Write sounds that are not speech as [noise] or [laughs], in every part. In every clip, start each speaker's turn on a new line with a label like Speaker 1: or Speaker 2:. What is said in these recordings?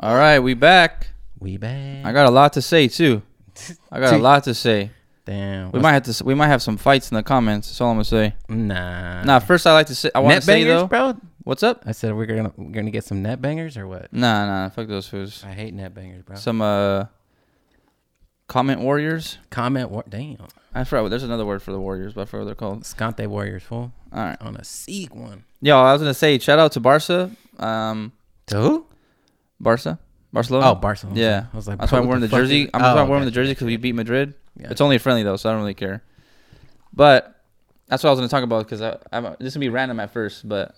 Speaker 1: All right, we back.
Speaker 2: We back.
Speaker 1: I got a lot to say too.
Speaker 2: [laughs]
Speaker 1: I got a lot to say.
Speaker 2: Damn.
Speaker 1: We might have to. s- We might have some fights in the comments. That's all I'm gonna say.
Speaker 2: Nah.
Speaker 1: Nah, first I like to say. I want to
Speaker 2: Net
Speaker 1: say
Speaker 2: bangers,
Speaker 1: though.
Speaker 2: bro.
Speaker 1: What's up?
Speaker 2: I said we're gonna we're gonna get some net bangers or what?
Speaker 1: Nah, nah. Fuck those fools.
Speaker 2: I hate net bangers, bro.
Speaker 1: Some uh, comment warriors.
Speaker 2: Comment war. Damn.
Speaker 1: I forgot. what- There's another word for the warriors, but I forgot what they're called.
Speaker 2: Scante Warriors fool
Speaker 1: All right.
Speaker 2: on a seek one.
Speaker 1: Yo, I was gonna say shout out to Barca. Um,
Speaker 2: To who?
Speaker 1: Barca, Barcelona.
Speaker 2: Oh, Barcelona.
Speaker 1: Yeah,
Speaker 2: I was like,
Speaker 1: that's
Speaker 2: bro,
Speaker 1: why I'm
Speaker 2: what
Speaker 1: wearing the,
Speaker 2: fuck
Speaker 1: jersey.
Speaker 2: is-
Speaker 1: I'm just
Speaker 2: Oh,
Speaker 1: why I'm wearing the
Speaker 2: okay.
Speaker 1: jersey because we beat Madrid.
Speaker 2: Yeah.
Speaker 1: It's only friendly though, so I don't really care. But that's what I was gonna talk about because I'm this is gonna be random at first, but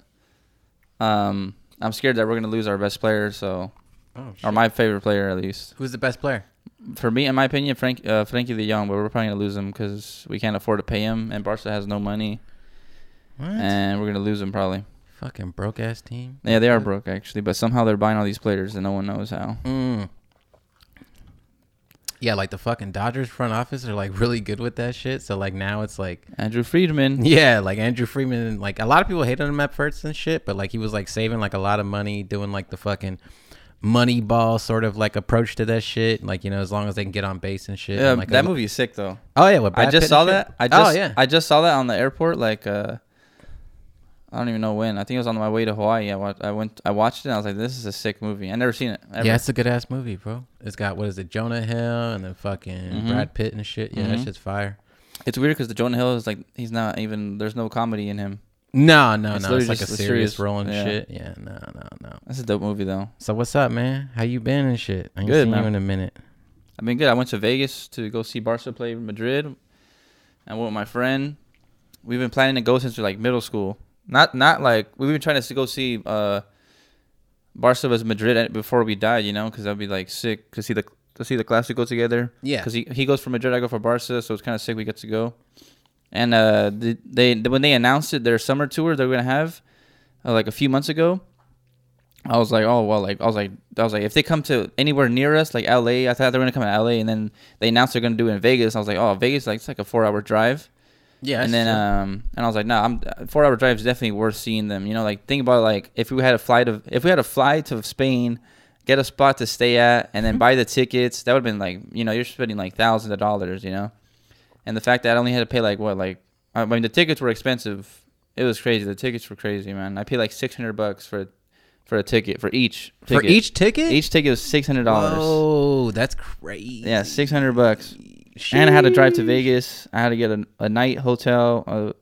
Speaker 1: um, I'm scared that we're gonna lose our best player, so
Speaker 2: Oh, shit.
Speaker 1: or my favorite player at least.
Speaker 2: Who's the best player?
Speaker 1: For me, in my opinion, Frank uh, Frankie the Young, but we're probably gonna lose him because we can't afford to pay him, and Barca has no money,
Speaker 2: What?
Speaker 1: and we're gonna lose him probably.
Speaker 2: Fucking broke ass team.
Speaker 1: Yeah, they are broke actually, but somehow they're buying all these players and no one knows how.
Speaker 2: Mm. Yeah, like the fucking Dodgers front office are like really good with that shit. So like now it's like
Speaker 1: Andrew Friedman.
Speaker 2: yeah, like Andrew Freeman, like a lot of people hated him at first and shit, but like he was like saving like a lot of money, doing like the fucking money ball sort of like approach to that shit. Like you know, as long as they can get on base and shit.
Speaker 1: Yeah,
Speaker 2: and, like,
Speaker 1: Um,
Speaker 2: uh,
Speaker 1: that
Speaker 2: a-
Speaker 1: movie is sick though.
Speaker 2: Oh yeah, with
Speaker 1: I
Speaker 2: Brad
Speaker 1: just
Speaker 2: Pitt
Speaker 1: saw
Speaker 2: and shit.
Speaker 1: that. I just
Speaker 2: oh yeah,
Speaker 1: I just saw that on the airport like uh I don't even know when. I think it was on my way to Hawaii. I, wa- I went I watched it and I was like this is a sick movie. I never seen it. Ever.
Speaker 2: yeah, it's a good ass movie, bro. It's got what is it, Jonah Hill and then fucking
Speaker 1: Mm-hmm.
Speaker 2: Brad Pitt and shit. Yeah, that shit's fire.
Speaker 1: It's weird cuz the Jonah Hill is like he's not even there's no comedy in him.
Speaker 2: No, no,
Speaker 1: It's
Speaker 2: no.
Speaker 1: literally
Speaker 2: It's like a
Speaker 1: just a
Speaker 2: serious,
Speaker 1: serious-
Speaker 2: role and
Speaker 1: yeah.
Speaker 2: shit. Yeah, no, no, no.
Speaker 1: That's a dope movie though.
Speaker 2: So what's up, man? How you been and shit? I ain't
Speaker 1: Good,
Speaker 2: seen
Speaker 1: man.
Speaker 2: you in a minute.
Speaker 1: I mean, good. I went to Vegas to go see Barca play Madrid. I went with my friend. We've been planning to go since like middle school. Not not like we've been trying to go see uh, Barca was Madrid before we died, you know, because that'd be like sick to see the to see the Clásico together.
Speaker 2: Yeah.
Speaker 1: because he, he goes for Madrid, I go for Barca, so it's kind of sick we get to go. And uh, the, they when they announced it, their summer tour they're gonna have, uh, like a few months ago, I was like, oh well, like I was like, I was like, if they come to anywhere near us, like LA, I thought they were gonna come to LA, and then they announced they're gonna do it in Vegas. I was like, oh, Vegas, like it's like a four-hour drive,
Speaker 2: Yeah,
Speaker 1: and then um, and I was like, no, nah, I'm four-hour drive is definitely worth seeing them. You know, like think about like if we had a flight of if we had a flight to Spain, get a spot to stay at,
Speaker 2: Mm-hmm.
Speaker 1: and then buy the tickets, that would have been like, you know, you're spending like thousands of dollars, you know, and the fact that I only had to pay like what like, I mean, the tickets were expensive. It was crazy. The tickets were crazy, man. I paid like six hundred bucks for. For a ticket, for each
Speaker 2: for
Speaker 1: ticket.
Speaker 2: each ticket,
Speaker 1: Each ticket was six hundred dollars.
Speaker 2: Oh, that's crazy.
Speaker 1: Yeah, six hundred bucks. And I had to drive to Vegas. I had to get a, a night hotel, a,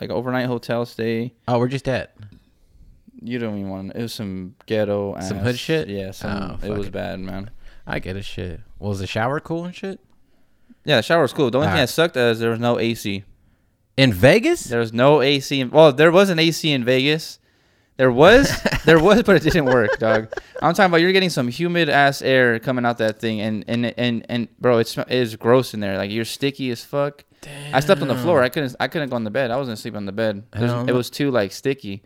Speaker 1: like overnight hotel stay.
Speaker 2: Oh, we're just at.
Speaker 1: You don't even want. It was some ghetto. Ass,
Speaker 2: Some hood shit?
Speaker 1: Yeah, some,
Speaker 2: Oh,
Speaker 1: it
Speaker 2: fuck
Speaker 1: was
Speaker 2: it.
Speaker 1: bad, man.
Speaker 2: I get a shit. Was the shower cool and shit
Speaker 1: Yeah, the shower was cool. The only thing
Speaker 2: Alright.
Speaker 1: that sucked is there was no AC.
Speaker 2: in Vegas?
Speaker 1: There was no AC. In, well, there was an AC in Vegas.
Speaker 2: [laughs]
Speaker 1: There was, there was, but it didn't work, dog. I'm talking about you're getting some humid ass air coming out that thing, and and and and bro, it's it's gross in there. Like you're sticky as fuck. I slept on the floor. I couldn't. I couldn't go on the bed. I wasn't sleeping on the bed. There's-
Speaker 2: Hell
Speaker 1: It
Speaker 2: no.
Speaker 1: was too like sticky.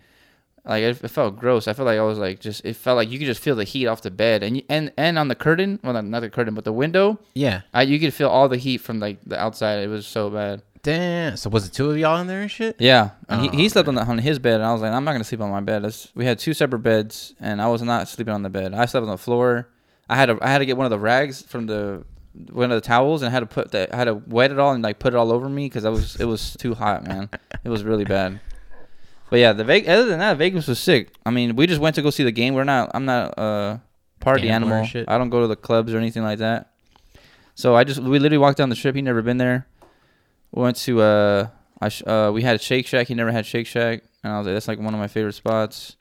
Speaker 1: Like it, it felt gross. I felt like I was like just. It felt like you could just feel the heat off the bed and you- and and on the curtain. Well, not, not the curtain, but the window.
Speaker 2: Yeah.
Speaker 1: I, you could feel all the heat from like the outside. It was so bad.
Speaker 2: Damn. So was the two of y'all in there and shit?
Speaker 1: Yeah, and
Speaker 2: Oh,
Speaker 1: he, he slept on the, on his bed, and I was like, I'm not gonna sleep on my bed. Let's, we had two separate beds, and I was not sleeping on the bed. I slept on the floor. I had a, I had to get one of the rags from the one of the towels, and I had to put that I had to wet it all and like put it all over me because I was it was too hot, man. It was really bad. But yeah, the Vegas. Other than that, Vegas was sick. I mean, we just went to go see the game. We're not. I'm not a party
Speaker 2: Gambler and
Speaker 1: animal.
Speaker 2: shit.
Speaker 1: I don't go to the clubs or anything like that. So I just we literally walked down the strip. He never been there. We went to uh, I sh- uh, we had a Shake Shack. He never had Shake Shack, and I was like, that's like one of my favorite spots.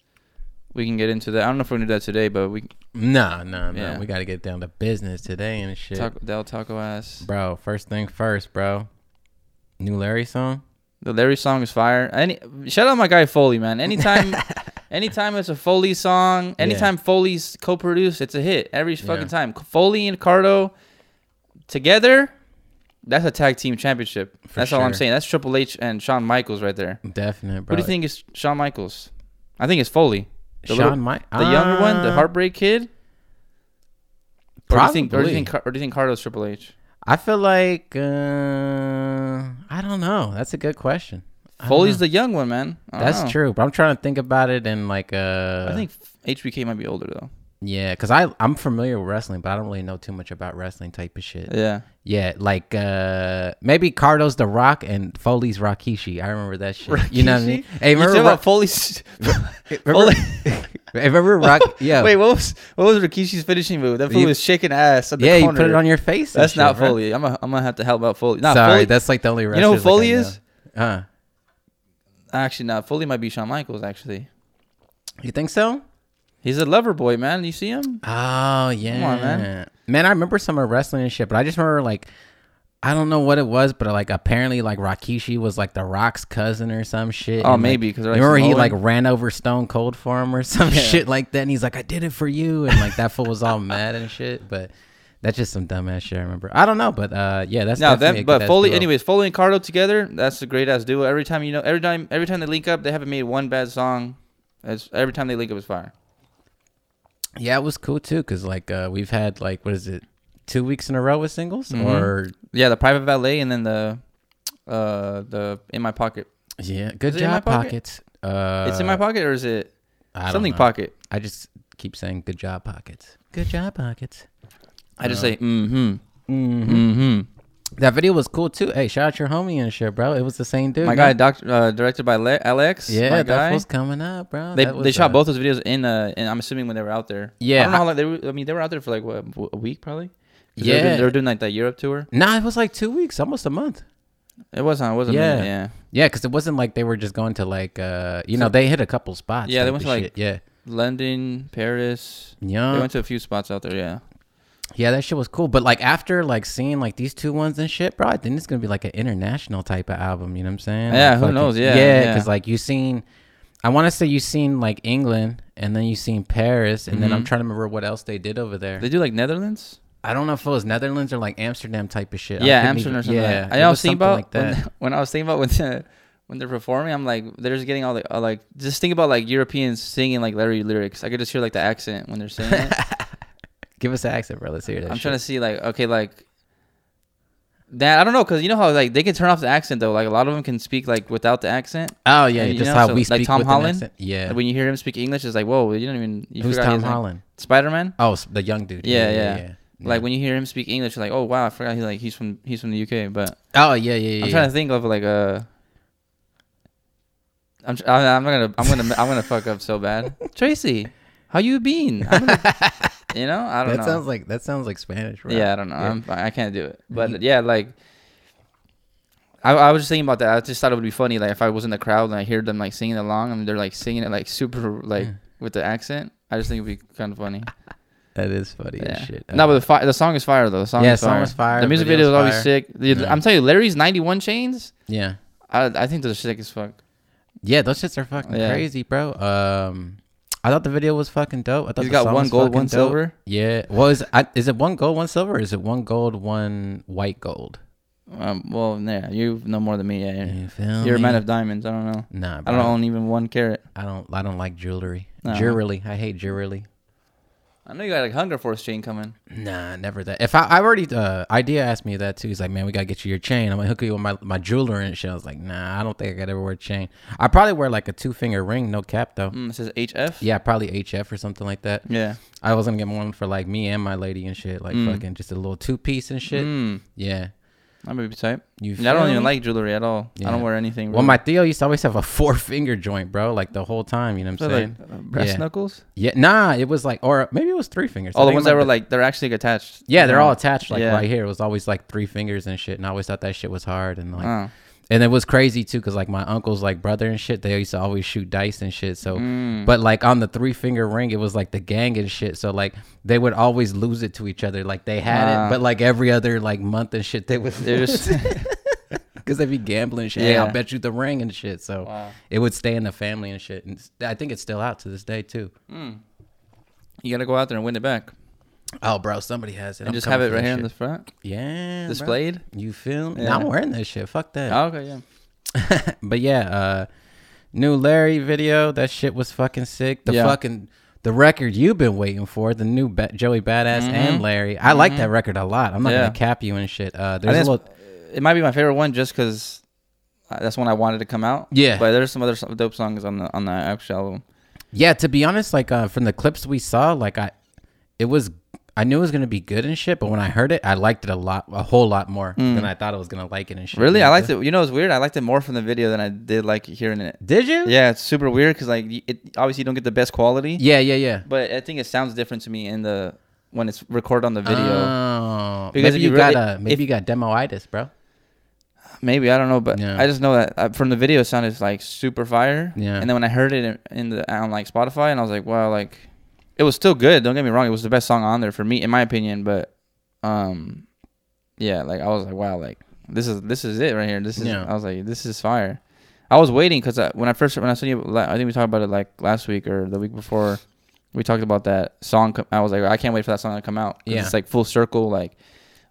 Speaker 1: We can get into that. I don't know if we're gonna do that today, but we
Speaker 2: Nah, nah, nah.
Speaker 1: Yeah.
Speaker 2: We got to get down to business today and shit.
Speaker 1: taco, Del Taco ass.
Speaker 2: Bro, first thing first, bro. New Larry song?
Speaker 1: The Larry song is fire. Any shout out my guy Foley,
Speaker 2: [laughs]
Speaker 1: man. Anytime, anytime it's a Foley song, anytime Foley's co-produced, it's a hit every fucking
Speaker 2: Yeah.
Speaker 1: time. Foley and Cardo together, that's a tag team championship.
Speaker 2: For
Speaker 1: that's all I'm
Speaker 2: sure.
Speaker 1: saying. That's Triple H and Shawn Michaels right there.
Speaker 2: Definite, bro.
Speaker 1: What do you think is Shawn Michaels? I think it's Foley, The
Speaker 2: Sean
Speaker 1: little-
Speaker 2: Mike?
Speaker 1: the younger one, the
Speaker 2: Uh,
Speaker 1: Heartbreak Kid. Or do you think? Or do
Speaker 2: probably.
Speaker 1: you think? Car- Or do you think Cardo's Triple H?
Speaker 2: I feel like uh, I don't know. That's a good question. don't
Speaker 1: Foley's
Speaker 2: know.
Speaker 1: the young one, man. I don't
Speaker 2: That's
Speaker 1: know.
Speaker 2: true, but I'm trying to think about it and like uh
Speaker 1: I think HBK might be older though.
Speaker 2: yeah, cuz I I'm familiar with wrestling, but I don't really know too much about wrestling type of shit.
Speaker 1: Yeah.
Speaker 2: Yeah, like uh maybe Cardo's The Rock and Foley's Rakishi. I remember that shit. You know what I mean?
Speaker 1: Rikishi?
Speaker 2: Hey,
Speaker 1: You
Speaker 2: remember,
Speaker 1: talking
Speaker 2: Ro- [laughs]
Speaker 1: about Foley's?
Speaker 2: remember,
Speaker 1: Foley-
Speaker 2: Hey, remember
Speaker 1: [laughs]
Speaker 2: Rock? Yeah.
Speaker 1: Wait, what was what was Rikishi's finishing move? That fool
Speaker 2: You-
Speaker 1: was shaking ass at the
Speaker 2: yeah, you
Speaker 1: corner.
Speaker 2: put it on your face. and
Speaker 1: That's
Speaker 2: shit,
Speaker 1: not
Speaker 2: right?
Speaker 1: Foley. I'm gonna I'm gonna have to help out Foley. Not
Speaker 2: Sorry,
Speaker 1: Foley.
Speaker 2: that's like the only
Speaker 1: you know who
Speaker 2: wrestlers, like, I Uh,
Speaker 1: Foley is?
Speaker 2: Huh.
Speaker 1: Actually, not Foley. Might be Shawn Michaels. Actually,
Speaker 2: You think so?
Speaker 1: he's a lover boy, man. You see him?
Speaker 2: Oh yeah,
Speaker 1: man.
Speaker 2: Man, I remember some of wrestling and shit, but I just remember like I don't know what it was, but like apparently like Rakishi was like the Rock's cousin or some shit.
Speaker 1: Oh,
Speaker 2: and, like,
Speaker 1: maybe, 'cause they're, like,
Speaker 2: remember he like
Speaker 1: Samoan?
Speaker 2: ran over Stone Cold for him or [laughs] some
Speaker 1: Yeah.
Speaker 2: shit like that, and he's like, "I did it for you," and like that fool was all mad and shit. But that's just some dumbass shit. I remember. I don't know, but uh, yeah, that's
Speaker 1: No,
Speaker 2: definitely a
Speaker 1: that but
Speaker 2: good-ass
Speaker 1: Foley.
Speaker 2: duo.
Speaker 1: Anyways, Foley and Cardo together. That's a great ass duo. Every time you know, every time every time they link up, they haven't made one bad song. It's, every time they link up is fire.
Speaker 2: Yeah, it was cool too, cause like uh, we've had like what is it, two weeks in a row with singles
Speaker 1: Mhm.
Speaker 2: or
Speaker 1: Yeah, the private valet and then the uh the in my pocket.
Speaker 2: yeah, good
Speaker 1: Is it in my
Speaker 2: job
Speaker 1: pocket?
Speaker 2: pockets. Uh,
Speaker 1: it's in my pocket or is it
Speaker 2: I don't
Speaker 1: something
Speaker 2: know.
Speaker 1: pocket?
Speaker 2: I just keep saying good job pockets. Good job pockets.
Speaker 1: I just say mm-hmm.
Speaker 2: Mm-hmm.
Speaker 1: Mm-hmm.
Speaker 2: That video was cool too. Hey, shout out your homie and shit, bro. It was the same dude.
Speaker 1: My guy,
Speaker 2: man.
Speaker 1: doctor, uh, directed by Le- Alex.
Speaker 2: Yeah,
Speaker 1: my
Speaker 2: that
Speaker 1: guy.
Speaker 2: was coming up, bro.
Speaker 1: They,
Speaker 2: That was,
Speaker 1: they shot
Speaker 2: uh,
Speaker 1: both those videos in uh and I'm assuming when they were out there.
Speaker 2: Yeah.
Speaker 1: I don't know how long they were. I mean, they were out there for like what a week probably. 'Cause they were,
Speaker 2: Yeah.
Speaker 1: doing, they were doing like that Europe tour.
Speaker 2: Nah, it was like two weeks, almost a month.
Speaker 1: It wasn't. It wasn't.
Speaker 2: Yeah.
Speaker 1: Yeah, minute, yeah.
Speaker 2: Yeah, because it wasn't like they were just going to like, uh, you know,
Speaker 1: So-
Speaker 2: they hit a couple spots.
Speaker 1: Yeah, they
Speaker 2: type
Speaker 1: went
Speaker 2: of
Speaker 1: to, like-
Speaker 2: shit. yeah,
Speaker 1: London, Paris.
Speaker 2: yeah.
Speaker 1: they went to a few spots out there. Yeah,
Speaker 2: Yeah, that shit was cool. But like after like seeing like these two ones and shit, bro, I think it's gonna be like an international type of album. You know what I'm saying?
Speaker 1: Yeah,
Speaker 2: Like,
Speaker 1: who
Speaker 2: fucking-
Speaker 1: knows? Yeah,
Speaker 2: yeah,
Speaker 1: yeah.
Speaker 2: because like you seen, I want to say you seen like England, and then you seen Paris, and then I'm
Speaker 1: Mhm.
Speaker 2: trying to remember what else they did over there.
Speaker 1: they do like Netherlands.
Speaker 2: I don't know if it was Netherlands or like Amsterdam type of shit. I
Speaker 1: yeah,
Speaker 2: couldn't
Speaker 1: Amsterdam
Speaker 2: even-
Speaker 1: or something.
Speaker 2: Yeah,
Speaker 1: like that.
Speaker 2: it
Speaker 1: I
Speaker 2: was
Speaker 1: was thinking
Speaker 2: something
Speaker 1: about
Speaker 2: like
Speaker 1: when, [laughs]
Speaker 2: that.
Speaker 1: when I was thinking about when the, when they're performing, I'm like, they're just getting all the all, like just think about like Europeans singing like Larry lyrics. I could just hear like the accent when they're saying it.
Speaker 2: Give us an accent, bro. Let's hear that.
Speaker 1: I'm
Speaker 2: shit.
Speaker 1: trying to see like okay like that I don't know because you know how like they can turn off the accent though like a lot of them can speak like without the accent.
Speaker 2: Oh yeah,
Speaker 1: you
Speaker 2: just
Speaker 1: know,
Speaker 2: how
Speaker 1: so,
Speaker 2: we
Speaker 1: like
Speaker 2: speak
Speaker 1: Tom
Speaker 2: with an
Speaker 1: Holland?
Speaker 2: accent. Yeah.
Speaker 1: Like, when you hear him speak English, it's like whoa you don't even you
Speaker 2: Who's
Speaker 1: forgot
Speaker 2: Tom
Speaker 1: his name.
Speaker 2: Holland?
Speaker 1: Spider Man.
Speaker 2: Oh, s- the young dude.
Speaker 1: Yeah,
Speaker 2: yeah.
Speaker 1: yeah. Like
Speaker 2: Yeah.
Speaker 1: when you hear him speak English, you're like oh wow I forgot he like he's from he's from the UK. But
Speaker 2: Oh yeah, yeah, yeah.
Speaker 1: I'm
Speaker 2: yeah.
Speaker 1: trying to think of like a. I'm tr- I'm I'm gonna I'm gonna I'm gonna fuck up
Speaker 2: [laughs]
Speaker 1: so bad. Tracy, how you been? I'm gonna, you know I don't
Speaker 2: that
Speaker 1: know.
Speaker 2: sounds like that sounds like Spanish, right?
Speaker 1: Yeah, I don't know.
Speaker 2: Yeah.
Speaker 1: I'm, I can't do it.
Speaker 2: You-
Speaker 1: But yeah, like I, I was just thinking about that. I just thought it would be funny, like if I was in the crowd and I heard them like singing along and they're like singing it like super like
Speaker 2: Yeah.
Speaker 1: with the accent. I just think it'd be kind of funny.
Speaker 2: That is funny
Speaker 1: Yeah.
Speaker 2: as shit.
Speaker 1: No, but
Speaker 2: Uh,
Speaker 1: the fi- the song is fire though. The song
Speaker 2: Yeah,
Speaker 1: is
Speaker 2: song
Speaker 1: fire.
Speaker 2: is fire,
Speaker 1: The music
Speaker 2: video
Speaker 1: video
Speaker 2: is
Speaker 1: is always
Speaker 2: fire.
Speaker 1: sick. The-
Speaker 2: Yeah.
Speaker 1: I'm telling you, Larry's 91 chains.
Speaker 2: yeah,
Speaker 1: I I think those are sick as fuck.
Speaker 2: yeah, those shits are fucking
Speaker 1: Yeah.
Speaker 2: crazy, bro. Um, I thought the video was fucking dope. I thought
Speaker 1: He's
Speaker 2: the
Speaker 1: got
Speaker 2: song
Speaker 1: one
Speaker 2: was
Speaker 1: gold,
Speaker 2: fucking
Speaker 1: one
Speaker 2: dope.
Speaker 1: silver.
Speaker 2: Yeah, well, is I, is it one gold, one silver, or is it one gold, one white gold?
Speaker 1: Um, well, yeah, you know more than me. Yeah, you're,
Speaker 2: You feel
Speaker 1: you're a
Speaker 2: me?
Speaker 1: man of diamonds. I don't know.
Speaker 2: Nah,
Speaker 1: I
Speaker 2: bro.
Speaker 1: don't own even one carat.
Speaker 2: I don't. I don't like jewelry.
Speaker 1: No.
Speaker 2: Jewelry. I hate jewelry.
Speaker 1: I know you got a Hunger Force chain coming.
Speaker 2: Nah, never that. If I, I already, uh, idea asked me that too. He's like, man, we gotta get you your chain. I'm gonna hook you with my my jeweler and shit. I was like, nah, I don't think I could ever wear a chain. I probably wear like a two finger ring, no cap though.
Speaker 1: Mm, it says HF.
Speaker 2: Yeah, probably HF or something like that.
Speaker 1: Yeah.
Speaker 2: I was gonna get one for like me and my lady and shit, like
Speaker 1: Mm.
Speaker 2: fucking just a little two piece and shit.
Speaker 1: Mm,
Speaker 2: Yeah,
Speaker 1: that might be tight.
Speaker 2: you.
Speaker 1: Yeah, I don't
Speaker 2: feel
Speaker 1: even
Speaker 2: me?
Speaker 1: like jewelry at all.
Speaker 2: Yeah.
Speaker 1: I don't wear anything.
Speaker 2: Well, my Theo used to always have a four [laughs] finger joint, bro, like the whole time. You know what
Speaker 1: So
Speaker 2: I'm
Speaker 1: like
Speaker 2: saying?
Speaker 1: uh, brass
Speaker 2: Yeah. Oh,
Speaker 1: knuckles.
Speaker 2: yeah, nah, it was like, or maybe it was three fingers. I
Speaker 1: All the
Speaker 2: think
Speaker 1: ones
Speaker 2: it
Speaker 1: that
Speaker 2: might
Speaker 1: were
Speaker 2: be-
Speaker 1: like they're actually attached.
Speaker 2: Yeah, they're
Speaker 1: Yeah.
Speaker 2: all attached, like
Speaker 1: Yeah.
Speaker 2: right here. It was always like three fingers and shit, and I always thought that shit was hard, and like,
Speaker 1: Oh.
Speaker 2: and it was crazy too, cause like my uncle's like brother and shit, they used to always shoot dice and shit. So,
Speaker 1: Mm.
Speaker 2: but like on the three finger ring, it was like the gang and shit. So like they would always lose it to each other. Like they had it,
Speaker 1: Ah.
Speaker 2: but like every other like month and shit, they would [laughs]
Speaker 1: They're just
Speaker 2: because they'd be gambling and shit. Hey, I'll
Speaker 1: Yeah.
Speaker 2: bet you the ring and shit. So
Speaker 1: Wow.
Speaker 2: it would stay in the family and shit. And s- I think it's still out to this day too.
Speaker 1: you gotta go out there and win it back
Speaker 2: Oh, bro, somebody has it.
Speaker 1: and
Speaker 2: I'm
Speaker 1: just have
Speaker 2: coming
Speaker 1: it
Speaker 2: for
Speaker 1: right here in the
Speaker 2: that
Speaker 1: front
Speaker 2: shit. yeah bro.
Speaker 1: displayed.
Speaker 2: You feel me?
Speaker 1: Yeah.
Speaker 2: Nah, I'm wearing this shit. Fuck that.
Speaker 1: Oh, okay, yeah.
Speaker 2: [laughs] but yeah, uh new Larry video, that shit was fucking sick. The
Speaker 1: Yeah.
Speaker 2: fucking the record you've been waiting for, the new ba- Joey Badass and Larry. I like that record a lot. I'm not
Speaker 1: Mm-hmm. Yeah.
Speaker 2: gonna cap you and shit. Uh
Speaker 1: I
Speaker 2: there's
Speaker 1: think
Speaker 2: a little
Speaker 1: it's- it might be my favorite one just because uh, that's when I wanted to come out.
Speaker 2: Yeah.
Speaker 1: But there's some other so- dope songs on the on the actual album.
Speaker 2: Yeah, to be honest, like uh, from the clips we saw, like I, it was, I knew it was gonna be good and shit. But when I heard it, I liked it a lot, a whole lot more than I thought I was gonna like it and shit.
Speaker 1: Mm. Really,
Speaker 2: You
Speaker 1: I
Speaker 2: know?
Speaker 1: liked it. You know, it's weird. I liked it more from the video than I did like hearing it.
Speaker 2: Did you?
Speaker 1: Yeah, it's super weird because like y- it obviously you don't get the best quality,
Speaker 2: Yeah, yeah, yeah.
Speaker 1: but I think it sounds different to me in the when it's recorded on the video.
Speaker 2: Oh,
Speaker 1: Because
Speaker 2: maybe you,
Speaker 1: if you
Speaker 2: got
Speaker 1: really-
Speaker 2: uh, maybe
Speaker 1: if-
Speaker 2: you got demoitis, bro.
Speaker 1: Maybe I don't know, but
Speaker 2: Yeah.
Speaker 1: I just know that uh, from the video, it sounded like super fire.
Speaker 2: Yeah.
Speaker 1: And then when I heard it in, in the on like Spotify, and I was like, wow, like it was still good. Don't get me wrong, it was the best song on there for me, in my opinion. But, um, yeah, like I was like, wow, like this is this is it right here. This is
Speaker 2: Yeah.
Speaker 1: I was like, this is fire. I was waiting because when I first when I saw you, la- I think we talked about it like last week or the week before. We talked about that song. co- I was like, I can't wait for that song to come out. 'Cause
Speaker 2: Yeah.
Speaker 1: It's like full circle, like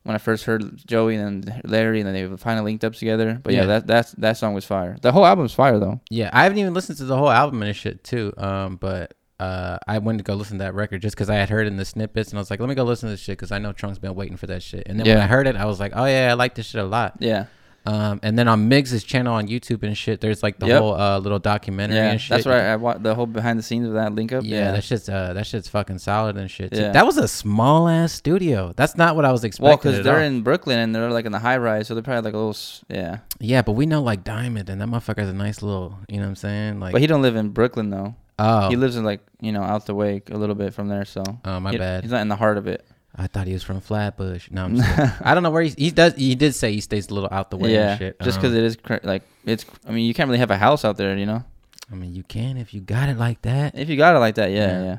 Speaker 1: when I first heard Joey and then Larry, and then they finally linked up together. But yeah,
Speaker 2: Yeah.
Speaker 1: that that that song was fire. The whole album's fire though.
Speaker 2: Yeah, I haven't even listened to the whole album and shit too. Um, but uh, I went to go listen to that record just because I had heard it in the snippets, and I was like, let me go listen to this shit because I know Trunk's been waiting for that shit. And then when
Speaker 1: Yeah.
Speaker 2: I heard it, I was like, oh yeah, I like this shit a lot.
Speaker 1: Yeah,
Speaker 2: Um, and then on Miggs's channel on YouTube and shit, there's like the
Speaker 1: Yep.
Speaker 2: whole uh, little documentary
Speaker 1: yeah.
Speaker 2: and shit.
Speaker 1: That's right. I watched the whole behind the scenes of that link up.
Speaker 2: Yeah,
Speaker 1: Yeah.
Speaker 2: that shit's uh, that shit's fucking solid and shit. Too.
Speaker 1: Yeah.
Speaker 2: That was a small ass studio. That's not what I was expecting.
Speaker 1: well, because
Speaker 2: at
Speaker 1: they're
Speaker 2: all.
Speaker 1: in Brooklyn and they're like in the high rise, so they're probably like a little s- yeah.
Speaker 2: yeah, but we know like Diamond and that motherfucker's a nice little. You know what I'm saying? Like
Speaker 1: But he don't live in Brooklyn though.
Speaker 2: oh
Speaker 1: He lives in like you know out the way a little bit from there. So
Speaker 2: oh my
Speaker 1: He-
Speaker 2: bad.
Speaker 1: He's not in the heart of it.
Speaker 2: I thought he was from Flatbush.
Speaker 1: [laughs]
Speaker 2: No, I'm just kidding. I don't know where he he does. He did say he stays a little out the way.
Speaker 1: yeah,
Speaker 2: and shit.
Speaker 1: just
Speaker 2: Um,
Speaker 1: because it is cr- like it's. I mean, you can't really have a house out there, you know.
Speaker 2: I mean, you can if you got it like that.
Speaker 1: If you got it like that, yeah,
Speaker 2: Yeah.
Speaker 1: yeah.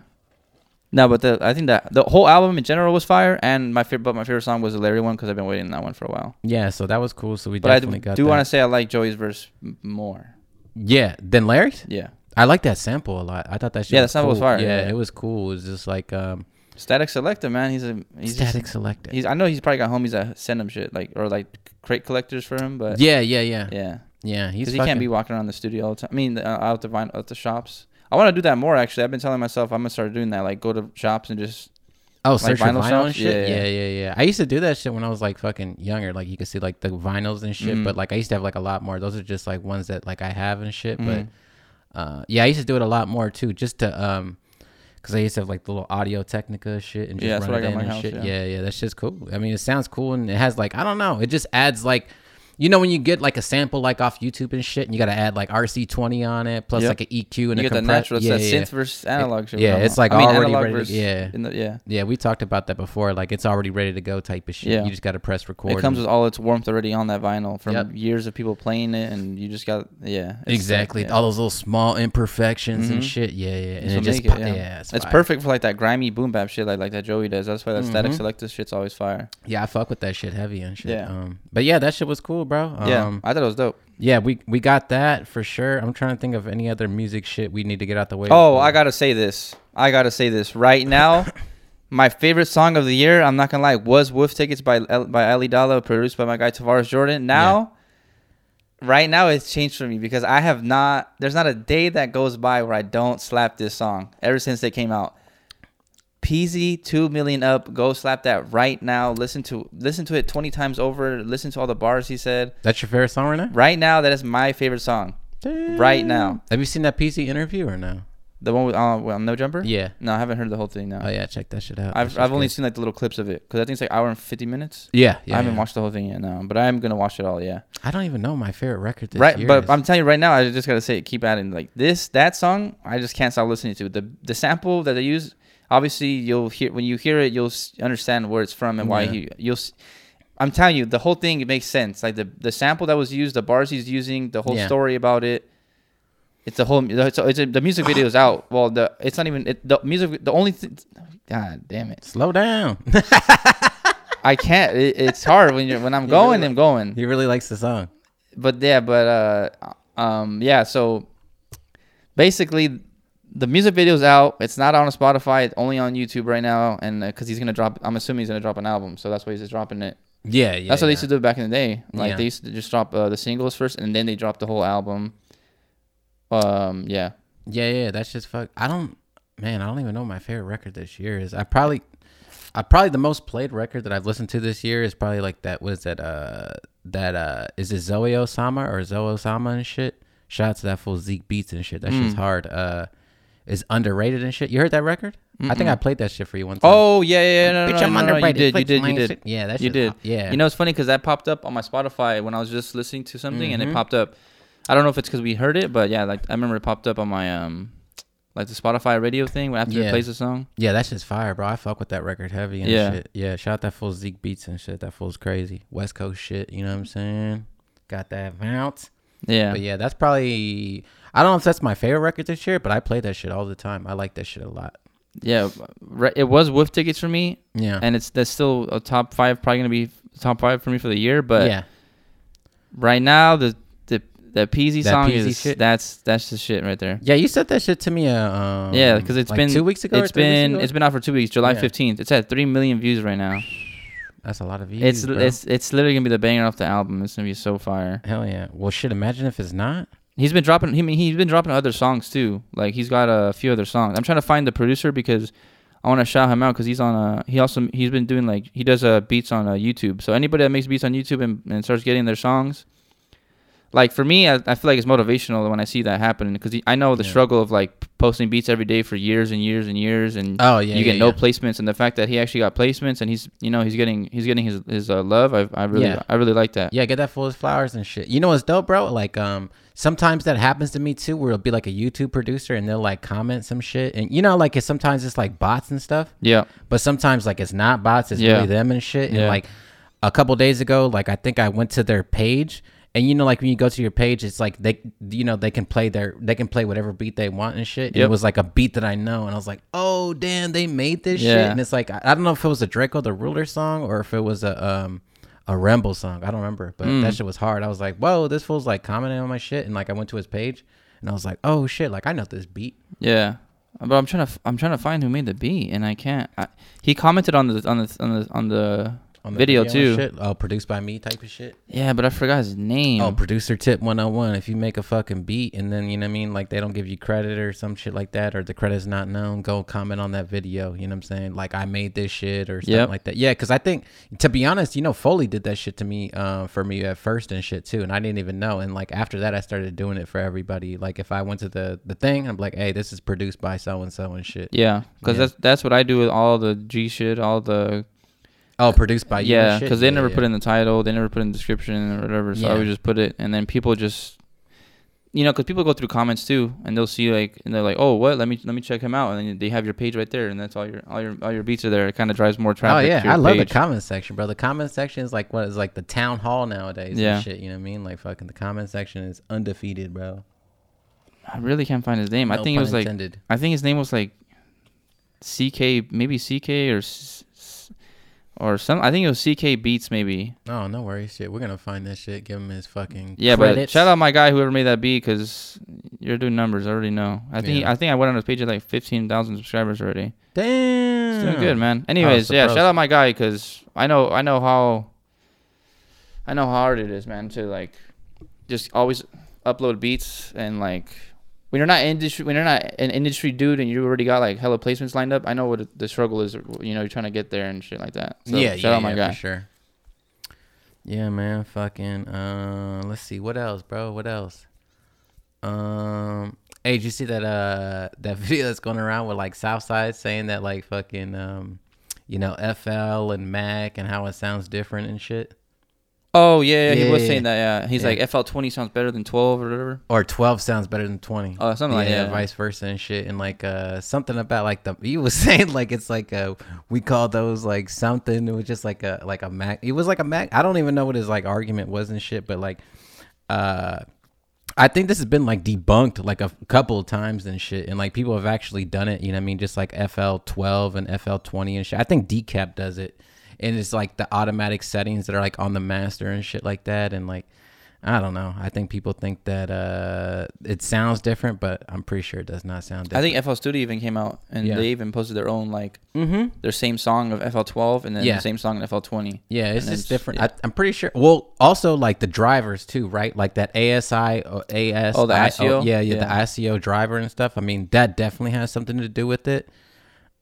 Speaker 1: No, but the I think that the whole album in general was fire, and my favorite, but my favorite song was the Larry one because I've been waiting on that one for a while.
Speaker 2: Yeah, so that was cool. So we
Speaker 1: But I
Speaker 2: definitely
Speaker 1: do,
Speaker 2: got.
Speaker 1: do
Speaker 2: that.
Speaker 1: want to say I like Joey's verse m- more.
Speaker 2: Yeah, then Larry's.
Speaker 1: Yeah,
Speaker 2: I like that sample a lot. I thought that. Shit
Speaker 1: Yeah, that
Speaker 2: was
Speaker 1: sample was
Speaker 2: cool.
Speaker 1: fire,
Speaker 2: Yeah,
Speaker 1: yeah.
Speaker 2: it was cool. It was just like um,
Speaker 1: Static Selector, man, he's a he's just-
Speaker 2: static selected.
Speaker 1: he's I know he's probably got homies that send him shit like or like crate collectors for him, but yeah,
Speaker 2: yeah, yeah, yeah,
Speaker 1: yeah,
Speaker 2: yeah. He's
Speaker 1: because he
Speaker 2: fucking,
Speaker 1: can't be walking around the studio all the time. I mean, uh, out the vine, out the shops. I want to do that more actually. I've been telling myself I'm gonna start doing that, like go to shops and just
Speaker 2: Oh, search
Speaker 1: vinyl
Speaker 2: for vinyl
Speaker 1: shops?
Speaker 2: and shit. Yeah
Speaker 1: Yeah,
Speaker 2: yeah.
Speaker 1: yeah.
Speaker 2: yeah, I used to do that shit when I was like fucking younger. Like you could see like the vinyls and shit.
Speaker 1: Mhm.
Speaker 2: But like I used to have like a lot more. Those are just like ones that like I have and shit. But
Speaker 1: Mhm.
Speaker 2: uh, yeah, I used to do it a lot more too, just to um, because I used to have like the little Audio Technica shit and just
Speaker 1: Yeah, that's
Speaker 2: run
Speaker 1: what
Speaker 2: it
Speaker 1: I got
Speaker 2: in
Speaker 1: in my
Speaker 2: and
Speaker 1: house,
Speaker 2: shit. Yeah.
Speaker 1: yeah.
Speaker 2: yeah, that shit's cool. I mean, it sounds cool and it has like I don't know, it just adds like. You know when you get like a sample like off YouTube and shit, and you gotta add like RC20 on it, plus
Speaker 1: Yep.
Speaker 2: like an EQ and
Speaker 1: you
Speaker 2: a
Speaker 1: get the
Speaker 2: compressor.
Speaker 1: natural, it's
Speaker 2: yeah,
Speaker 1: that
Speaker 2: yeah, yeah.
Speaker 1: synth versus analog shit.
Speaker 2: yeah,
Speaker 1: we're
Speaker 2: it's,
Speaker 1: talking
Speaker 2: like,
Speaker 1: about.
Speaker 2: already
Speaker 1: analog
Speaker 2: ready to-
Speaker 1: versus
Speaker 2: yeah.
Speaker 1: in the- yeah.
Speaker 2: Yeah, we talked about that before. Like it's already ready to go type of shit.
Speaker 1: Yeah.
Speaker 2: You just gotta press record.
Speaker 1: It comes
Speaker 2: and-
Speaker 1: with all its warmth already on that vinyl from
Speaker 2: Yep.
Speaker 1: years of people playing it, and you just got yeah it's-
Speaker 2: exactly Oh,
Speaker 1: yeah.
Speaker 2: all those little small imperfections and
Speaker 1: Mhm.
Speaker 2: shit. Yeah, yeah, and
Speaker 1: That's
Speaker 2: it
Speaker 1: what
Speaker 2: just
Speaker 1: make it,
Speaker 2: po- yeah.
Speaker 1: yeah.
Speaker 2: it's,
Speaker 1: It's
Speaker 2: fire.
Speaker 1: perfect for like that grimy boom bap shit, like like that Joey does. That's why that static
Speaker 2: Mhm.
Speaker 1: selective shit's always fire.
Speaker 2: Yeah, I fuck with that shit heavy and shit.
Speaker 1: Yeah.
Speaker 2: Um, but yeah, that shit was cool, bro. Um,
Speaker 1: yeah, I thought it was dope.
Speaker 2: yeah, we we got that for sure. I'm trying to think of any other music shit we need to get out the way.
Speaker 1: Oh,
Speaker 2: before-
Speaker 1: I gotta say this. I gotta say this right now. My favorite song of the year, I'm not gonna lie, was "Wolf Tickets" by El- by Ali Dalla, produced by my guy Tavares Jordan. Now, right now, it's changed for me because I have not. There's not a day that goes by where I don't slap this song ever since they came out. Peasy, two million up. Go slap that right now. Listen to listen to it twenty times over. Listen to all the bars he said.
Speaker 2: that's your favorite song right now.
Speaker 1: Right now, that is my favorite song. Right now,
Speaker 2: Have you seen that PC interview or no?
Speaker 1: the one with uh, well, No Jumper.
Speaker 2: Yeah.
Speaker 1: No, I haven't heard the whole thing. No.
Speaker 2: Oh yeah, check that shit out. That
Speaker 1: I've
Speaker 2: shit's
Speaker 1: I've only
Speaker 2: good.
Speaker 1: seen like the little clips of it because I think it's like hour and fifty minutes.
Speaker 2: yeah, yeah.
Speaker 1: I haven't
Speaker 2: yeah.
Speaker 1: watched the whole thing yet, no, but I am gonna watch it all. Yeah,
Speaker 2: I don't even know my favorite record this
Speaker 1: right.
Speaker 2: year.
Speaker 1: But
Speaker 2: is.
Speaker 1: I'm telling you right now, I just gotta say, keep adding like this that song. I just can't stop listening to the the sample that they use. Obviously, you'll hear when you hear it, you'll s- understand where it's from and why
Speaker 2: Yeah.
Speaker 1: he you'll. s- I'm telling you, the whole thing it makes sense. Like the the sample that was used, the bars he's using, the whole
Speaker 2: Yeah.
Speaker 1: story about it. It's the whole. It's, it's the music video is out. Well, the it's not even it, the music. The only thing. God damn it.
Speaker 2: slow down. [laughs]
Speaker 1: I can't. It, it's hard when you're when [laughs] I'm going. I'm going.
Speaker 2: he really likes the song.
Speaker 1: But yeah, but uh, um, yeah. So basically, the music video's out. It's not on Spotify. It's only on YouTube right now. And because he's gonna drop, I'm assuming he's gonna drop an album. So that's why he's just dropping it.
Speaker 2: Yeah, yeah.
Speaker 1: that's what
Speaker 2: yeah.
Speaker 1: they used to do back in the day. Like
Speaker 2: Yeah.
Speaker 1: they used to just drop uh, the singles first, and then they dropped the whole album. Um. Yeah.
Speaker 2: Yeah, yeah, that's just fuck. I don't, man, I don't even know what my favorite record this year is. I probably, I probably the most played record that I've listened to this year is probably like that. What is that? Uh, that uh, is it Zoe Osama or Zoe Osama and shit? Shout out to that full Zeke Beats and shit. That shit's
Speaker 1: Mm.
Speaker 2: hard. Uh, is underrated and shit. You heard that record? I think I played that shit for you one time.
Speaker 1: Oh yeah, yeah, yeah. No,
Speaker 2: Bitch,
Speaker 1: no,
Speaker 2: I'm
Speaker 1: no, no, no, you
Speaker 2: underrated.
Speaker 1: did, you
Speaker 2: Flex
Speaker 1: did,
Speaker 2: my
Speaker 1: you did.
Speaker 2: shit. Yeah, that
Speaker 1: you
Speaker 2: shit's
Speaker 1: did.
Speaker 2: hot. Yeah.
Speaker 1: You know, it's funny because that popped up on my Spotify when I was just listening to something,
Speaker 2: Mm-hmm.
Speaker 1: and it popped up. I don't know if it's because we heard it, but yeah, like I remember it popped up on my um, like the Spotify radio thing when after it
Speaker 2: Yeah.
Speaker 1: plays the song.
Speaker 2: Yeah, that shit's fire, bro. I fuck with that record heavy and
Speaker 1: Yeah.
Speaker 2: shit. Yeah, shout out that fool Zeke Beats and shit. That fool's crazy. West Coast shit, you know what I'm saying? Got that bounce.
Speaker 1: Yeah.
Speaker 2: But yeah, that's probably I don't know if that's my favorite record this year, but I play that shit all the time. I like that shit a lot.
Speaker 1: yeah, re- it was with tickets for me,
Speaker 2: Yeah.
Speaker 1: and it's that's still a top five, probably gonna be top five for me for the year. But
Speaker 2: yeah.
Speaker 1: right now, the the the Peasy
Speaker 2: That
Speaker 1: song
Speaker 2: Peasy
Speaker 1: is
Speaker 2: shit?
Speaker 1: that's that's the shit right there.
Speaker 2: Yeah, you said that shit to me uh um,
Speaker 1: Yeah, because it's
Speaker 2: like
Speaker 1: been
Speaker 2: 2 weeks ago.
Speaker 1: It's
Speaker 2: or three weeks
Speaker 1: been
Speaker 2: ago?
Speaker 1: it's been out for two weeks. July
Speaker 2: Yeah.
Speaker 1: fifteenth. It's at three million views right now.
Speaker 2: That's a lot of views.
Speaker 1: It's
Speaker 2: bro.
Speaker 1: it's it's literally gonna be the banger off the album. It's gonna be so fire.
Speaker 2: Hell yeah. Well, shit, imagine if it's not.
Speaker 1: He's been dropping. He I mean, he's been dropping other songs too. Like he's got a few other songs. I'm trying to find the producer because I want to shout him out because he's on a. He also he's been doing like he does uh, beats on uh, YouTube. So anybody that makes beats on YouTube and, and starts getting their songs, like for me, I, I feel like it's motivational when I see that happening because I know the
Speaker 2: Yeah.
Speaker 1: struggle of like posting beats every day for years and years and years and
Speaker 2: Oh, yeah.
Speaker 1: you
Speaker 2: yeah,
Speaker 1: get no
Speaker 2: yeah.
Speaker 1: placements, and the fact that he actually got placements, and he's you know he's getting he's getting his his uh, love. I I really
Speaker 2: Yeah.
Speaker 1: I really like that.
Speaker 2: Yeah, get that fool's flowers and shit. You know what's dope, bro? Like, um, sometimes that happens to me too, where it'll be like a YouTube producer and they'll like comment some shit, and you know, like it's sometimes it's like bots and stuff,
Speaker 1: Yeah,
Speaker 2: but sometimes like it's not bots, it's
Speaker 1: Yeah.
Speaker 2: really them and shit. And
Speaker 1: Yeah.
Speaker 2: like a couple days ago, like I think I went to their page. And you know, like when you go to your page, it's like they, you know, they can play their, they can play whatever beat they want and shit. And
Speaker 1: Yep.
Speaker 2: It was like a beat that I know, and I was like, oh damn, they made this shit.
Speaker 1: Yeah.
Speaker 2: And it's like I, I don't know if it was a Draco the Ruler song or if it was a um a Ramble song. I don't remember, but
Speaker 1: Hmm.
Speaker 2: that shit was hard. I was like, whoa, this fool's like commenting on my shit. And like I went to his page, and I was like, oh shit, like I know this beat.
Speaker 1: yeah. But I'm trying to f- I'm trying to find who made the beat, and I can't. I, he commented on the on the on the on the,
Speaker 2: On the
Speaker 1: video,
Speaker 2: and
Speaker 1: too.
Speaker 2: shit. Oh, produced by me type of shit.
Speaker 1: Yeah, but I forgot his name.
Speaker 2: Oh, producer tip 101. If you make a fucking beat and then, you know what I mean, like they don't give you credit or some shit like that, or the credit's not known, go comment on that video. You know what I'm saying? Like, I made this shit or something
Speaker 1: Yep.
Speaker 2: like that. Yeah, because I think, to be honest, you know, Foley did that shit to me, uh, for me at first and shit too. And I didn't even know. And like after that, I started doing it for everybody. Like, if I went to the, the thing, I'm like, hey, this is produced by so and so and shit.
Speaker 1: yeah, because
Speaker 2: Yeah.
Speaker 1: that's that's what I do with all the G shit, all the
Speaker 2: Oh, produced by you.
Speaker 1: yeah, because they never
Speaker 2: put
Speaker 1: put in the title, they never put in the description or whatever. So I
Speaker 2: Yeah.
Speaker 1: would just put it, and then people just, you know, because people go through comments too, and they'll see like, and they're like, oh, what? Let me let me check him out, and then they have your page right there, and that's all your all your all your beats are there. It kind of drives more
Speaker 2: Oh
Speaker 1: traffic.
Speaker 2: yeah,
Speaker 1: to your
Speaker 2: I love
Speaker 1: page.
Speaker 2: the comment section, bro. The comment section is like what is like the town hall nowadays.
Speaker 1: Yeah.
Speaker 2: and shit. You know what I mean? Like fucking the comment section is undefeated, bro.
Speaker 1: I really can't find his name. I
Speaker 2: No
Speaker 1: think it
Speaker 2: pun
Speaker 1: was like
Speaker 2: intended.
Speaker 1: I think his name was like CK, maybe CK or s- s- or some. I think it was CK Beats maybe.
Speaker 2: Oh no worries, shit. We're gonna find this shit. Give him his fucking
Speaker 1: Yeah, but
Speaker 2: credits.
Speaker 1: shout out my guy whoever made that beat because you're doing numbers. I already know. I think
Speaker 2: Yeah.
Speaker 1: I think I went on his page at like fifteen thousand subscribers already.
Speaker 2: Damn,
Speaker 1: It's doing good, man. Anyways, yeah,
Speaker 2: Hmm. surprised.
Speaker 1: shout out my guy because I know I know how I know how hard it is, man, to like just always upload beats and like when you're not industry when you're not an industry dude and you already got like hella placements lined up. I know what the struggle is. You know, you're trying to get there and shit like that. So
Speaker 2: yeah,
Speaker 1: shout
Speaker 2: yeah,
Speaker 1: out my
Speaker 2: yeah,
Speaker 1: guy.
Speaker 2: for sure. Yeah, man. Fucking. Uh, let's see. What else, bro? What else? Um. Hey, did you see that uh [laughs] that video that's going around with like Southside saying that like fucking um you know FL and Mac and how it sounds different and shit
Speaker 1: Oh yeah, yeah, he was
Speaker 2: Yeah.
Speaker 1: saying that. Yeah, he's
Speaker 2: Yeah.
Speaker 1: like FL twenty sounds better than twelve or whatever.
Speaker 2: or 12 sounds better than 20
Speaker 1: Oh, something like that.
Speaker 2: vice versa and shit and like uh something about like the he was [laughs] saying like it's like uh we call those like something it was just like a like a mac it was like a mac i don't even know what his like argument was and shit but like uh I think this has been like debunked like a f- couple of times and shit, and like people have actually done it. You know what I mean? Just like FL twelve and FL twenty and shit. I think Decap does it, and it's like the automatic settings that are like on the master and shit like that. And like, I don't know. I think people think that uh it sounds different, but I'm pretty sure it does not sound
Speaker 1: I
Speaker 2: different.
Speaker 1: think FL Studio even came out and
Speaker 2: Yeah.
Speaker 1: they even posted their own like
Speaker 2: mm-hmm.
Speaker 1: their same song of FL twelve and then
Speaker 2: Yeah.
Speaker 1: the same song in FL twenty.
Speaker 2: Yeah, it's
Speaker 1: And
Speaker 2: just
Speaker 1: then-
Speaker 2: different. I, I'm pretty sure. Well, also like the drivers too, right? Like that ASI or AS.
Speaker 1: Oh, the ICO?
Speaker 2: yeah, yeah,
Speaker 1: Yeah.
Speaker 2: the ICO driver and stuff. I mean, that definitely has something to do with it.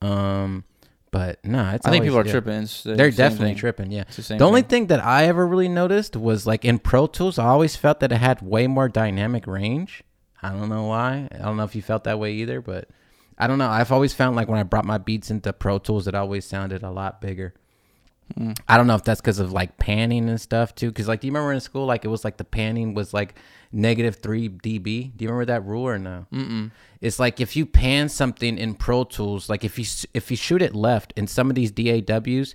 Speaker 2: Um, But no, nah, it's.
Speaker 1: I think
Speaker 2: always-
Speaker 1: people are
Speaker 2: yeah.
Speaker 1: tripping. It's the
Speaker 2: They're
Speaker 1: same
Speaker 2: definitely
Speaker 1: thing.
Speaker 2: tripping. Yeah.
Speaker 1: It's
Speaker 2: The,
Speaker 1: the same
Speaker 2: only
Speaker 1: thing.
Speaker 2: thing that I ever really noticed was like in Pro Tools, I always felt that it had way more dynamic range. I don't know why. I don't know if you felt that way either, but I don't know. I've always found like when I brought my beats into Pro Tools, it always sounded a lot bigger. I don't know if that's because of like panning and stuff too. Because like, do you remember in school like it was like the panning was like negative three dB? Do you remember that rule or no? Mm-mm. It's like if you pan something in Pro Tools, like if you s- if you shoot it left in some of these DAWs,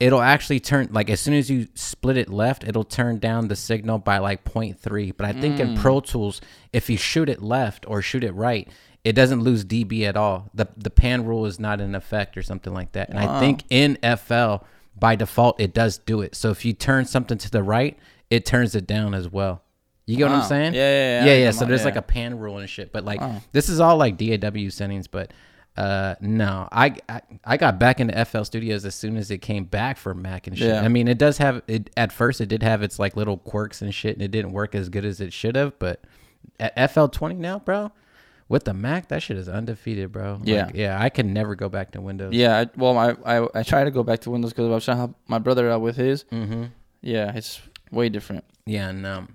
Speaker 2: it'll actually turn like as soon as you split it left, it'll turn down the signal by like 0.3. But I think in Pro Tools, if you shoot it left or shoot it right. It doesn't lose dB at all. the The pan rule is not in effect, or something like that. And I think in FL, by default it does do it. So if you turn something to the right, it turns it down as well. You get what I'm
Speaker 1: Wow.
Speaker 2: saying?
Speaker 1: Yeah, yeah, yeah.
Speaker 2: yeah.
Speaker 1: I know
Speaker 2: So
Speaker 1: what-
Speaker 2: there's
Speaker 1: yeah.
Speaker 2: like a pan rule and shit. But like this is all like DAW settings. But uh, no, I, I I got back into FL Studios as soon as it came back for Mac and shit.
Speaker 1: Yeah.
Speaker 2: I mean, it does have it at first. It did have its like little quirks and shit, and it didn't work as good as it should have. But at FL20 now, bro. With the Mac, that shit is undefeated, bro. Like,
Speaker 1: Yeah.
Speaker 2: yeah. I can never go back to Windows.
Speaker 1: Yeah, I, well, I, I I try to go back to Windows because I was trying to help my brother out with his.
Speaker 2: Mm-hmm.
Speaker 1: Yeah, it's way different.
Speaker 2: Yeah. No.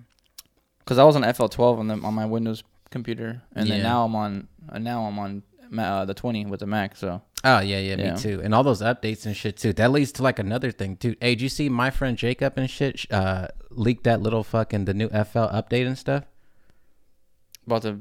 Speaker 1: Because I was on FL12 on the, on my Windows computer, and
Speaker 2: Yeah.
Speaker 1: then now I'm on uh, now I'm on Ma- uh, the 20 with the Mac. So
Speaker 2: Oh yeah, yeah,
Speaker 1: Yeah.
Speaker 2: me too. And all those updates and shit too. That leads to like another thing, dude. Hey, did you see my friend Jacob and shit sh- uh, leaked that little fucking the new FL update and stuff?
Speaker 1: about the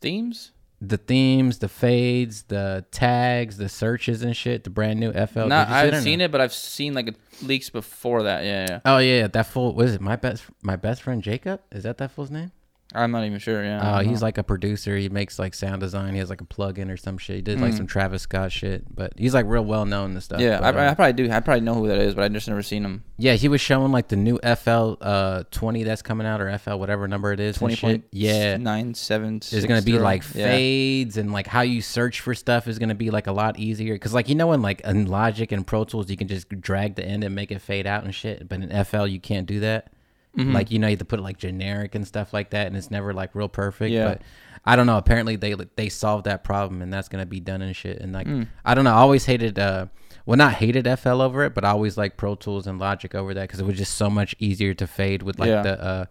Speaker 1: themes,
Speaker 2: The themes, the fades, the tags, the searches and shit. The brand new FL.
Speaker 1: No,
Speaker 2: Oh, Did you see
Speaker 1: I've
Speaker 2: or no?
Speaker 1: seen it, but I've seen like leaks before that. Yeah, yeah.
Speaker 2: Oh yeah, yeah, that fool. What is it? My best, my best friend Jacob. Is that that fool's name?
Speaker 1: I'm not even sure. Yeah.
Speaker 2: Oh, he's like a producer. He makes like sound design. He has like a plugin or some shit. He did like some Travis Scott shit, but he's like real well known and stuff.
Speaker 1: Hmm. yeah,
Speaker 2: but,
Speaker 1: I,
Speaker 2: um,
Speaker 1: I probably do. I probably know who that is, but I just never seen him.
Speaker 2: Yeah, he was showing like the new FL uh 20 that's coming out or FL whatever number it is. and
Speaker 1: Twenty
Speaker 2: shit.
Speaker 1: point
Speaker 2: Yeah.
Speaker 1: nine seven.
Speaker 2: There's
Speaker 1: six
Speaker 2: going to be
Speaker 1: zero.
Speaker 2: like
Speaker 1: Yeah.
Speaker 2: fades and like how you search for stuff is going to be like a lot easier cuz like you know in like in Logic and Pro Tools you can just drag the end and make it fade out and shit, but in FL you can't do that.
Speaker 1: Mm-hmm.
Speaker 2: Like you know you have to put like generic and stuff like that and it's never like real perfect,
Speaker 1: Yeah.
Speaker 2: but I don't know, apparently they they solved that problem and that's going to be done and shit and
Speaker 1: Hmm.
Speaker 2: like I don't know, I always hated uh well, not hated FL over it, but I always like Pro Tools and Logic over that because it was just so much easier to fade with like
Speaker 1: Yeah.
Speaker 2: the uh,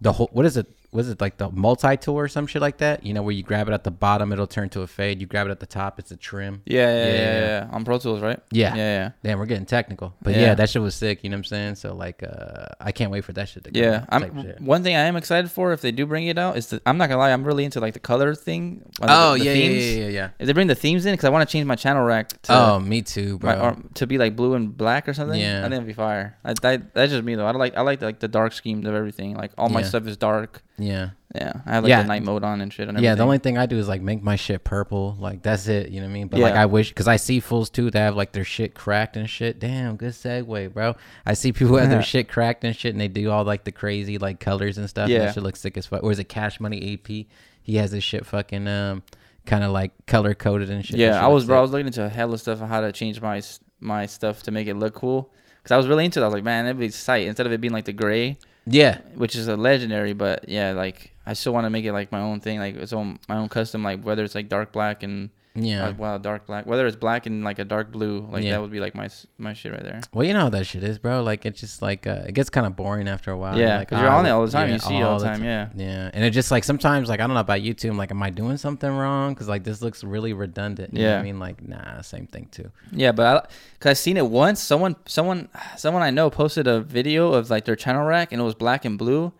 Speaker 2: the whole what is it? Was it like the multi tool or some shit like that? You know, where you grab it at the bottom, it'll turn to a fade. You grab it at the top, it's a trim.
Speaker 1: Yeah, yeah, yeah,
Speaker 2: Yeah.
Speaker 1: yeah, yeah. On Pro Tools, right?
Speaker 2: Yeah.
Speaker 1: Yeah, yeah.
Speaker 2: Damn, we're getting technical, but yeah.
Speaker 1: Yeah.
Speaker 2: that shit was sick. You know what I'm saying? So like, uh, I can't wait for that shit to come.
Speaker 1: Yeah,
Speaker 2: out,
Speaker 1: I'm.
Speaker 2: type shit.
Speaker 1: One thing I am excited for if they do bring it out is the, I'm not gonna lie, I'm really into like the color thing. uh, the-
Speaker 2: Oh
Speaker 1: the
Speaker 2: yeah, yeah,
Speaker 1: themes.
Speaker 2: yeah, yeah, yeah.
Speaker 1: If they bring the themes in, because I want to change my channel rack to
Speaker 2: Oh, me too, bro.
Speaker 1: my, or, to be like blue and black or something.
Speaker 2: Yeah.
Speaker 1: I think it'd be fire. I, that, that's just me though. I like I like like the dark schemes of everything. Like all my
Speaker 2: Yeah.
Speaker 1: stuff is dark.
Speaker 2: yeah,
Speaker 1: Yeah, I have like
Speaker 2: Yeah.
Speaker 1: the night mode on and shit. And
Speaker 2: yeah. The
Speaker 1: everything.
Speaker 2: only thing I do is like make my shit purple. Like that's it. You know what I mean? But like
Speaker 1: Yeah.
Speaker 2: I wish because I see fools too that have like their shit cracked and shit. Damn, good segue, bro. I see people who have
Speaker 1: [laughs]
Speaker 2: their shit cracked and shit, and they do all like the crazy like colors and stuff. Yeah, and
Speaker 1: Yeah.
Speaker 2: that shit looks sick as fuck. Or is it Cash Money AP? He has his shit fucking um kind of like color coded and shit. That shit
Speaker 1: yeah, I was
Speaker 2: looks
Speaker 1: bro. I
Speaker 2: sick.
Speaker 1: was looking into a hell of stuff on how to change my s- my stuff to make it look cool. Cause I was really into it. I was like, man, that'd be sight instead of it being like the gray.
Speaker 2: Yeah,
Speaker 1: which is a legendary, but yeah, like I still want to make it like my own thing, like its own my own custom, like whether it's like dark black and
Speaker 2: yeah.
Speaker 1: like, wow dark black, whether it's black and like a dark blue, like
Speaker 2: Yeah.
Speaker 1: that would be like my s- my shit right there.
Speaker 2: Well, you know how that shit is, bro. Like it's just like uh, it gets kind of boring after a while.
Speaker 1: Yeah,
Speaker 2: like,
Speaker 1: 'cause you're
Speaker 2: ah,
Speaker 1: on it all the time.
Speaker 2: yeah,
Speaker 1: You see it all the time, yeah.
Speaker 2: yeah. And it just like sometimes like I don't know about you too. I'm like, am I doing something wrong? Because like this looks really redundant. You know what
Speaker 1: Yeah.
Speaker 2: I mean, like nah, same thing too.
Speaker 1: Yeah, but I, cause I seen it once. Someone someone [sighs] someone I know posted a video of like their channel rack and it was black and blue, and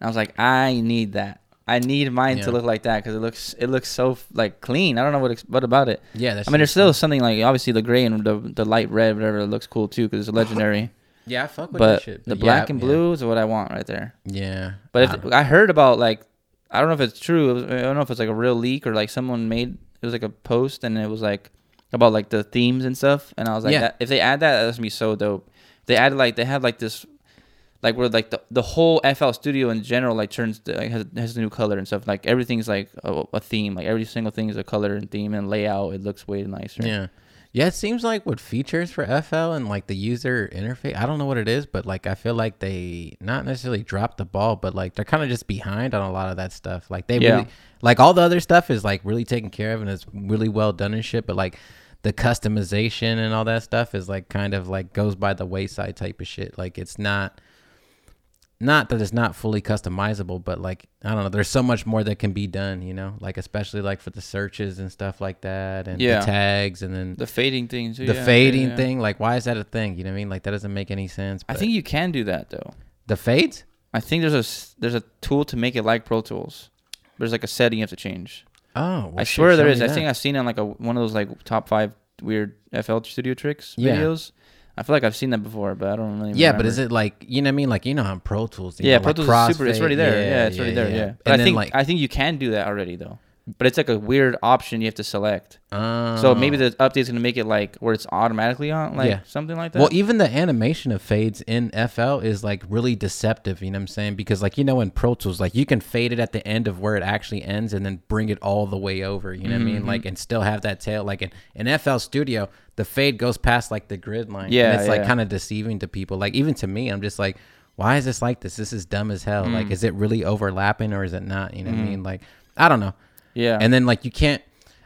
Speaker 1: I was like, I need that. I need mine
Speaker 2: Yeah.
Speaker 1: to look like that because it looks it looks so like clean. I don't know what ex- what about it.
Speaker 2: Yeah, that's.
Speaker 1: I mean, there's still something like obviously the gray and the the light red, whatever, it looks cool too because
Speaker 2: [laughs]
Speaker 1: it's legendary.
Speaker 2: yeah, I fuck with that
Speaker 1: but
Speaker 2: shit.
Speaker 1: the
Speaker 2: yeah,
Speaker 1: black and
Speaker 2: yeah.
Speaker 1: blue is what I want right there.
Speaker 2: Yeah,
Speaker 1: But
Speaker 2: I
Speaker 1: if,
Speaker 2: don't-
Speaker 1: I heard about like I don't know if it's true. It was, I don't know if it's like a real leak or like someone made it was like a post and it was like about like the themes and stuff. And I was like,
Speaker 2: Yeah.
Speaker 1: that, if they add that, that's gonna be so dope. They added like they had like this. Like where like the, the whole FL Studio in general like turns to, like has, has a new color and stuff like everything's like a, a theme like every single thing is a color and theme and layout it looks way nicer
Speaker 2: Yeah. Yeah, it seems like with features for FL and like the user interface, I don't know what it is, but like I feel like they not necessarily dropped the ball, but like they're kind of just behind on a lot of that stuff. Like they
Speaker 1: Yeah.
Speaker 2: really like all the other stuff is like really taken care of and it's really well done and shit, but like the customization and all that stuff is like kind of like goes by the wayside type of shit. Like it's not not that it's not fully customizable, but like I don't know, there's so much more that can be done, you know? Like especially like for the searches and stuff like that and
Speaker 1: Yeah.
Speaker 2: the tags and then
Speaker 1: The fading thing too.
Speaker 2: the
Speaker 1: yeah, yeah,
Speaker 2: fading
Speaker 1: yeah.
Speaker 2: thing. Like why is that a thing? You know what I mean? Like that doesn't make any sense.
Speaker 1: I
Speaker 2: but-
Speaker 1: think you can do that though.
Speaker 2: the fades?
Speaker 1: I think there's a s- there's a tool to make it like Pro Tools. There's like a setting you have to change.
Speaker 2: Oh, well,
Speaker 1: I
Speaker 2: shit,
Speaker 1: swear there
Speaker 2: show
Speaker 1: is.
Speaker 2: me
Speaker 1: I
Speaker 2: that.
Speaker 1: think I've seen it on like a, one of those like top five weird FL Studio tricks
Speaker 2: Yeah.
Speaker 1: videos. I feel like I've seen that before, but I don't really.
Speaker 2: Yeah, but is
Speaker 1: remember.
Speaker 2: it like you know what I mean? Like you know how in Pro Tools, you
Speaker 1: Yeah,
Speaker 2: know,
Speaker 1: Pro
Speaker 2: like
Speaker 1: Tools is super. It's
Speaker 2: crossfade,
Speaker 1: already there. Yeah, it's already there. Yeah. But
Speaker 2: and
Speaker 1: I
Speaker 2: then
Speaker 1: think
Speaker 2: like
Speaker 1: I think you can do that already though. But it's like a weird option you have to select.
Speaker 2: um,
Speaker 1: So maybe the update's gonna make it like where it's automatically on, like
Speaker 2: Yeah.
Speaker 1: something like that.
Speaker 2: well e even the animation of fades in FL is like really deceptive. You know what I'm saying? Because like you know in Pro Tools, like you can fade it at the end of where it actually ends and then bring it all the way over. You know what I mean?
Speaker 1: Mm-hmm.
Speaker 2: Like and still have that tail. Like in, in FL Studio, the fade goes past like the grid line.
Speaker 1: Yeah,
Speaker 2: and it's like
Speaker 1: yeah.
Speaker 2: kind of deceiving to people. Like even to me, I'm just like. Why is this like this? This is dumb as hell.
Speaker 1: Mm.
Speaker 2: Like, is it really overlapping or is it not? You know what I mean? Like, I don't know.
Speaker 1: yeah.
Speaker 2: And then like you can't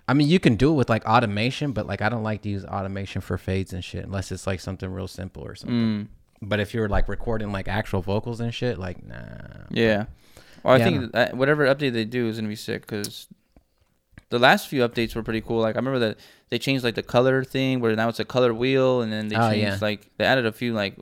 Speaker 2: I mean you can do it with like automation, but like I don't like to use automation for fades and shit unless it's like something real simple or
Speaker 1: Hmm.
Speaker 2: something. But if you're like recording like actual vocals and shit, like nah.
Speaker 1: Yeah. Well, I
Speaker 2: Yeah, I
Speaker 1: think that whatever update they do is gonna be sick because the last few updates were pretty cool. Like I remember that they changed like the color thing where now it's a color wheel, and then they
Speaker 2: Oh,
Speaker 1: changed
Speaker 2: yeah.
Speaker 1: like they added a few like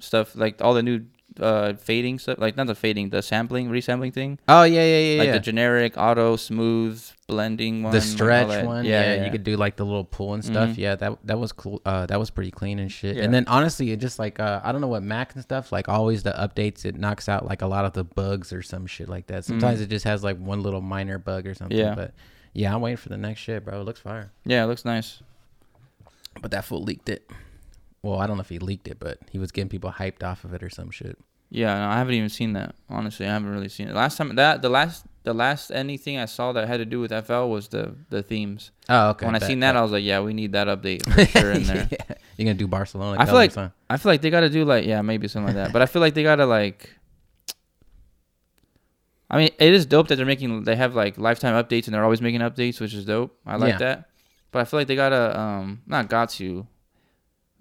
Speaker 1: stuff like all the new uh fading stuff like not the fading the sampling resampling thing
Speaker 2: Oh yeah, yeah, yeah,
Speaker 1: like
Speaker 2: yeah.
Speaker 1: the generic auto smooth blending one
Speaker 2: the
Speaker 1: like, all
Speaker 2: stretch
Speaker 1: that.
Speaker 2: one, yeah, Mm-hmm. you could do like the little pull and stuff. Yeah, that that was cool. Uh, that was pretty clean and shit.
Speaker 1: Yeah.
Speaker 2: And then honestly, it just like uh, I don't know what Mac and stuff like always the updates it knocks out like a lot of the bugs or some shit like that. Sometimes it just has like one little minor bug or something.
Speaker 1: Yeah.
Speaker 2: But Mm-hmm. yeah, I'm waiting for the next shit, bro. It looks fire.
Speaker 1: yeah it looks nice
Speaker 2: But that fool leaked it. Well, I don't know if he leaked it, but he was getting people hyped off of it or some shit.
Speaker 1: Yeah, no, I haven't even seen that. Honestly, I haven't really seen it. Last time that the last the last anything I saw that had to do with FL was the the themes.
Speaker 2: Oh, okay.
Speaker 1: when I
Speaker 2: bet,
Speaker 1: seen that, I was like, yeah, we need that update
Speaker 2: [laughs]
Speaker 1: for sure in there.
Speaker 2: bet. Yeah. You're gonna do Barcelona.
Speaker 1: I feel
Speaker 2: colors,
Speaker 1: like
Speaker 2: huh?
Speaker 1: I feel like they got to do like yeah, maybe something like that. But I feel like they got to like. I mean, it is dope that they're making. They have like lifetime updates, and they're always making updates, which is dope. I like
Speaker 2: Yeah.
Speaker 1: that. But I feel like they gotta um not got to.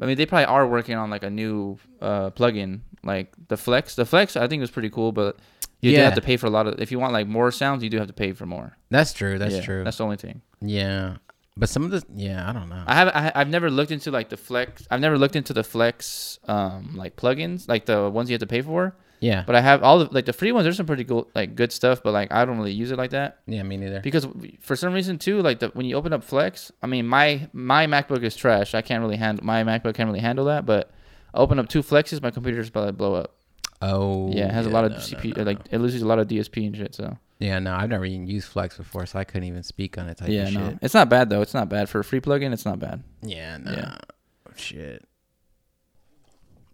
Speaker 1: I mean, they probably are working on like a new uh plugin, like the Flex. The Flex, I think, was pretty cool, but you do
Speaker 2: Yeah.
Speaker 1: have to pay for a lot of. If you want like more sounds, you do have to pay for more.
Speaker 2: that's true. That's
Speaker 1: Yeah,
Speaker 2: true.
Speaker 1: That's the only thing.
Speaker 2: yeah, but some of the yeah, I don't know.
Speaker 1: I have I, I've never looked into like the flex. I've never looked into the flex um like plugins, like the ones you have to pay for.
Speaker 2: yeah,
Speaker 1: But I have all the like the free ones. There's some pretty cool like good stuff, but like I don't really use it like that
Speaker 2: yeah, me neither.
Speaker 1: because we- for some reason too, like the, when you open up Flex, I mean my my MacBook is trash. I can't really handle my MacBook can't really handle that. But I open up two Flexes, my computer's about to blow up.
Speaker 2: Oh,
Speaker 1: yeah, it has a lot of
Speaker 2: no, no,
Speaker 1: CPU,
Speaker 2: no,
Speaker 1: like
Speaker 2: no.
Speaker 1: it loses a lot of DSP and shit. So
Speaker 2: Yeah, no, I've never even used Flex before, so I couldn't even speak on it type
Speaker 1: yeah,
Speaker 2: of
Speaker 1: no,
Speaker 2: shit.
Speaker 1: it's not bad though. It's not bad for a free plugin. It's not bad.
Speaker 2: Yeah, no,
Speaker 1: Yeah.
Speaker 2: shit.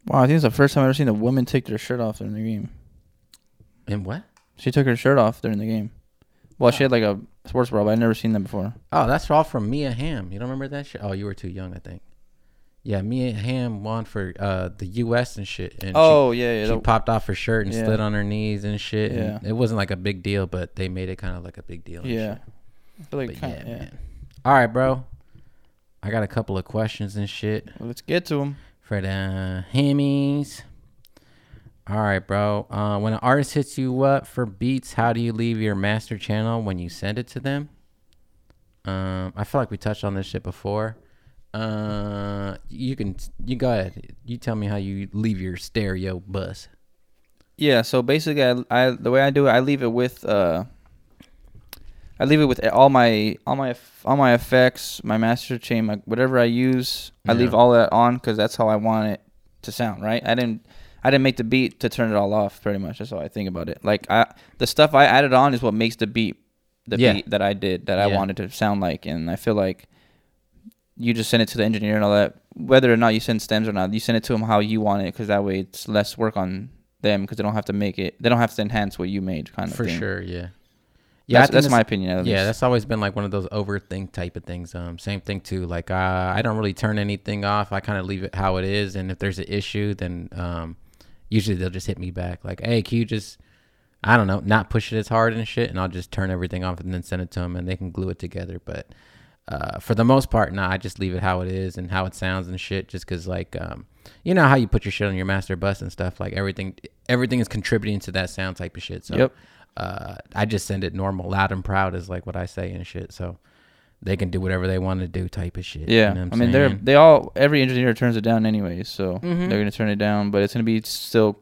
Speaker 1: Wow, I think it's the first time I've ever seen a woman take their shirt off during the game.
Speaker 2: And what?
Speaker 1: She took her shirt off during the game. Well, she had like a sports bra, but I'd never seen that before.
Speaker 2: Oh, that's all from Mia Hamm. You don't remember that shit? Oh, you were too young, I think. Yeah, Mia Hamm won for uh, the U.S. and shit. And she-
Speaker 1: Oh, yeah,
Speaker 2: she popped off her shirt and
Speaker 1: Yeah.
Speaker 2: slid on her knees and shit. and
Speaker 1: Yeah.
Speaker 2: it wasn't like a big deal, but they made it kind of like a big deal. and
Speaker 1: yeah.
Speaker 2: shit.
Speaker 1: I feel like
Speaker 2: but
Speaker 1: kinda-
Speaker 2: yeah,
Speaker 1: yeah.
Speaker 2: man. All right, bro. I got a couple of questions and shit
Speaker 1: Well, let's get to him.
Speaker 2: for the Hemis. All right, bro. Uh, when an artist hits you up for beats, how do you leave your master channel when you send it to them? Um, I feel like we touched on this shit before. Uh, you can you go ahead. You tell me how you leave your stereo bus.
Speaker 1: Yeah, so basically, I, I the way I do it, I leave it with uh, I leave it with all my all my all my effects, my master chain, my, whatever I use, I leave
Speaker 2: Yeah.
Speaker 1: all that on because that's how I want it to sound. Right? I didn't I didn't make the beat to turn it all off. Pretty much, that's how I think about it. Like I, the stuff I added on is what makes the beat the
Speaker 2: Yeah.
Speaker 1: beat that I did that I
Speaker 2: Yeah.
Speaker 1: wanted to sound like, and I feel like you just send it to the engineer and all that. Whether or not you send stems or not, you send it to them how you want it because that way it's less work on them because they don't have to make it. They don't have to enhance what you made, kind of
Speaker 2: for
Speaker 1: thing.
Speaker 2: sure yeah
Speaker 1: Yeah,
Speaker 2: yeah
Speaker 1: that's,
Speaker 2: I think
Speaker 1: that's my opinion. At
Speaker 2: yeah
Speaker 1: least.
Speaker 2: that's always been like one of those overthink type of things um same thing too like uh, i don't really turn anything off i kind of leave it how it is and if there's an issue then um usually they'll just hit me back like hey can you just i don't know not push it as hard and shit and i'll just turn everything off and then send it to them and they can glue it together but uh, for the most part, nah, I just leave it how it is and how it sounds and shit. Just because, like, um, you know how you put your shit on your master bus and stuff. Like everything, everything is contributing to that sound type of shit. So,
Speaker 1: Yep.
Speaker 2: uh, I just send it normal, loud and proud is like what I say and shit. So they can do whatever they want to do, type of shit.
Speaker 1: Yeah,
Speaker 2: You know what
Speaker 1: I
Speaker 2: I'm
Speaker 1: mean, they're
Speaker 2: saying?
Speaker 1: they all every engineer turns it down anyway, so they're gonna turn it down, but it's gonna be still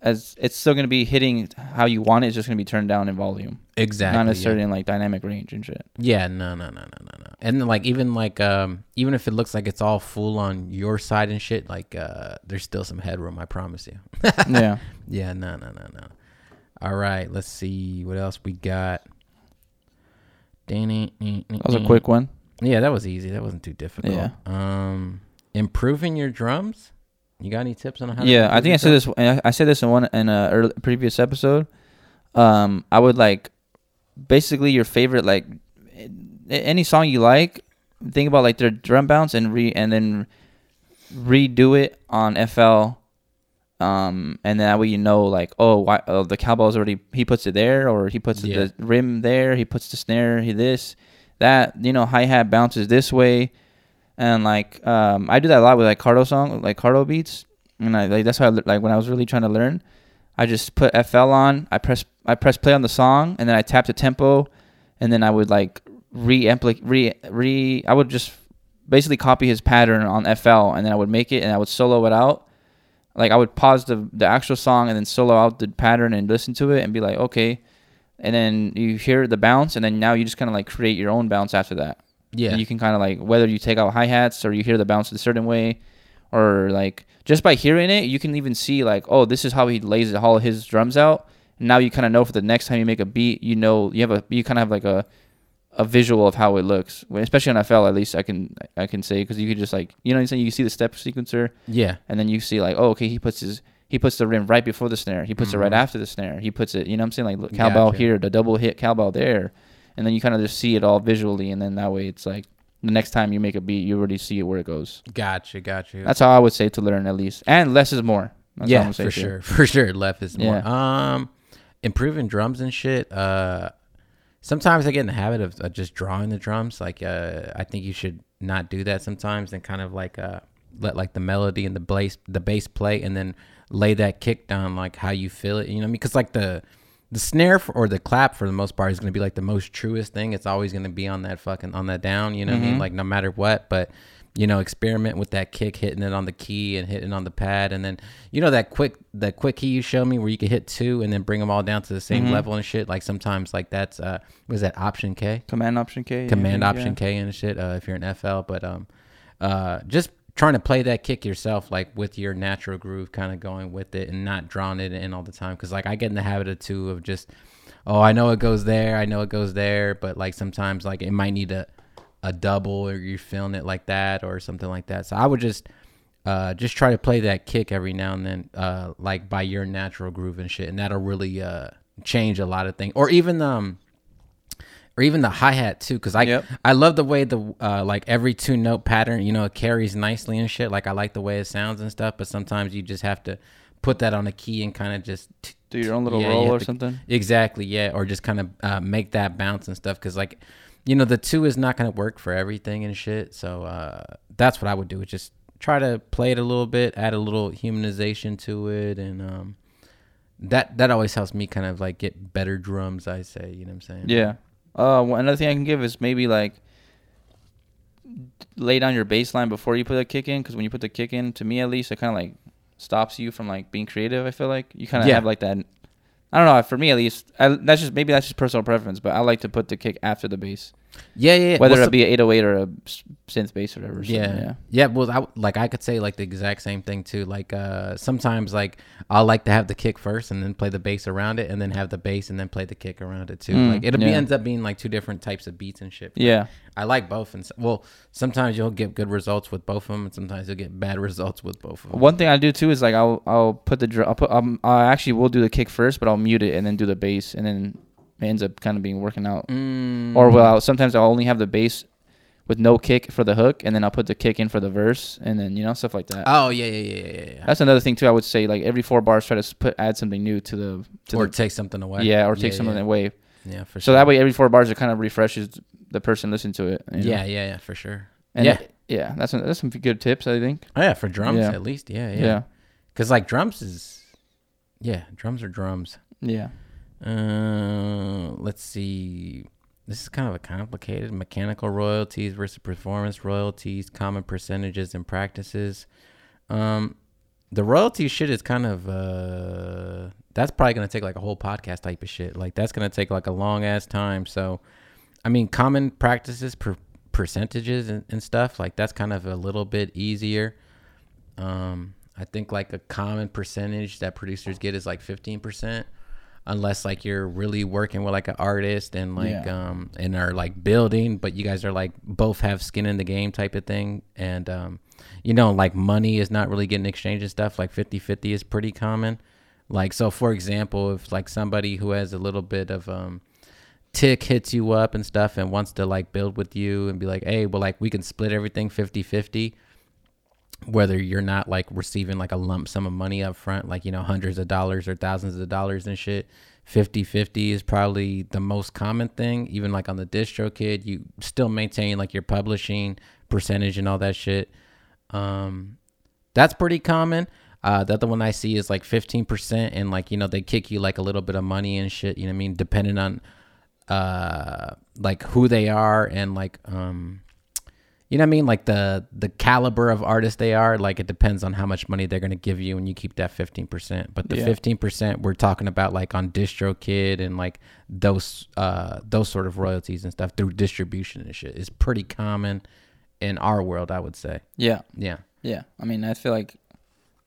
Speaker 1: as it's still gonna be hitting how you want it. It's just gonna be turned down in volume,
Speaker 2: exactly
Speaker 1: not
Speaker 2: yeah.
Speaker 1: necessarily in like dynamic range and shit. [laughs]
Speaker 2: Yeah, no, no, no, no, no, no. And then, like even like um even if it looks like it's all full on your side and shit, like uh there's still some headroom, I promise you.
Speaker 1: yeah,
Speaker 2: yeah, no, no, no, no. All right, let's see what else we got.
Speaker 1: that
Speaker 2: Mm-hmm.
Speaker 1: was a quick one.
Speaker 2: Yeah, that was easy. That wasn't too difficult.
Speaker 1: Yeah.
Speaker 2: Um improving your drums? You got any tips on how to
Speaker 1: Yeah, I
Speaker 2: improve
Speaker 1: think I
Speaker 2: your
Speaker 1: said this. I I said this in one in a earl- previous episode. Um, I would like basically your favorite like a- any song you like. Think about like their drum bounce and re and then redo it on FL. Um, and then that way you know like oh why oh, the cowbell's already he puts it there or he puts
Speaker 2: Yeah.
Speaker 1: the rim there he puts the snare he this that you know hi hat bounces this way and like um, I do that a lot with like Cardo song, like Cardo beats, and I like that's how I, le- like when I was really trying to learn, I just put FL on, I press I press play on the song, and then I tapped the tempo, and then I would like re re re I would just basically copy his pattern on FL, and then I would make it and I would solo it out. Like I would pause the the actual song and then solo out the pattern and listen to it and be like okay, and then you hear the bounce, and then now you just kind of like create your own bounce after that.
Speaker 2: Yeah.
Speaker 1: And you can kind of like whether you take out hi hats or you hear the bounce a certain way, or like just by hearing it, you can even see like, oh, this is how he lays it- all his drums out. And now you kind of know for the next time you make a beat, you know you have a you kind of have like a a visual of how it looks. When- Especially on FL, at least I can I can say because you could just like you know what I'm saying. You can see the step sequencer,
Speaker 2: Yeah.
Speaker 1: and then you see like, oh, okay, he puts his he puts the rim right before the snare. He puts it right after the snare. He puts it, you know what I'm saying, like look, cowbell
Speaker 2: Mm-hmm. Gotcha.
Speaker 1: here, the double hit cowbell there. And then you kind of just see it all visually and then that way it's like the next time you make a beat, you already see it where it goes.
Speaker 2: Gotcha, gotcha.
Speaker 1: That's how I would say to learn at least. And less is more. That's all
Speaker 2: yeah,
Speaker 1: I'm saying
Speaker 2: for
Speaker 1: too.
Speaker 2: sure, [laughs] for sure. Left is more.
Speaker 1: Yeah.
Speaker 2: Um, improving drums and shit. Uh, sometimes I get in the habit of uh, just drawing the drums. Like, uh, I think you should not do that sometimes, and kind of like uh, let like the melody and the bass, the bass play, and then lay that kick down like how you feel it. You know, what I mean, because like the the snare for, or the clap for the most part is going to be like the most truest thing. It's always going to be on that fucking on that down. You know
Speaker 1: Mm-hmm.
Speaker 2: what I mean? Like no matter what, but you know, experiment with that kick, hitting it on the key and hitting on the pad, and then you know that quick that quick key you showed me where you could hit two and then bring them all down to the same level and shit. Like sometimes like that's uh was that option K?
Speaker 1: Command option K. I
Speaker 2: command
Speaker 1: think,
Speaker 2: option K and shit. Uh, if you're an FL, but um, uh, just trying to play that kick yourself, like with your natural groove, kind of going with it and not drawing it in all the time. Because like I get in the habit of too of just, oh, I know it goes there, I know it goes there, but like sometimes like it might need a a double or you're feeling it like that or something like that. So I would just uh, just try to play that kick every now and then, uh, like by your natural groove and shit, and that'll really uh, change a lot of things. Or even um, or even the hi hat too, because I
Speaker 1: Yep.
Speaker 2: I love the way the uh, like every two note pattern, you know, it carries nicely and shit. Like I like the way it sounds and stuff, but sometimes you just have to put that on a key and kind of just t-
Speaker 1: Do your own little
Speaker 2: Yeah, you
Speaker 1: roll
Speaker 2: have
Speaker 1: or
Speaker 2: to-
Speaker 1: something.
Speaker 2: Exactly, yeah, or just kind of uh, make that bounce and stuff because like, you know, the two is not going to work for everything and shit. So uh, that's what I would do is just try to play it a little bit, add a little humanization to it, and um, that that always helps me kind of like get better drums. I say, you know what I'm saying?
Speaker 1: Yeah. Uh, one- another thing I can give is maybe like lay down your baseline before you put a kick in, because when you put the kick in, to me at least, it kind of like stops you from like being creative. I feel like you kind of
Speaker 2: Yeah.
Speaker 1: have like that. I don't know. For me at least, I, that's just maybe that's just personal preference, but I like to put the kick after the bass,
Speaker 2: yeah, yeah. yeah.
Speaker 1: whether
Speaker 2: Well,
Speaker 1: it be an 808 or a s- synth bass or whatever. so,
Speaker 2: yeah. yeah well i like i could say like the exact same thing too like uh sometimes like i like to have the kick first and then play the bass around it and then have the bass and then play the kick around it too
Speaker 1: Mm,
Speaker 2: like it'll be
Speaker 1: yeah.
Speaker 2: ends up being like two different types of beats and shit
Speaker 1: Yeah.
Speaker 2: i like both and s- well sometimes you'll get good results with both of them and sometimes you'll get bad [laughs] results with both of them
Speaker 1: One thing I do too is like I'll I'll put the dr- I'll put um, I actually will do the kick first, but I'll mute it and then do the bass, and then it ends up kind of being working out.
Speaker 2: Mm,
Speaker 1: Or well, I'll, sometimes I'll only have the bass with no kick for the hook, and then I'll put the kick in for the verse, and then you know stuff like that.
Speaker 2: oh yeah yeah yeah yeah, yeah.
Speaker 1: That's another thing too. I would say like every four bars, try to s- put add something new to the to
Speaker 2: or
Speaker 1: the
Speaker 2: take something away
Speaker 1: yeah, or take something
Speaker 2: yeah.
Speaker 1: away.
Speaker 2: yeah for
Speaker 1: So
Speaker 2: sure
Speaker 1: that way, every four bars it kind of refreshes the person listened to it. you know?
Speaker 2: Yeah, yeah, yeah, for sure.
Speaker 1: And
Speaker 2: yeah,
Speaker 1: it- yeah. That's some, that's some good tips, I think.
Speaker 2: oh, yeah, for drums
Speaker 1: Yeah.
Speaker 2: at least. Yeah, yeah.
Speaker 1: Yeah.
Speaker 2: Because like drums is, yeah, drums are drums.
Speaker 1: Yeah.
Speaker 2: Uh, let's see. This is kind of a complicated mechanical royalties versus performance royalties, common percentages and practices. Um, the royalty shit is kind of uh, that's probably gonna take like a whole podcast type of shit. Like that's gonna take like a long ass time. So, I mean, common practices, per- percentages, and, and stuff like that's kind of a little bit easier. Um, I think like a common percentage that producers get is like fifteen percent, unless like you're really working with like an artist and like
Speaker 1: Yeah.
Speaker 2: um and are like building, but you guys are like both have skin in the game type of thing. And um, you know, like money is not really getting exchanged and stuff. Like 50-50 is pretty common. Like so, for example, if like somebody who has a little bit of um tick hits you up and stuff and wants to like build with you and be like hey well like we can split everything 50-50 whether you're not like receiving like a lump sum of money up front like you know hundreds of dollars or thousands of dollars and shit 50-50 is probably the most common thing even like on the distro kid you still maintain like your publishing percentage and all that shit um that's pretty common uh the other one i see is like 15% and like you know they kick you like a little bit of money and shit you know what i mean depending on uh like who they are and like um you know what I mean? Like the the caliber of artist they are, like it depends on how much money they're gonna give you and you keep that fifteen percent. But the
Speaker 1: Yeah.
Speaker 2: fifteen percent we're talking about like on DistroKid and like those uh those sort of royalties and stuff through distribution and shit is pretty common in our world, I would say.
Speaker 1: Yeah.
Speaker 2: Yeah.
Speaker 1: Yeah. I mean, I feel like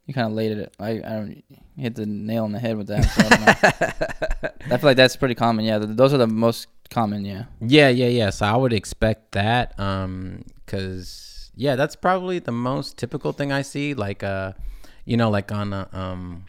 Speaker 1: you kind of laid it. I, I don't you hit the nail on the head with that. so I, [laughs] don't know. I feel like that's pretty common. Yeah. Th- those are the most common. Yeah.
Speaker 2: Yeah, yeah, yeah. So I would expect that. Um, cause yeah, that's probably the most typical thing I see. Like, uh, you know, like on a, um,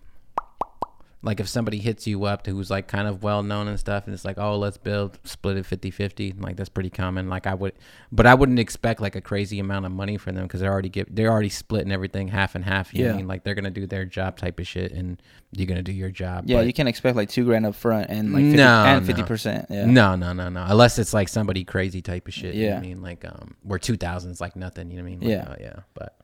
Speaker 2: like if somebody hits you up to who's like kind of well known and stuff, and it's like, oh, let's build, split it 50 50. Like, that's pretty common. Like, I would, but I wouldn't expect like a crazy amount of money from them because they're already get, they're already splitting everything half and half. You know what I
Speaker 1: Yeah.
Speaker 2: mean? Like, they're going to do their job type of shit and you're going to do your job.
Speaker 1: Yeah.
Speaker 2: but-
Speaker 1: you can't expect like two grand up front and like 50,
Speaker 2: No,
Speaker 1: and
Speaker 2: no.
Speaker 1: fifty percent. Yeah.
Speaker 2: No, no, no, no. Unless it's like somebody crazy type of shit. You know
Speaker 1: Yeah.
Speaker 2: what I mean, like um where two thousands like nothing, you know what I mean? Like,
Speaker 1: Yeah.
Speaker 2: uh, yeah. But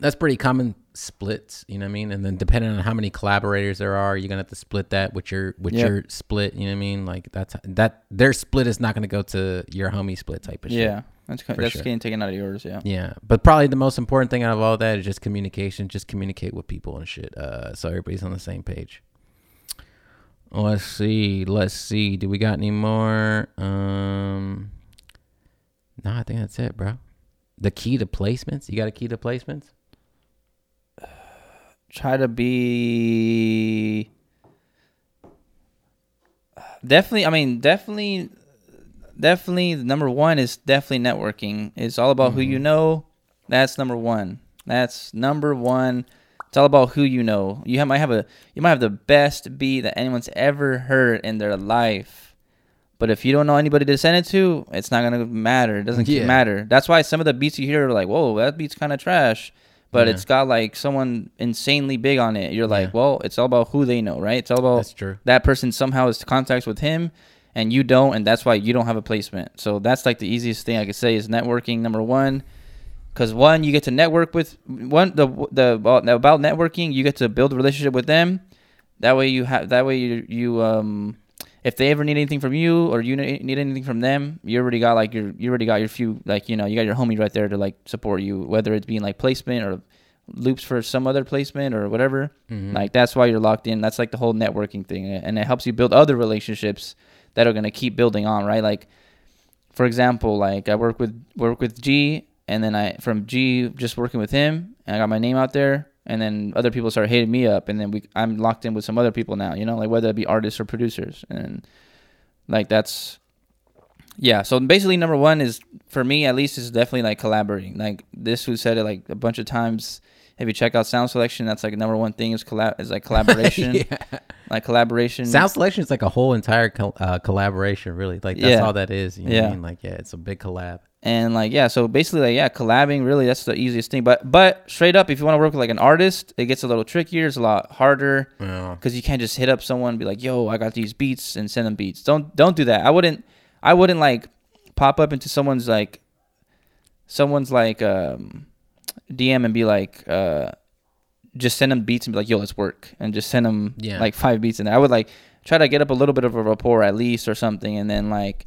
Speaker 2: that's pretty common splits, you know what I mean? And then depending on how many collaborators there are, you're gonna have to split that with your with
Speaker 1: Yep.
Speaker 2: your split, you know what I mean? Like that's that their split is not gonna go to your homie split type of shit.
Speaker 1: Yeah. That's co-
Speaker 2: For
Speaker 1: that's
Speaker 2: sure.
Speaker 1: getting taken out of yours. Yeah.
Speaker 2: Yeah, but probably the most important thing out of all that is just communication. Just communicate with people and shit, uh, so everybody's on the same page. Let's see. Let's see. Do we got any more? Um, no, I think that's it, bro. The key to placements. You got a key to placements?
Speaker 1: Try to be. Definitely. I mean, definitely. Definitely, number one is definitely networking. It's all about who you
Speaker 2: Mm-hmm.
Speaker 1: know. That's number one. That's number one. It's all about who you know. You have, might have a you might have the best beat that anyone's ever heard in their life, but if you don't know anybody to send it to, it's not gonna matter. It doesn't
Speaker 2: Yeah.
Speaker 1: matter. That's why some of the beats you hear are like, "Whoa, that beat's kind of trash," but
Speaker 2: Yeah.
Speaker 1: it's got like someone insanely big on it. You're like,
Speaker 2: Yeah.
Speaker 1: "Well, it's all about who they know, right? It's all about
Speaker 2: That's true.
Speaker 1: that person somehow is contacts with him and you don't and that's why you don't have a placement so that's like the easiest thing i could say is networking number one because one you get to network with one the the about about networking you get to build a relationship with them that way you have that way you you um if they ever need anything from you or you ne- need anything from them you already got like your you already got your few like you know you got your homie right there to like support you whether it's being like placement or loops for some other placement or whatever
Speaker 2: Mhm.
Speaker 1: like that's why you're locked in. That's like the whole networking thing, and it helps you build other relationships that are gonna keep building on, right? Like, for example, like I work with work with G, and then I from G just working with him, and I got my name out there, and then other people start hitting me up, and then we I'm locked in with some other people now, you know, like whether it be artists or producers, and like that's yeah. So basically, number one is for me at least is definitely like collaborating. Like this, who said it like a bunch of times. If you check out sound selection, that's like number one thing is collab is like
Speaker 2: [laughs]
Speaker 1: collaboration,
Speaker 2: yeah.
Speaker 1: like collaboration.
Speaker 2: Sound selection is like a whole entire col- uh, collaboration, really. Like that's
Speaker 1: Yeah.
Speaker 2: all that is. You know what I
Speaker 1: Yeah.
Speaker 2: mean? Like yeah, it's a big collab.
Speaker 1: and like yeah so basically like yeah collabing really that's the easiest thing but but straight up if you want to work with like an artist it gets a little trickier it's a lot harder
Speaker 2: Yeah.
Speaker 1: because you can't just hit up someone and be like yo i got these beats and send them beats don't don't do that i wouldn't I wouldn't like pop up into someone's like someone's like um DM and be like uh just send them beats and be like yo let's work and just send them
Speaker 2: Yeah.
Speaker 1: like five beats in there. I would like try to get up a little bit of a rapport at least or something and then like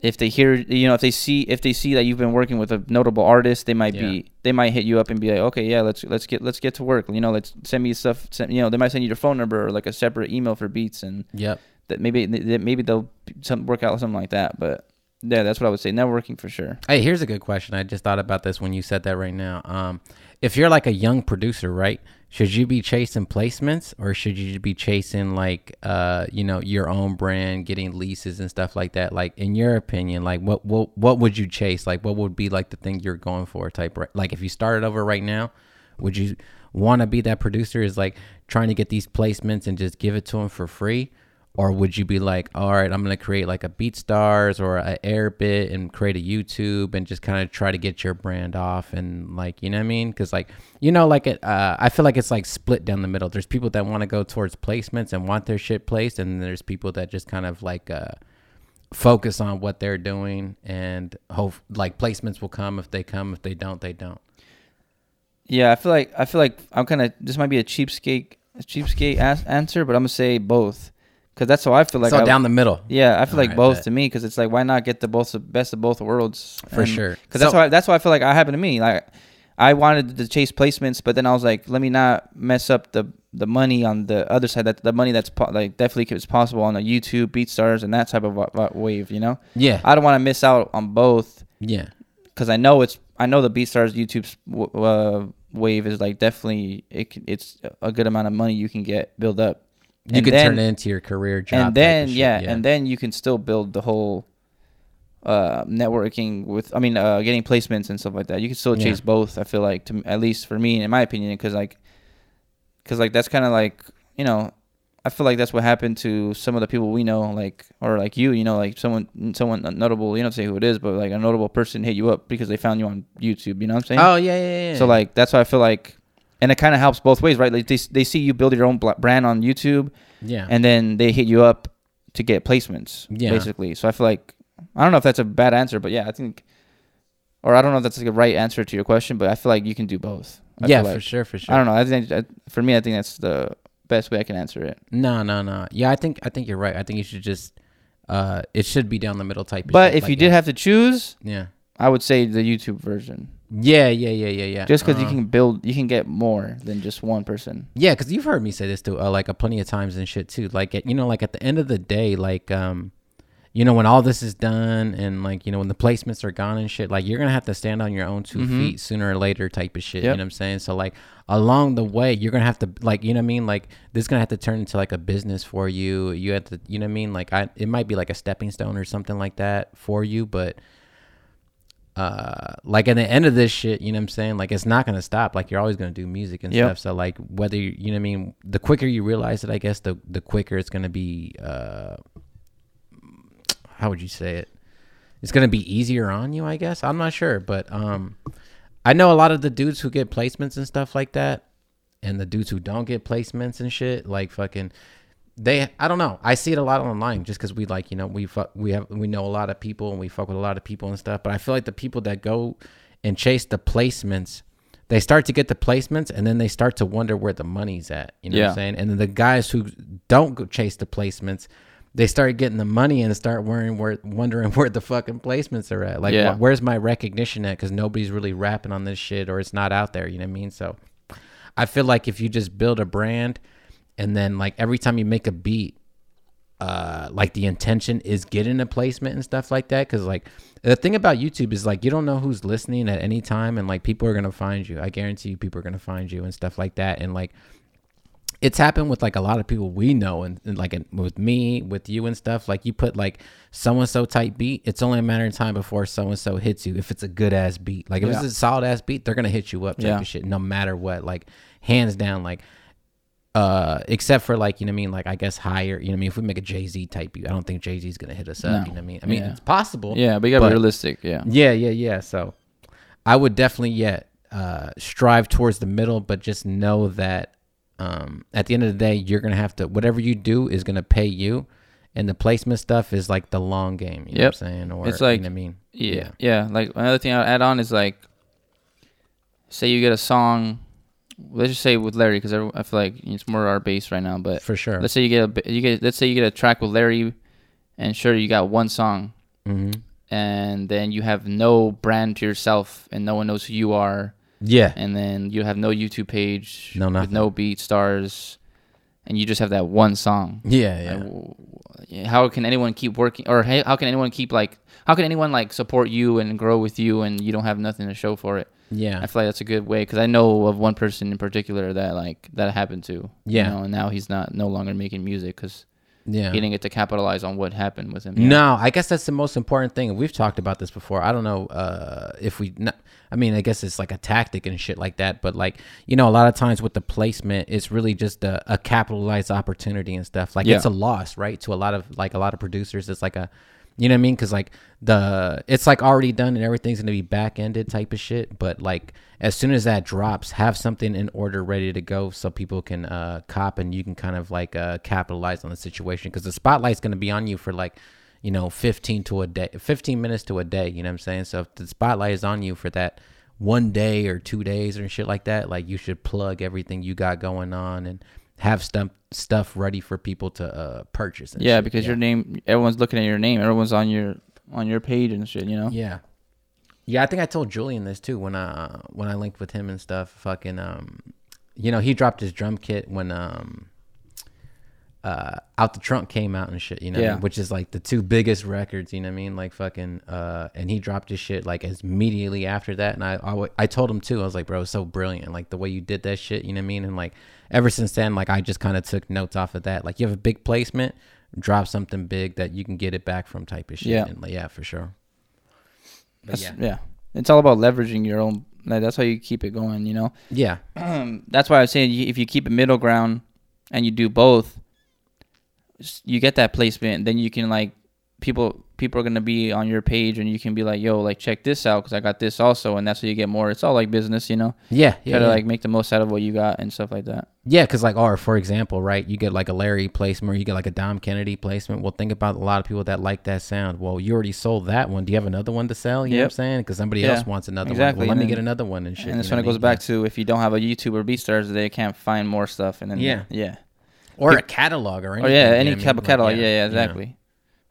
Speaker 1: if they hear you know if they see if they see that you've been working with a notable artist they might
Speaker 2: Yeah.
Speaker 1: be they might hit you up and be like okay yeah let's let's get let's get to work you know let's send me stuff send, you know they might send you their phone number or like a separate email for beats and
Speaker 2: Yep.
Speaker 1: that maybe that maybe they'll some work out something like that but yeah that's what i would say networking for sure
Speaker 2: Hey, here's a good question. I just thought about this when you said that right now. Um, if you're like a young producer, right? Should you be chasing placements or should you be chasing like uh, you know, your own brand, getting leases and stuff like that? Like in your opinion, like what what what would you chase? Like what would be like the thing you're going for type right? Like if you started over right now, would you want to be that producer is like trying to get these placements and just give it to them for free or would you be like all right i'm gonna create like a beat stars or a airbit and create a youtube and just kind of try to get your brand off and like you know what i mean because like you know like it uh, i feel like it's like split down the middle there's people that want to go towards placements and want their shit placed and there's people that just kind of like uh focus on what they're doing and hope like placements will come if they come if they don't they don't
Speaker 1: yeah i feel like i feel like i'm kind of this might be a cheapskate a cheapskate ass answer but i'm gonna say both because that's how i feel like
Speaker 2: so
Speaker 1: I-
Speaker 2: down the middle
Speaker 1: yeah, I feel like
Speaker 2: Alright,
Speaker 1: both
Speaker 2: bet.
Speaker 1: to me because it's like why not get the both the best of both worlds
Speaker 2: For sure.
Speaker 1: Because that's
Speaker 2: So-
Speaker 1: why that's why I feel like I happened to me. Like I wanted to chase placements, but then I was like, let me not mess up the the money on the other side. That the money that's po- like definitely is possible on the YouTube BeatStars and that type of wa- wa- wave. You know,
Speaker 2: yeah
Speaker 1: I don't want to miss out on both
Speaker 2: yeah
Speaker 1: because I know it's I know the BeatStars YouTube w- uh, wave is like definitely it, c- it's a good amount of money you can get build up.
Speaker 2: you
Speaker 1: And
Speaker 2: can
Speaker 1: then-
Speaker 2: turn it into your career job
Speaker 1: and
Speaker 2: type of
Speaker 1: then
Speaker 2: shit,
Speaker 1: yeah, and then you can still build the whole uh networking with i mean uh getting placements and stuff like that you can still
Speaker 2: Yeah.
Speaker 1: chase both i feel like to m- at least for me in my opinion because like because like that's kind of like you know i feel like that's what happened to some of the people we know like or like you you know like someone someone notable you don't say who it is but like a notable person hit you up because they found you on youtube you know what i'm saying
Speaker 2: oh yeah yeah yeah
Speaker 1: so like that's why i feel like and it kind of helps both ways right like they, s- they see you build your own bla- brand on youtube
Speaker 2: yeah
Speaker 1: and then they hit you up to get placements
Speaker 2: Yeah.
Speaker 1: basically so i feel like i don't know if that's a bad answer but yeah i think or i don't know if that's like a right answer to your question but i feel like you can do both I
Speaker 2: yeah
Speaker 1: feel
Speaker 2: for
Speaker 1: like-
Speaker 2: sure for sure
Speaker 1: i don't know i think I, for me i think that's the best way i can answer it
Speaker 2: no no no yeah i think i think you're right i think you should just uh it should be down the middle type of
Speaker 1: but
Speaker 2: shit,
Speaker 1: if
Speaker 2: like
Speaker 1: you did have to choose
Speaker 2: yeah
Speaker 1: i would say the youtube version
Speaker 2: yeah yeah yeah yeah yeah
Speaker 1: just because you
Speaker 2: Uh,
Speaker 1: can build you can get more than just one person
Speaker 2: Yeah, because you've heard me say this too, uh, like a plenty of times and shit too. Like at, you know, like at the end of the day, like um, you know, when all this is done and like you know when the placements are gone and shit, like you're gonna have to stand on your own 2 feet sooner or later, type of shit. You
Speaker 1: Yep.
Speaker 2: know what I'm saying? So like along the way, you're gonna have to like you know what I mean. Like this is gonna have to turn into like a business for you. You have to you know what I mean. Like I, it might be like a stepping stone or something like that for you, but uh like at the end of this shit you know what i'm saying like it's not gonna stop like you're always gonna do music and
Speaker 1: Yep.
Speaker 2: stuff so like whether you you know what i mean the quicker you realize it i guess the the quicker it's gonna be uh how would you say it it's gonna be easier on you i guess i'm not sure but um i know a lot of the dudes who get placements and stuff like that and the dudes who don't get placements and shit like fucking they i don't know i see it a lot online just because we like you know we fuck we have we know a lot of people and we fuck with a lot of people and stuff but i feel like the people that go and chase the placements they start to get the placements and then they start to wonder where the money's at you know what
Speaker 1: Yeah.
Speaker 2: i'm saying and then the guys who don't go chase the placements they start getting the money and start worrying where wondering [laughs] where the fucking placements are at like
Speaker 1: Yeah.
Speaker 2: wh- where's my recognition at because nobody's really rapping on this shit or it's not out there you know what i mean so I feel like if you just build a brand and then like every time you make a beat, uh, like the intention is getting a placement and stuff like that. Cause like the thing about YouTube is like you don't know who's listening at any time and like people are gonna find you. I guarantee you people are gonna find you and stuff like that. And like it's happened with like a lot of people we know and, and like and with me with you and stuff like you put like so and so type beat it's only a matter of time before so and so hits you if it's a good ass beat like if it's
Speaker 1: Yeah.
Speaker 2: a solid ass beat they're gonna hit you up type
Speaker 1: Yeah.
Speaker 2: of shit no matter what like hands down like uh except for like you know what i mean like i guess higher you know what i mean if we make a jay-z type beat i don't think jay-z's gonna hit us up
Speaker 1: No.
Speaker 2: you know what i mean i mean
Speaker 1: Yeah.
Speaker 2: it's possible
Speaker 1: yeah but you gotta
Speaker 2: But-
Speaker 1: be realistic yeah
Speaker 2: yeah, yeah, yeah. So I would definitely yet uh, strive towards the middle, but just know that um, at the end of the day, you're gonna have to whatever you do is gonna pay you, and the placement stuff is like the long game. You know
Speaker 1: Yep.
Speaker 2: what I'm saying? Or
Speaker 1: It's
Speaker 2: you
Speaker 1: like-
Speaker 2: know what I mean?
Speaker 1: Yeah, yeah. Like another thing I'd add on is like, say you get a song. Let's just say with Larry, because I feel like it's more our base right now. But
Speaker 2: For sure.
Speaker 1: let's say you get a ba- you get let's say you get a track with Larry, and sure you got one song,
Speaker 2: hmm
Speaker 1: and then you have no brand to yourself, and no one knows who you are,
Speaker 2: Yeah.
Speaker 1: and then you have no YouTube page,
Speaker 2: No
Speaker 1: with
Speaker 2: nothing.
Speaker 1: no beat stars, and you just have that one song.
Speaker 2: Yeah.
Speaker 1: Like,
Speaker 2: Yeah.
Speaker 1: w- w- how can anyone keep working or hey, how can anyone keep like how can anyone like support you and grow with you and you don't have nothing to show for it
Speaker 2: Yeah.
Speaker 1: i feel like that's a good way because i know of one person in particular that like that happened to
Speaker 2: Yeah.
Speaker 1: you know, and now he's not no longer making music because
Speaker 2: Yeah.
Speaker 1: he didn't get to capitalize on what happened with him you know?
Speaker 2: No, I guess that's the most important thing. We've talked about this before. I don't know uh, if we. Not, I mean, I guess it's like a tactic and shit like that. But like, you know, a lot of times with the placement, it's really just a, a capitalized opportunity and stuff. Like,
Speaker 1: Yeah.
Speaker 2: it's a loss, right? To a lot of like a lot of producers, it's like a, you know what I mean? Because like the it's like already done and everything's gonna be back ended type of shit. But like, as soon as that drops, have something in order ready to go so people can uh, cop and you can kind of like uh, capitalize on the situation because the spotlight's gonna be on you for like you know, 15 to a day, 15 minutes to a day, you know what I'm saying? So if the spotlight is on you for that one day or two days or shit like that, like you should plug everything you got going on and have stuff stuff ready for people to uh purchase. And
Speaker 1: yeah
Speaker 2: shit.
Speaker 1: because your name everyone's looking at your name everyone's on your on your page and shit you know
Speaker 2: Yeah. Yeah, I think I told Julian this too when I when I linked with him and stuff. Fucking um, you know, he dropped his drum kit when um, uh, out the trunk came out and shit. You know, what I
Speaker 1: Yeah.
Speaker 2: mean? which is like the two biggest records. You know what I mean? Like fucking uh, and he dropped his shit like as immediately after that. And I I, wa- I told him too. I was like, bro, it's so brilliant. Like the way you did that shit. You know what I mean? And like ever since then, like I just kind of took notes off of that. Like you have a big placement, drop something big that you can get it back from type of shit.
Speaker 1: Yeah.
Speaker 2: and, like, yeah, for sure. But
Speaker 1: That's- yeah it's all about leveraging your own like, that's how you keep it going you know
Speaker 2: Yeah.
Speaker 1: um, [clears throat] that's why I was saying you- if you keep a middle ground and you do both, s- you get that placement. Then you can like people people are gonna be on your page and you can be like, yo, like check this out because I got this also, and that's how you get more. It's all like business, you know.
Speaker 2: Yeah.
Speaker 1: You
Speaker 2: Yeah.
Speaker 1: gotta
Speaker 2: yeah.
Speaker 1: like make the most out of what you got and stuff like that.
Speaker 2: yeah. Cause like, or for example, right, you get like a Larry placement or you get like a Dom Kennedy placement. Well, think about a lot of people that like that sound. Well, you already sold that one. Do you have another one to sell? You know what I'm
Speaker 1: Yep.
Speaker 2: saying? Cause somebody
Speaker 1: Yeah.
Speaker 2: else wants another
Speaker 1: Exactly,
Speaker 2: one. Well,
Speaker 1: and
Speaker 2: let me
Speaker 1: then-
Speaker 2: get another one and shit.
Speaker 1: and
Speaker 2: you
Speaker 1: that's
Speaker 2: know
Speaker 1: when it
Speaker 2: what I
Speaker 1: goes
Speaker 2: mean?
Speaker 1: back to if you don't have a YouTube or BeatStars, they can't find more stuff. And then
Speaker 2: Yeah.
Speaker 1: yeah,
Speaker 2: Or a catalog or
Speaker 1: or
Speaker 2: anything.
Speaker 1: Oh, yeah,
Speaker 2: you know
Speaker 1: any
Speaker 2: what I mean?
Speaker 1: type of
Speaker 2: Like,
Speaker 1: catalog. yeah, yeah, exactly.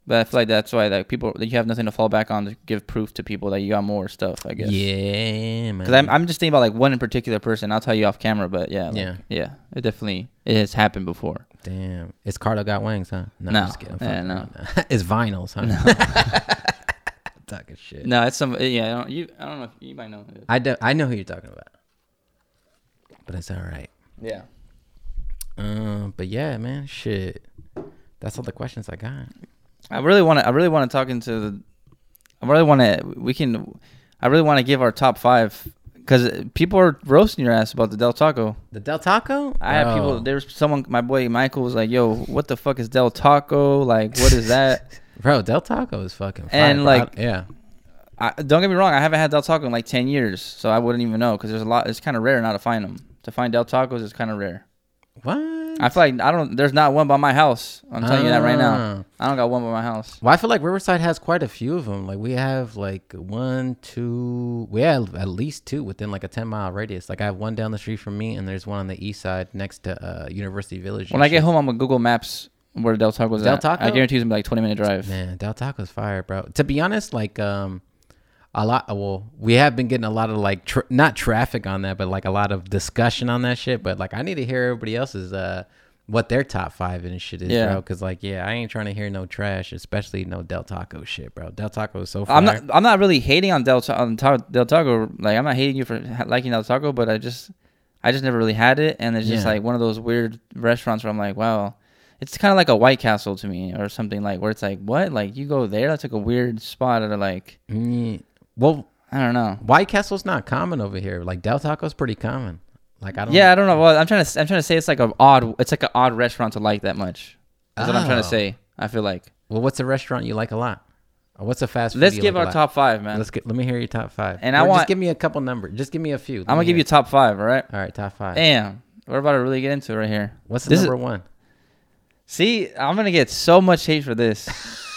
Speaker 1: But I feel like that's why like people you have nothing to fall back on to give proof to people that you got more stuff.
Speaker 2: Yeah,
Speaker 1: I guess.
Speaker 2: yeah man.
Speaker 1: Because I'm, I'm just thinking about like one in particular person. I'll tell you off camera, but yeah, like,
Speaker 2: Yeah.
Speaker 1: yeah, it definitely it has happened before.
Speaker 2: Damn. It's Cardo Got Wings, huh?
Speaker 1: No.
Speaker 2: I'm just kidding. I'm
Speaker 1: Yeah,
Speaker 2: fucking
Speaker 1: no.
Speaker 2: around now. [laughs] it's vinyls, huh? [laughs] Talking shit.
Speaker 1: No, it's some yeah. I don't, you I don't know if you might know. Who it is.
Speaker 2: I, do, I know who you're talking about. But it's all right.
Speaker 1: Yeah,
Speaker 2: Um, but yeah, man, shit. That's all the questions I got.
Speaker 1: I really want to. I really want to talk into. The, I really want to. We can. I really want to give our top five because people are roasting your ass about the Del Taco.
Speaker 2: The Del Taco?
Speaker 1: I had people. There was someone. My boy Michael was like, "Yo, what the fuck is Del Taco? Like, what is that?" [laughs]
Speaker 2: bro, Del Taco is fucking. Fire,
Speaker 1: And,
Speaker 2: bro. I-
Speaker 1: like-
Speaker 2: yeah,
Speaker 1: I, don't get me wrong. I haven't had Del Taco in like ten years, so I wouldn't even know because there's a lot. It's kind of rare now to find them. To find Del Tacos is kind of rare.
Speaker 2: what?
Speaker 1: I feel like I don't. There's not one by my house. I'm telling you that right
Speaker 2: Ah.
Speaker 1: now. I don't got one by my house.
Speaker 2: Well, I feel like Riverside has quite a few of them. Like we have like one, two, we have at least two within like a ten mile radius. Like I have one down the street from me, and there's one on the east side next to uh, University Village.
Speaker 1: When
Speaker 2: and
Speaker 1: I get
Speaker 2: shit.
Speaker 1: home, I'm gonna Google Maps where Del Taco's
Speaker 2: Del
Speaker 1: at.
Speaker 2: Taco?
Speaker 1: I guarantee it's gonna be like 20 minute drive.
Speaker 2: Man, Del Taco's fire, bro. To be honest, like um a lot well, we have been getting a lot of like tr not traffic on that, but like a lot of discussion on that shit, but like I need to hear everybody else's uh what their top 5 and shit is,
Speaker 1: Yeah.
Speaker 2: bro, cuz like yeah, I ain't trying to hear no trash, especially no Del Taco shit, bro. Del Taco is so fire.
Speaker 1: I'm not. I'm not really hating on Del Ta- on Ta- Del Taco. Like I'm not hating you for ha- liking Del Taco, but I just, I just never really had it, and it's just
Speaker 2: Yeah.
Speaker 1: like one of those weird restaurants where I'm like, wow, it's kind of like a White Castle to me, or something like where it's like, what? Like you go there? That's like a weird spot, or like
Speaker 2: Mm, well,
Speaker 1: I don't know.
Speaker 2: White Castle's not common over here. Like Del Taco's pretty common. Like I don't
Speaker 1: Yeah, I don't know. Well, I'm trying to. I'm trying to say it's like an odd. It's like an odd restaurant to like that much. That's what I'm trying
Speaker 2: Oh.
Speaker 1: to say. I feel like
Speaker 2: Well, what's a restaurant you like a lot? Or What's a fast food
Speaker 1: let's
Speaker 2: you
Speaker 1: give
Speaker 2: like a
Speaker 1: our
Speaker 2: lot?
Speaker 1: top five, man.
Speaker 2: Let's get. Let me hear your top five.
Speaker 1: And
Speaker 2: Or
Speaker 1: I
Speaker 2: just
Speaker 1: want-
Speaker 2: give me a couple numbers. Just give me a few. Let
Speaker 1: I'm gonna
Speaker 2: me
Speaker 1: give
Speaker 2: hear
Speaker 1: you top five. All right.
Speaker 2: it. All right, top five.
Speaker 1: Damn, we're about to really get into it right here.
Speaker 2: What's the
Speaker 1: this is-
Speaker 2: number one?
Speaker 1: See, I'm gonna get so much hate for this,
Speaker 2: [laughs]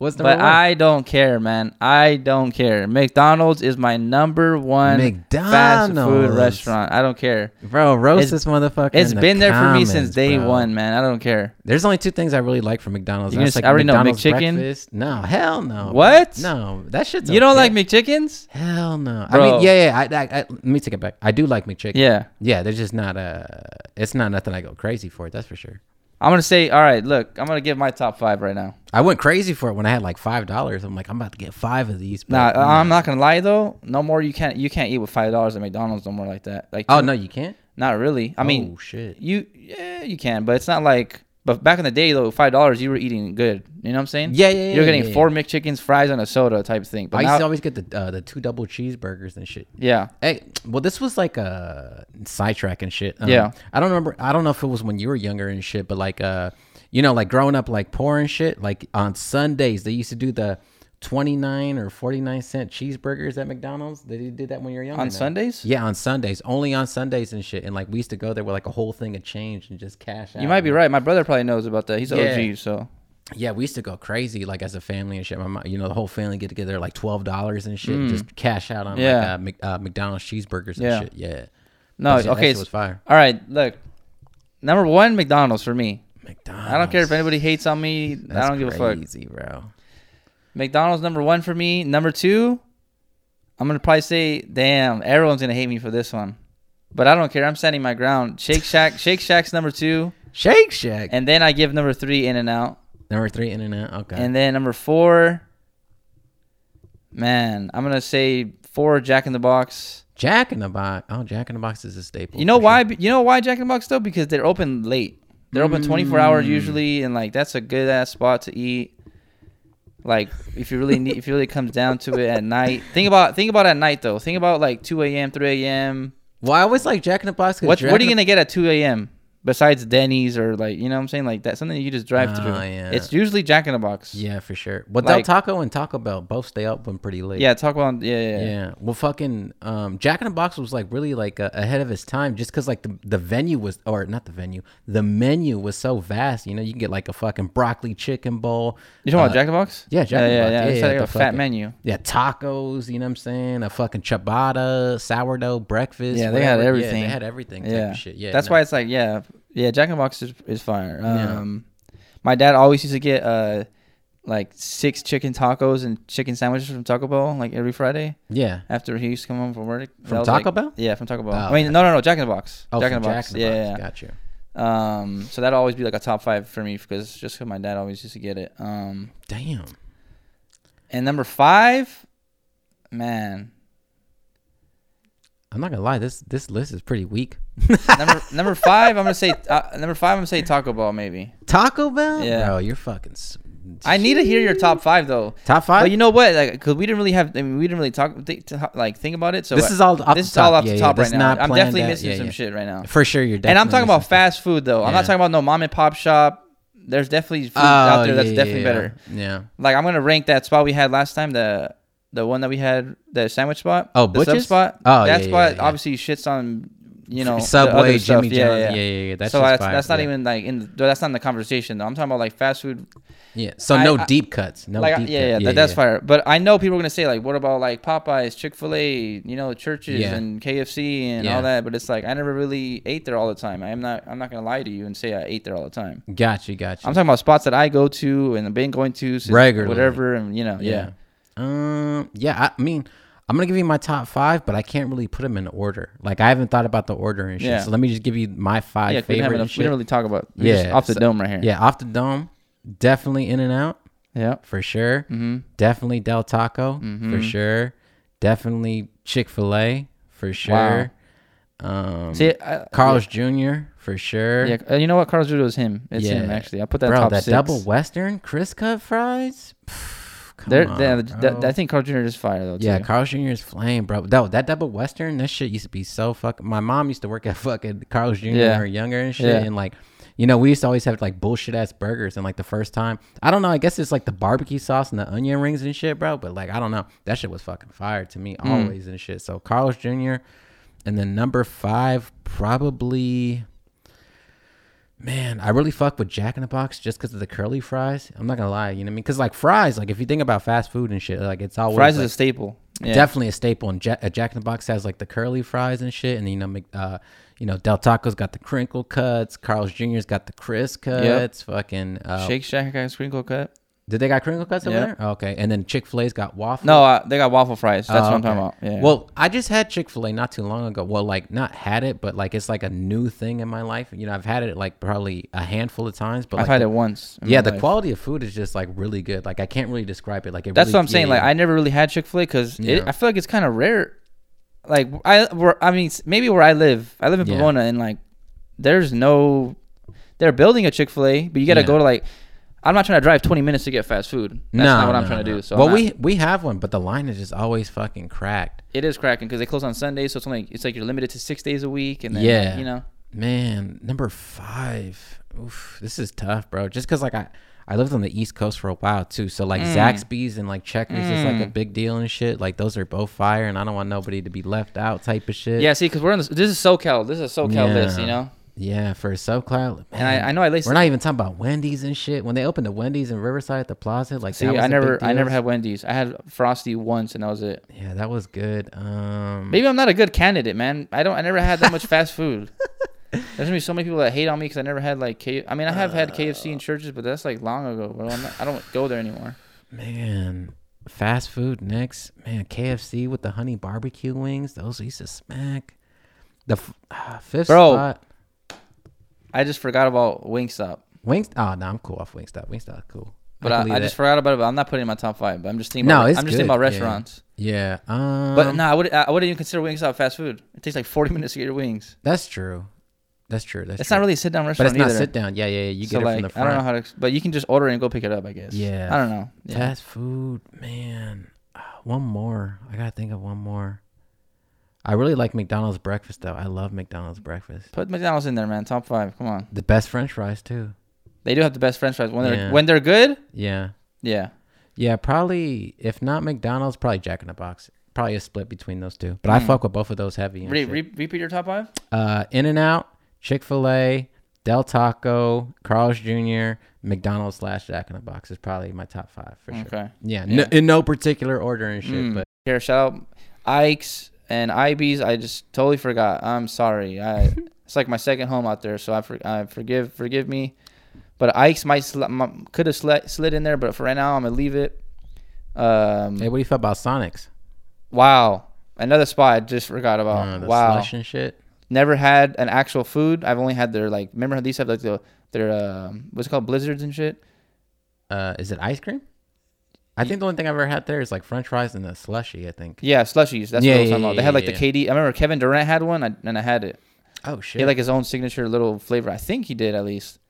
Speaker 2: What's number
Speaker 1: but
Speaker 2: one?
Speaker 1: I don't care, man. I don't care. McDonald's is my number one fast food
Speaker 2: McDonald's.
Speaker 1: restaurant. I don't care.
Speaker 2: bro, roast
Speaker 1: It's-
Speaker 2: this motherfucker.
Speaker 1: It's
Speaker 2: in the
Speaker 1: been there for me since
Speaker 2: comments,
Speaker 1: day
Speaker 2: bro.
Speaker 1: one, man. I don't care.
Speaker 2: There's only two things I really like from McDonald's.
Speaker 1: You
Speaker 2: That's
Speaker 1: just-
Speaker 2: like
Speaker 1: I already know,
Speaker 2: McDonald's
Speaker 1: McChicken?
Speaker 2: breakfast. No, hell no. bro.
Speaker 1: What?
Speaker 2: No, that shit's.
Speaker 1: You don't
Speaker 2: okay.
Speaker 1: like McChickens?
Speaker 2: Hell no. I
Speaker 1: Bro.
Speaker 2: mean, yeah, yeah. I, I, I, let me take it back. I do like McChicken.
Speaker 1: Yeah.
Speaker 2: Yeah, there's just not a. It's not nothing I go crazy for. That's for sure.
Speaker 1: I'm gonna say, all right, look, I'm gonna give my top five right now.
Speaker 2: I went crazy for it when I had like five dollars. I'm like, I'm about to get five of these. but
Speaker 1: Nah, uh,
Speaker 2: I'm
Speaker 1: I'm not gonna lie though. No more, you can't you can't eat with five dollars at McDonald's no more like that. Like,
Speaker 2: Oh no, you can't.
Speaker 1: not really. I mean,
Speaker 2: oh shit.
Speaker 1: you yeah you can, but it's not like. But back in the day though, five dollars you were eating good. You know what I'm saying?
Speaker 2: Yeah, yeah, yeah.
Speaker 1: You're getting
Speaker 2: yeah,
Speaker 1: four McChickens, fries, and a soda type thing.
Speaker 2: Yeah. I
Speaker 1: But
Speaker 2: used to
Speaker 1: now,
Speaker 2: always get the uh, the two double cheeseburgers and shit.
Speaker 1: yeah,
Speaker 2: Hey, well, this was like a sidetrack and shit. Um,
Speaker 1: Yeah.
Speaker 2: I don't remember. I don't know if it was when you were younger and shit, but like, uh, you know, like growing up, like poor and shit. Like on Sundays, they used to do the twenty nine or forty nine cent cheeseburgers at McDonald's. They did that when you were younger.
Speaker 1: on
Speaker 2: no?
Speaker 1: Sundays
Speaker 2: Yeah, on Sundays, only on Sundays and shit. And like we used to go there with like a whole thing of change and just cash out.
Speaker 1: you might be right. My brother probably knows about that. He's an
Speaker 2: Yeah.
Speaker 1: OG, so
Speaker 2: Yeah, we used to go crazy like as a family and shit. My mom, you know, the whole family get together like twelve dollars and shit, and just cash out on
Speaker 1: Mm. Yeah.
Speaker 2: like uh, Mc, uh, McDonald's cheeseburgers and
Speaker 1: Yeah.
Speaker 2: shit. Yeah.
Speaker 1: no.
Speaker 2: That shit- that
Speaker 1: okay,
Speaker 2: shit was
Speaker 1: so-
Speaker 2: fire.
Speaker 1: all right. Look, number one, McDonald's for me.
Speaker 2: McDonald's.
Speaker 1: I don't care if anybody hates on me. I don't give a fuck.
Speaker 2: Crazy, bro.
Speaker 1: McDonald's number one for me. Number two, I'm gonna probably say, damn, everyone's gonna hate me for this one, but I don't care. I'm standing my ground. Shake Shack, Shake Shack's number two,
Speaker 2: Shake Shack.
Speaker 1: and then I give number three In and Out,
Speaker 2: Number three, In and Out. Okay.
Speaker 1: and then number four, man, I'm gonna say four Jack in the Box.
Speaker 2: Jack in the Box. Oh, Jack in the Box is a staple.
Speaker 1: You know
Speaker 2: Oh, for
Speaker 1: why?
Speaker 2: sure.
Speaker 1: You know why Jack in the Box though? Because they're open late. They're open 24 hours
Speaker 2: Mm.
Speaker 1: usually, and like that's a good ass spot to eat. Like if you really need, if it really comes down to it at night, think about think about at night though. Think about like 2 a.m., 3 a.m.
Speaker 2: Well, I always like Jack in the Box. 'cause
Speaker 1: What
Speaker 2: Jack
Speaker 1: what are you
Speaker 2: in the-
Speaker 1: gonna get at 2 a.m. besides Denny's or like you know what I'm saying like that something you just drive
Speaker 2: Ah,
Speaker 1: through.
Speaker 2: yeah.
Speaker 1: It's usually Jack in the Box. Yeah,
Speaker 2: Yeah, for sure. Well,
Speaker 1: Like-
Speaker 2: Del Taco and Taco Bell both stay open pretty late.
Speaker 1: talk about yeah yeah. yeah.
Speaker 2: Yeah. Well, fucking um, Jack in the Box was like really like uh, ahead of his time, just because like the, the venue was, or not the venue, the menu was so vast. You know, you can get like a fucking broccoli chicken bowl.
Speaker 1: You talking about
Speaker 2: uh,
Speaker 1: Jack in the Box?
Speaker 2: yeah, Jack
Speaker 1: yeah,
Speaker 2: in the
Speaker 1: yeah,
Speaker 2: Box.
Speaker 1: yeah.
Speaker 2: Yeah,
Speaker 1: It's
Speaker 2: yeah,
Speaker 1: like
Speaker 2: the
Speaker 1: a fat
Speaker 2: fucking-
Speaker 1: menu.
Speaker 2: Yeah, tacos. You know what I'm saying? A fucking ciabatta, sourdough breakfast.
Speaker 1: Yeah, they had
Speaker 2: whatever.
Speaker 1: everything.
Speaker 2: Yeah, they had everything. Type
Speaker 1: yeah.
Speaker 2: Of shit. Yeah.
Speaker 1: That's
Speaker 2: no.
Speaker 1: why it's like, yeah, yeah, Jack in the Box is, is fire. Um, My dad always used to get uh, like six chicken tacos and chicken sandwiches from Taco Bell like every Friday
Speaker 2: Yeah.
Speaker 1: after he used to come home from work. That
Speaker 2: From
Speaker 1: was,
Speaker 2: Taco
Speaker 1: like-
Speaker 2: Bell.
Speaker 1: Yeah, from Taco Bell.
Speaker 2: Oh,
Speaker 1: I mean, no, no, no, Jack in the Box.
Speaker 2: Oh,
Speaker 1: Jack in
Speaker 2: from
Speaker 1: the Box.
Speaker 2: in the
Speaker 1: yeah,
Speaker 2: Box.
Speaker 1: yeah.
Speaker 2: Got you.
Speaker 1: yeah. Um, so that'd always be like a top five for me because just because my dad always used to get it. Um,
Speaker 2: Damn.
Speaker 1: and number five,
Speaker 2: [laughs]
Speaker 1: man,
Speaker 2: I'm not gonna lie. This this list is pretty weak.
Speaker 1: number number five, I'm gonna say uh, number five, I'm gonna say Taco Bell maybe.
Speaker 2: Taco Bell.
Speaker 1: Yeah.
Speaker 2: Bro, you're fucking. s-
Speaker 1: I need to hear your top five though.
Speaker 2: Top five.
Speaker 1: But you know what? Like, cause we didn't really have, I mean, we didn't really talk, thi- to- like, think about it. So
Speaker 2: this is all off
Speaker 1: this is
Speaker 2: the top.
Speaker 1: all off
Speaker 2: Yeah,
Speaker 1: the
Speaker 2: yeah,
Speaker 1: top
Speaker 2: this is
Speaker 1: right now.
Speaker 2: not
Speaker 1: I'm
Speaker 2: planned
Speaker 1: definitely
Speaker 2: out.
Speaker 1: missing
Speaker 2: Yeah,
Speaker 1: some
Speaker 2: yeah.
Speaker 1: shit right now.
Speaker 2: For sure, you're.
Speaker 1: And I'm
Speaker 2: definitely
Speaker 1: talking about
Speaker 2: missing stuff.
Speaker 1: fast food though. I'm not
Speaker 2: Yeah.
Speaker 1: talking about no mom and pop shop. There's definitely food
Speaker 2: Oh,
Speaker 1: out there that's
Speaker 2: yeah,
Speaker 1: definitely
Speaker 2: yeah,
Speaker 1: better.
Speaker 2: Yeah.
Speaker 1: Like, I'm gonna rank that spot we had last time. The the one that we had, the sandwich spot.
Speaker 2: Oh,
Speaker 1: the sub
Speaker 2: Butch's?
Speaker 1: spot.
Speaker 2: Oh,
Speaker 1: that
Speaker 2: yeah, yeah,
Speaker 1: spot
Speaker 2: yeah.
Speaker 1: obviously shits on, you know, the
Speaker 2: Subway,
Speaker 1: other stuff.
Speaker 2: Jimmy
Speaker 1: yeah,
Speaker 2: John's.
Speaker 1: Yeah,
Speaker 2: yeah, yeah. That's
Speaker 1: so
Speaker 2: just
Speaker 1: that's,
Speaker 2: fire.
Speaker 1: that's not
Speaker 2: Yeah.
Speaker 1: even like in that's not in the conversation though. I'm talking about like fast food
Speaker 2: Yeah. So
Speaker 1: I-
Speaker 2: no
Speaker 1: I-
Speaker 2: deep cuts. No
Speaker 1: like,
Speaker 2: deep
Speaker 1: yeah,
Speaker 2: cut.
Speaker 1: yeah, that, that's fire. But I know people are gonna say like, what about like Popeyes, Chick Fil A, you know, churches
Speaker 2: Yeah.
Speaker 1: and KFC and
Speaker 2: Yeah.
Speaker 1: all that. But it's like I never really ate there all the time. I'm not, I'm not gonna lie to you and say I ate there all the time.
Speaker 2: Got you. Got you.
Speaker 1: I'm talking about spots that I go to and I've been going to since
Speaker 2: Regularly.
Speaker 1: whatever, and you know, yeah.
Speaker 2: yeah. Um. Yeah. I mean, I'm gonna give you my top five, but I can't really put them in order. Like I haven't thought about the order and shit.
Speaker 1: Yeah.
Speaker 2: So let me just give you my five
Speaker 1: Yeah, 'cause we didn't, have
Speaker 2: favorite.
Speaker 1: enough-
Speaker 2: and
Speaker 1: we
Speaker 2: shit.
Speaker 1: didn't really talk about yeah
Speaker 2: Yeah,
Speaker 1: off the
Speaker 2: so-
Speaker 1: dome right here.
Speaker 2: Yeah. Off the dome, definitely In and Out
Speaker 1: yeah,
Speaker 2: for sure.
Speaker 1: Mhm.
Speaker 2: Definitely Del Taco
Speaker 1: Mm-hmm.
Speaker 2: for sure. Definitely Chick Fil A for sure. Um,
Speaker 1: See, I,
Speaker 2: Carl's Jr. for sure.
Speaker 1: yeah, uh, you know what? Carlos Jr. is him. It's him
Speaker 2: Yeah.
Speaker 1: actually. I put that in
Speaker 2: bro,
Speaker 1: top
Speaker 2: that
Speaker 1: six.
Speaker 2: double western crisp cut fries. Pff, come
Speaker 1: They're,
Speaker 2: on,
Speaker 1: they're- th-
Speaker 2: bro.
Speaker 1: I think Carl Jr. is fire though.
Speaker 2: yeah,
Speaker 1: too.
Speaker 2: Carl Jr. is flame, bro. No, that double western, that shit used to be so fucking. My mom used to work at fucking Carl's Jr.
Speaker 1: Yeah.
Speaker 2: when we were younger and shit,
Speaker 1: Yeah.
Speaker 2: and like. You know, we used to always have like bullshit ass burgers, and like the first time, I don't know. I guess it's like the barbecue sauce and the onion rings and shit, bro. But like, I don't know. That shit was fucking fire to me
Speaker 1: Hmm.
Speaker 2: always and shit. So Carl's Jr. and then number five probably Man, I really fuck with Jack in the Box just because of the curly fries. I'm not gonna lie, you know what I mean? Because like fries, like if you think about fast food and shit, like it's always
Speaker 1: Fries
Speaker 2: like,
Speaker 1: is a staple. Yeah.
Speaker 2: definitely a staple. And Jack, uh, Jack in the Box has like the curly fries and shit, and you know, Mc- uh, you know, Del Taco's got the crinkle cuts. Carl's Jr.'s got the crisp cuts. Fucking uh,
Speaker 1: Shake Shack got a crinkle cut.
Speaker 2: did they got crinkle cuts over
Speaker 1: Yeah.
Speaker 2: there? Okay, and then Chick Fil A's got waffle.
Speaker 1: No, uh, they got waffle fries. That's
Speaker 2: Oh,
Speaker 1: what I'm talking about.
Speaker 2: okay.
Speaker 1: Yeah.
Speaker 2: Well, I just had Chick Fil A not too long ago. Well, like not had it, but like it's like a new thing in my life. You know, I've had it like probably a handful of times, but
Speaker 1: I've
Speaker 2: like
Speaker 1: had
Speaker 2: the-
Speaker 1: it once. in
Speaker 2: yeah,
Speaker 1: my
Speaker 2: the
Speaker 1: life.
Speaker 2: quality of food is just like really good. Like I can't really describe it. Like it
Speaker 1: That's
Speaker 2: really-
Speaker 1: what I'm saying.
Speaker 2: yeah,
Speaker 1: Like I never really had Chick Fil A because
Speaker 2: Yeah.
Speaker 1: I feel like it's kind of rare. Like I, where, I mean, s- maybe where I live, I live in
Speaker 2: Yeah.
Speaker 1: Pomona, and like, there's no, they're building a Chick Fil A, but you got to
Speaker 2: Yeah.
Speaker 1: go to like, I'm not trying to drive 20 minutes to get fast food. That's
Speaker 2: yeah.
Speaker 1: not what
Speaker 2: No,
Speaker 1: I'm
Speaker 2: no,
Speaker 1: trying to
Speaker 2: no.
Speaker 1: do. So
Speaker 2: well,
Speaker 1: I'm not-
Speaker 2: we we have one, but the line is just always fucking cracked.
Speaker 1: it is cracking because they close on Sundays, so it's only it's like you're limited to six days a week, and then,
Speaker 2: Yeah.
Speaker 1: you know,
Speaker 2: Man, number five. Oof, this is tough, bro. Just because like I I lived on the East Coast for a while too, so like Zaxby's and like Checkers is like a big deal and shit. Like those are both fire, and I don't want nobody to be left out type of shit.
Speaker 1: yeah. See, because we're in this, this is SoCal, this is a SoCal list,
Speaker 2: Yeah.
Speaker 1: you know,
Speaker 2: Yeah, for SoCloud.
Speaker 1: and I, I know I
Speaker 2: we're
Speaker 1: listen.
Speaker 2: not even talking about Wendy's and shit. When they opened the Wendy's in Riverside at the Plaza, like
Speaker 1: See,
Speaker 2: that was
Speaker 1: I
Speaker 2: a big Hmm.
Speaker 1: never, I never
Speaker 2: deal.
Speaker 1: had Wendy's. I had Frosty once, and that was it.
Speaker 2: Yeah, that was good. Um,
Speaker 1: Maybe I'm not a good candidate, man. I don't. I never had
Speaker 2: [laughs]
Speaker 1: that much fast food. There's gonna be so many people that hate on me because I never had like K. I mean, I have had
Speaker 2: Oh.
Speaker 1: KFC in churches, but that's like long ago, bro. I'm not, I don't go there anymore.
Speaker 2: man, fast food next. Man, KFC with the honey barbecue wings. Those used to smack. The f- ah, fifth
Speaker 1: Bro.
Speaker 2: spot.
Speaker 1: I just forgot about Wingstop,
Speaker 2: Wings. Oh no, I'm cool off Wingstop. Wingstop, cool.
Speaker 1: but
Speaker 2: can
Speaker 1: I,
Speaker 2: leave
Speaker 1: I,
Speaker 2: that.
Speaker 1: just forgot about it. But I'm not putting it in my top five. But I'm just thinking.
Speaker 2: No,
Speaker 1: about,
Speaker 2: it's
Speaker 1: I'm just thinking
Speaker 2: good, yeah.
Speaker 1: about restaurants.
Speaker 2: yeah. Um,
Speaker 1: But no, I would. I wouldn't even consider Wingstop fast food. It takes like 40 minutes to get your wings.
Speaker 2: that's true. That's true. That's
Speaker 1: It's
Speaker 2: true.
Speaker 1: not really a sit down
Speaker 2: But
Speaker 1: restaurant
Speaker 2: it's not
Speaker 1: either.
Speaker 2: sit down. Yeah, yeah, yeah. You
Speaker 1: so
Speaker 2: get
Speaker 1: like,
Speaker 2: it from the
Speaker 1: I
Speaker 2: front.
Speaker 1: don't know how to. ex- But you can just order and go pick it up, I guess.
Speaker 2: Yeah.
Speaker 1: I don't know. Yeah.
Speaker 2: Fast food, man. Ah, One more. I gotta think of one more. I really like McDonald's breakfast though. I love McDonald's breakfast.
Speaker 1: Put McDonald's in there, man. Top five. Come on.
Speaker 2: The best French fries too.
Speaker 1: They do have the best French fries when they're
Speaker 2: Yeah.
Speaker 1: when they're good.
Speaker 2: Yeah,
Speaker 1: Yeah.
Speaker 2: yeah. Probably if not McDonald's, probably Jack in the Box. Probably a split between those two. But I
Speaker 1: Mm.
Speaker 2: fuck with both of those heavy. And
Speaker 1: Re-
Speaker 2: shit.
Speaker 1: re- repeat your top five.
Speaker 2: uh, In and Out, Chick Fil A, Del Taco, Carl's Jr., McDonald's slash Jack in the Box is probably my top five for sure.
Speaker 1: Okay.
Speaker 2: Yeah,
Speaker 1: Yeah.
Speaker 2: No, in no particular order and shit.
Speaker 1: Mm.
Speaker 2: But
Speaker 1: Here, shout out Ike's and IB's. I just totally forgot. I'm
Speaker 2: [laughs]
Speaker 1: sorry. I it's like my second home out there, so I, for, I forgive forgive me. But Ike's might sl- could have slid, slid in there, but for right now, I'm gonna leave it. Um,
Speaker 2: hey, what do you feel about Sonics?
Speaker 1: wow, another spot I just forgot about.
Speaker 2: Uh, the
Speaker 1: Oh, wow,
Speaker 2: slush and shit.
Speaker 1: never had an actual food. I've only had their like. Remember how these have like the their um, what's it called blizzards and shit.
Speaker 2: Uh, is it ice cream? I
Speaker 1: Ye-
Speaker 2: think the only thing I've ever had there is like French fries and a slushy. I think.
Speaker 1: Yeah, slushies. That's
Speaker 2: Yeah,
Speaker 1: what I was
Speaker 2: yeah,
Speaker 1: talking about. They
Speaker 2: yeah,
Speaker 1: had like
Speaker 2: yeah,
Speaker 1: the KD. I remember Kevin Durant had one, I, and I had it.
Speaker 2: Oh
Speaker 1: He
Speaker 2: shit!
Speaker 1: had like his own signature little flavor. I think he did at least.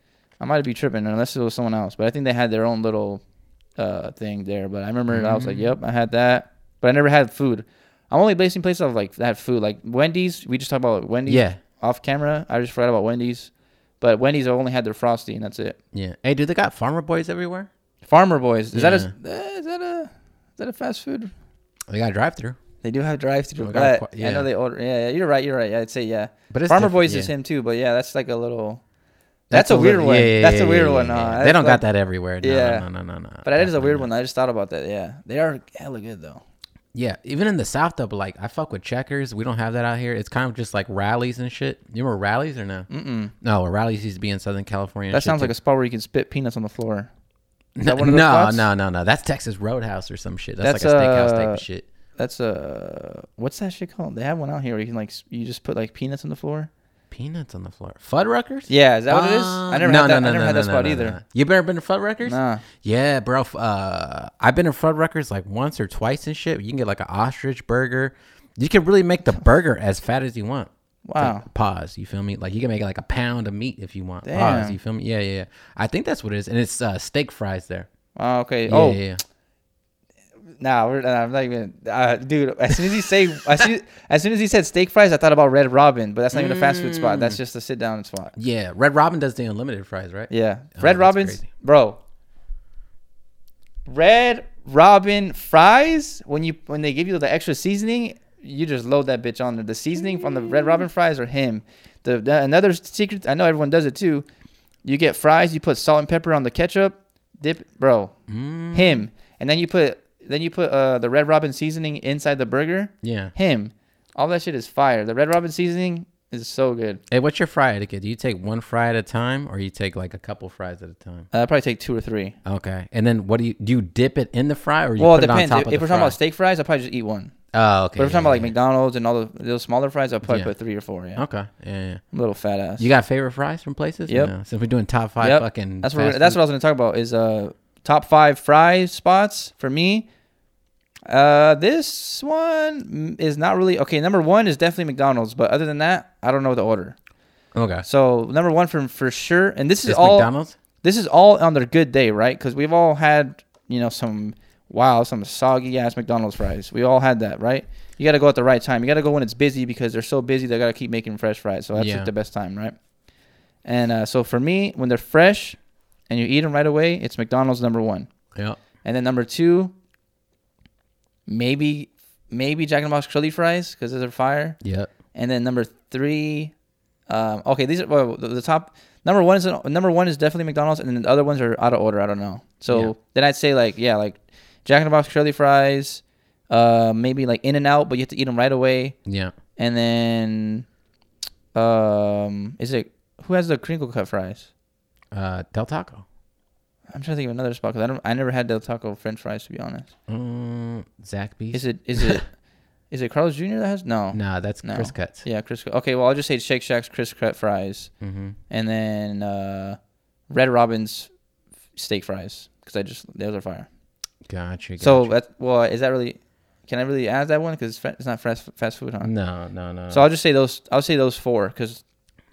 Speaker 1: I might be tripping unless it was someone else, but I think they had their own little uh, thing there. But I remember I was
Speaker 2: Mm.
Speaker 1: like, "Yep, I had that," but I never had food. I'm only basing places off like that food, like Wendy's. We just talked about Wendy's
Speaker 2: yeah,
Speaker 1: off camera. I just forgot about Wendy's, but Wendy's I only had their frosty, and that's it.
Speaker 2: yeah. Hey, do they got Farmer Boys everywhere?
Speaker 1: Farmer Boys is that
Speaker 2: Yeah.
Speaker 1: a eh, is that a is that a fast food?
Speaker 2: They got drive through,
Speaker 1: They do have drive
Speaker 2: Oh,
Speaker 1: through.
Speaker 2: God, qu-
Speaker 1: I
Speaker 2: yeah.
Speaker 1: know they order. Yeah, yeah, you're right. You're right. Yeah, I'd say yeah.
Speaker 2: but it's
Speaker 1: Farmer
Speaker 2: different,
Speaker 1: Boys
Speaker 2: yeah.
Speaker 1: is him too, but yeah, that's like a little.
Speaker 2: That's
Speaker 1: That's, a weird
Speaker 2: little-
Speaker 1: one.
Speaker 2: yeah, yeah,
Speaker 1: that's
Speaker 2: yeah,
Speaker 1: a weird
Speaker 2: yeah,
Speaker 1: one.
Speaker 2: yeah,
Speaker 1: uh,
Speaker 2: yeah. They
Speaker 1: that's
Speaker 2: don't
Speaker 1: like-
Speaker 2: got that everywhere. No,
Speaker 1: Yeah.
Speaker 2: yeah, no, no, no, no.
Speaker 1: But that is a
Speaker 2: Definitely
Speaker 1: weird
Speaker 2: not.
Speaker 1: one. I just thought about that. Yeah, they are hella good though.
Speaker 2: Yeah, even in the South though, but like I fuck with checkers. We don't have that out here. It's kind of just like rallies and shit. You remember rallies or no?
Speaker 1: Mm-mm.
Speaker 2: No, rallies used to be in Southern California. and
Speaker 1: That
Speaker 2: shit,
Speaker 1: sounds
Speaker 2: too.
Speaker 1: like a spot where you can spit peanuts on the floor. Is
Speaker 2: no,
Speaker 1: that one of those spots?
Speaker 2: no, no, no. That's Texas Roadhouse or some shit. That's,
Speaker 1: That's,
Speaker 2: like a steakhouse type
Speaker 1: uh,
Speaker 2: of shit.
Speaker 1: That's a what's that shit called? They have one out here where you can like s- you just put like peanuts on the floor.
Speaker 2: Peanuts on the floor. Fuddruckers?
Speaker 1: Yeah, is that what it is?
Speaker 2: Uh,
Speaker 1: I never had that. I never had that spot
Speaker 2: no,
Speaker 1: either.
Speaker 2: no. You ever been to Fuddruckers?
Speaker 1: Nah,
Speaker 2: Yeah, bro. f- Uh, I've been to Fuddruckers like once or twice and shit. You can get like an ostrich burger. You can really make the burger as fat as you want.
Speaker 1: wow.
Speaker 2: Like, pause. You feel me? Like you can make it like a pound of meat if you want. Pause.
Speaker 1: Damn.
Speaker 2: You feel me? Yeah, yeah, yeah. I think that's what it is, and it's uh, steak fries there.
Speaker 1: Oh, okay.
Speaker 2: Yeah,
Speaker 1: oh,
Speaker 2: yeah, yeah.
Speaker 1: nah. We're, nah, I'm not even, uh, dude. As soon as he say, as soon as soon as he said steak fries, I thought about Red Robin, but that's not even a fast food spot. That's just a sit down spot.
Speaker 2: Yeah, Red Robin does the unlimited fries, right?
Speaker 1: Yeah.
Speaker 2: Oh,
Speaker 1: Red
Speaker 2: that's
Speaker 1: Robin's,
Speaker 2: crazy.
Speaker 1: bro. Red Robin fries when you when they give you the extra seasoning, you just load that bitch on there. The seasoning from the Red Robin fries or him. The, the- another secret I know everyone does it too. You get fries. You put salt and pepper on the ketchup. Dip, bro.
Speaker 2: Mm.
Speaker 1: Him. And then you put then you put uh, the Red Robin seasoning inside the burger.
Speaker 2: Yeah.
Speaker 1: Him. All that shit is fire. The Red Robin seasoning is so good.
Speaker 2: Hey, what's your fry etiquette? Do you take one fry at a time, or you take like a couple fries at a time?
Speaker 1: Uh, I probably take two or three.
Speaker 2: Okay. And then what do you do? You dip it in the fry, or you
Speaker 1: well, it
Speaker 2: put it on
Speaker 1: depends.
Speaker 2: top
Speaker 1: If,
Speaker 2: of
Speaker 1: if
Speaker 2: the
Speaker 1: we're
Speaker 2: fry?
Speaker 1: talking about steak fries, I probably just eat one.
Speaker 2: oh, okay.
Speaker 1: But if we're
Speaker 2: yeah,
Speaker 1: talking about like
Speaker 2: yeah.
Speaker 1: McDonald's and all the those smaller fries, I'll probably
Speaker 2: Yeah.
Speaker 1: put three or four. Yeah,
Speaker 2: Okay. Yeah. yeah.
Speaker 1: I'm a little fat ass.
Speaker 2: You got favorite fries from places? Yeah.
Speaker 1: Yep.
Speaker 2: No? Since we're doing top five
Speaker 1: Yep.
Speaker 2: fucking.
Speaker 1: That's what we're,
Speaker 2: fast
Speaker 1: that's
Speaker 2: food-
Speaker 1: what I was gonna talk about is uh top five fry spots for me. Uh, this one mm, is not really okay. Number one is definitely McDonald's, but other than that, I don't know the order.
Speaker 2: Okay.
Speaker 1: So number one for for sure, and this is
Speaker 2: Just
Speaker 1: all
Speaker 2: McDonald's.
Speaker 1: this is all on their good day, right? Because we've all had you know some wow some soggy ass McDonald's fries. We all had that, right? You got to go at the right time. You got to go when it's busy because they're so busy they got to keep making fresh fries. So that's
Speaker 2: Yeah.
Speaker 1: like the best time, right? And uh, so for me, when they're fresh and you eat them right away, it's McDonald's number one,
Speaker 2: Yeah.
Speaker 1: and then number two, maybe maybe Jack in the Box chili fries because they're fire.
Speaker 2: Yep.
Speaker 1: And then number three, um, okay, these are well, the, the top. Number one is number one is definitely McDonald's, and then the other ones are out of order. I don't know. So
Speaker 2: Yeah.
Speaker 1: then I'd say like yeah, like Jack in the Box curly fries, uh, maybe like In and Out, but you have to eat them right away.
Speaker 2: Yeah.
Speaker 1: And then, um, is it who has the crinkle cut fries?
Speaker 2: Uh, Del Taco.
Speaker 1: I'm trying to think of another spot because I don't. I never had Del Taco French fries to be honest.
Speaker 2: Mm, Zaxby's.
Speaker 1: Is it is it is it Carlos Jr. that has no?
Speaker 2: Nah, that's
Speaker 1: No.
Speaker 2: Chris Cuts.
Speaker 1: Yeah, Chris. Okay, well I'll just say Shake Shack's Chris cut fries.
Speaker 2: Mm-hmm.
Speaker 1: and then uh, Red Robin's steak fries because I just those are fire.
Speaker 2: Gotcha. gotcha.
Speaker 1: So that well, is that really? Can I really add that one because it's, fa- it's not fast fast food, huh?
Speaker 2: no, no, no.
Speaker 1: uh, So I'll just say those. I'll say those four because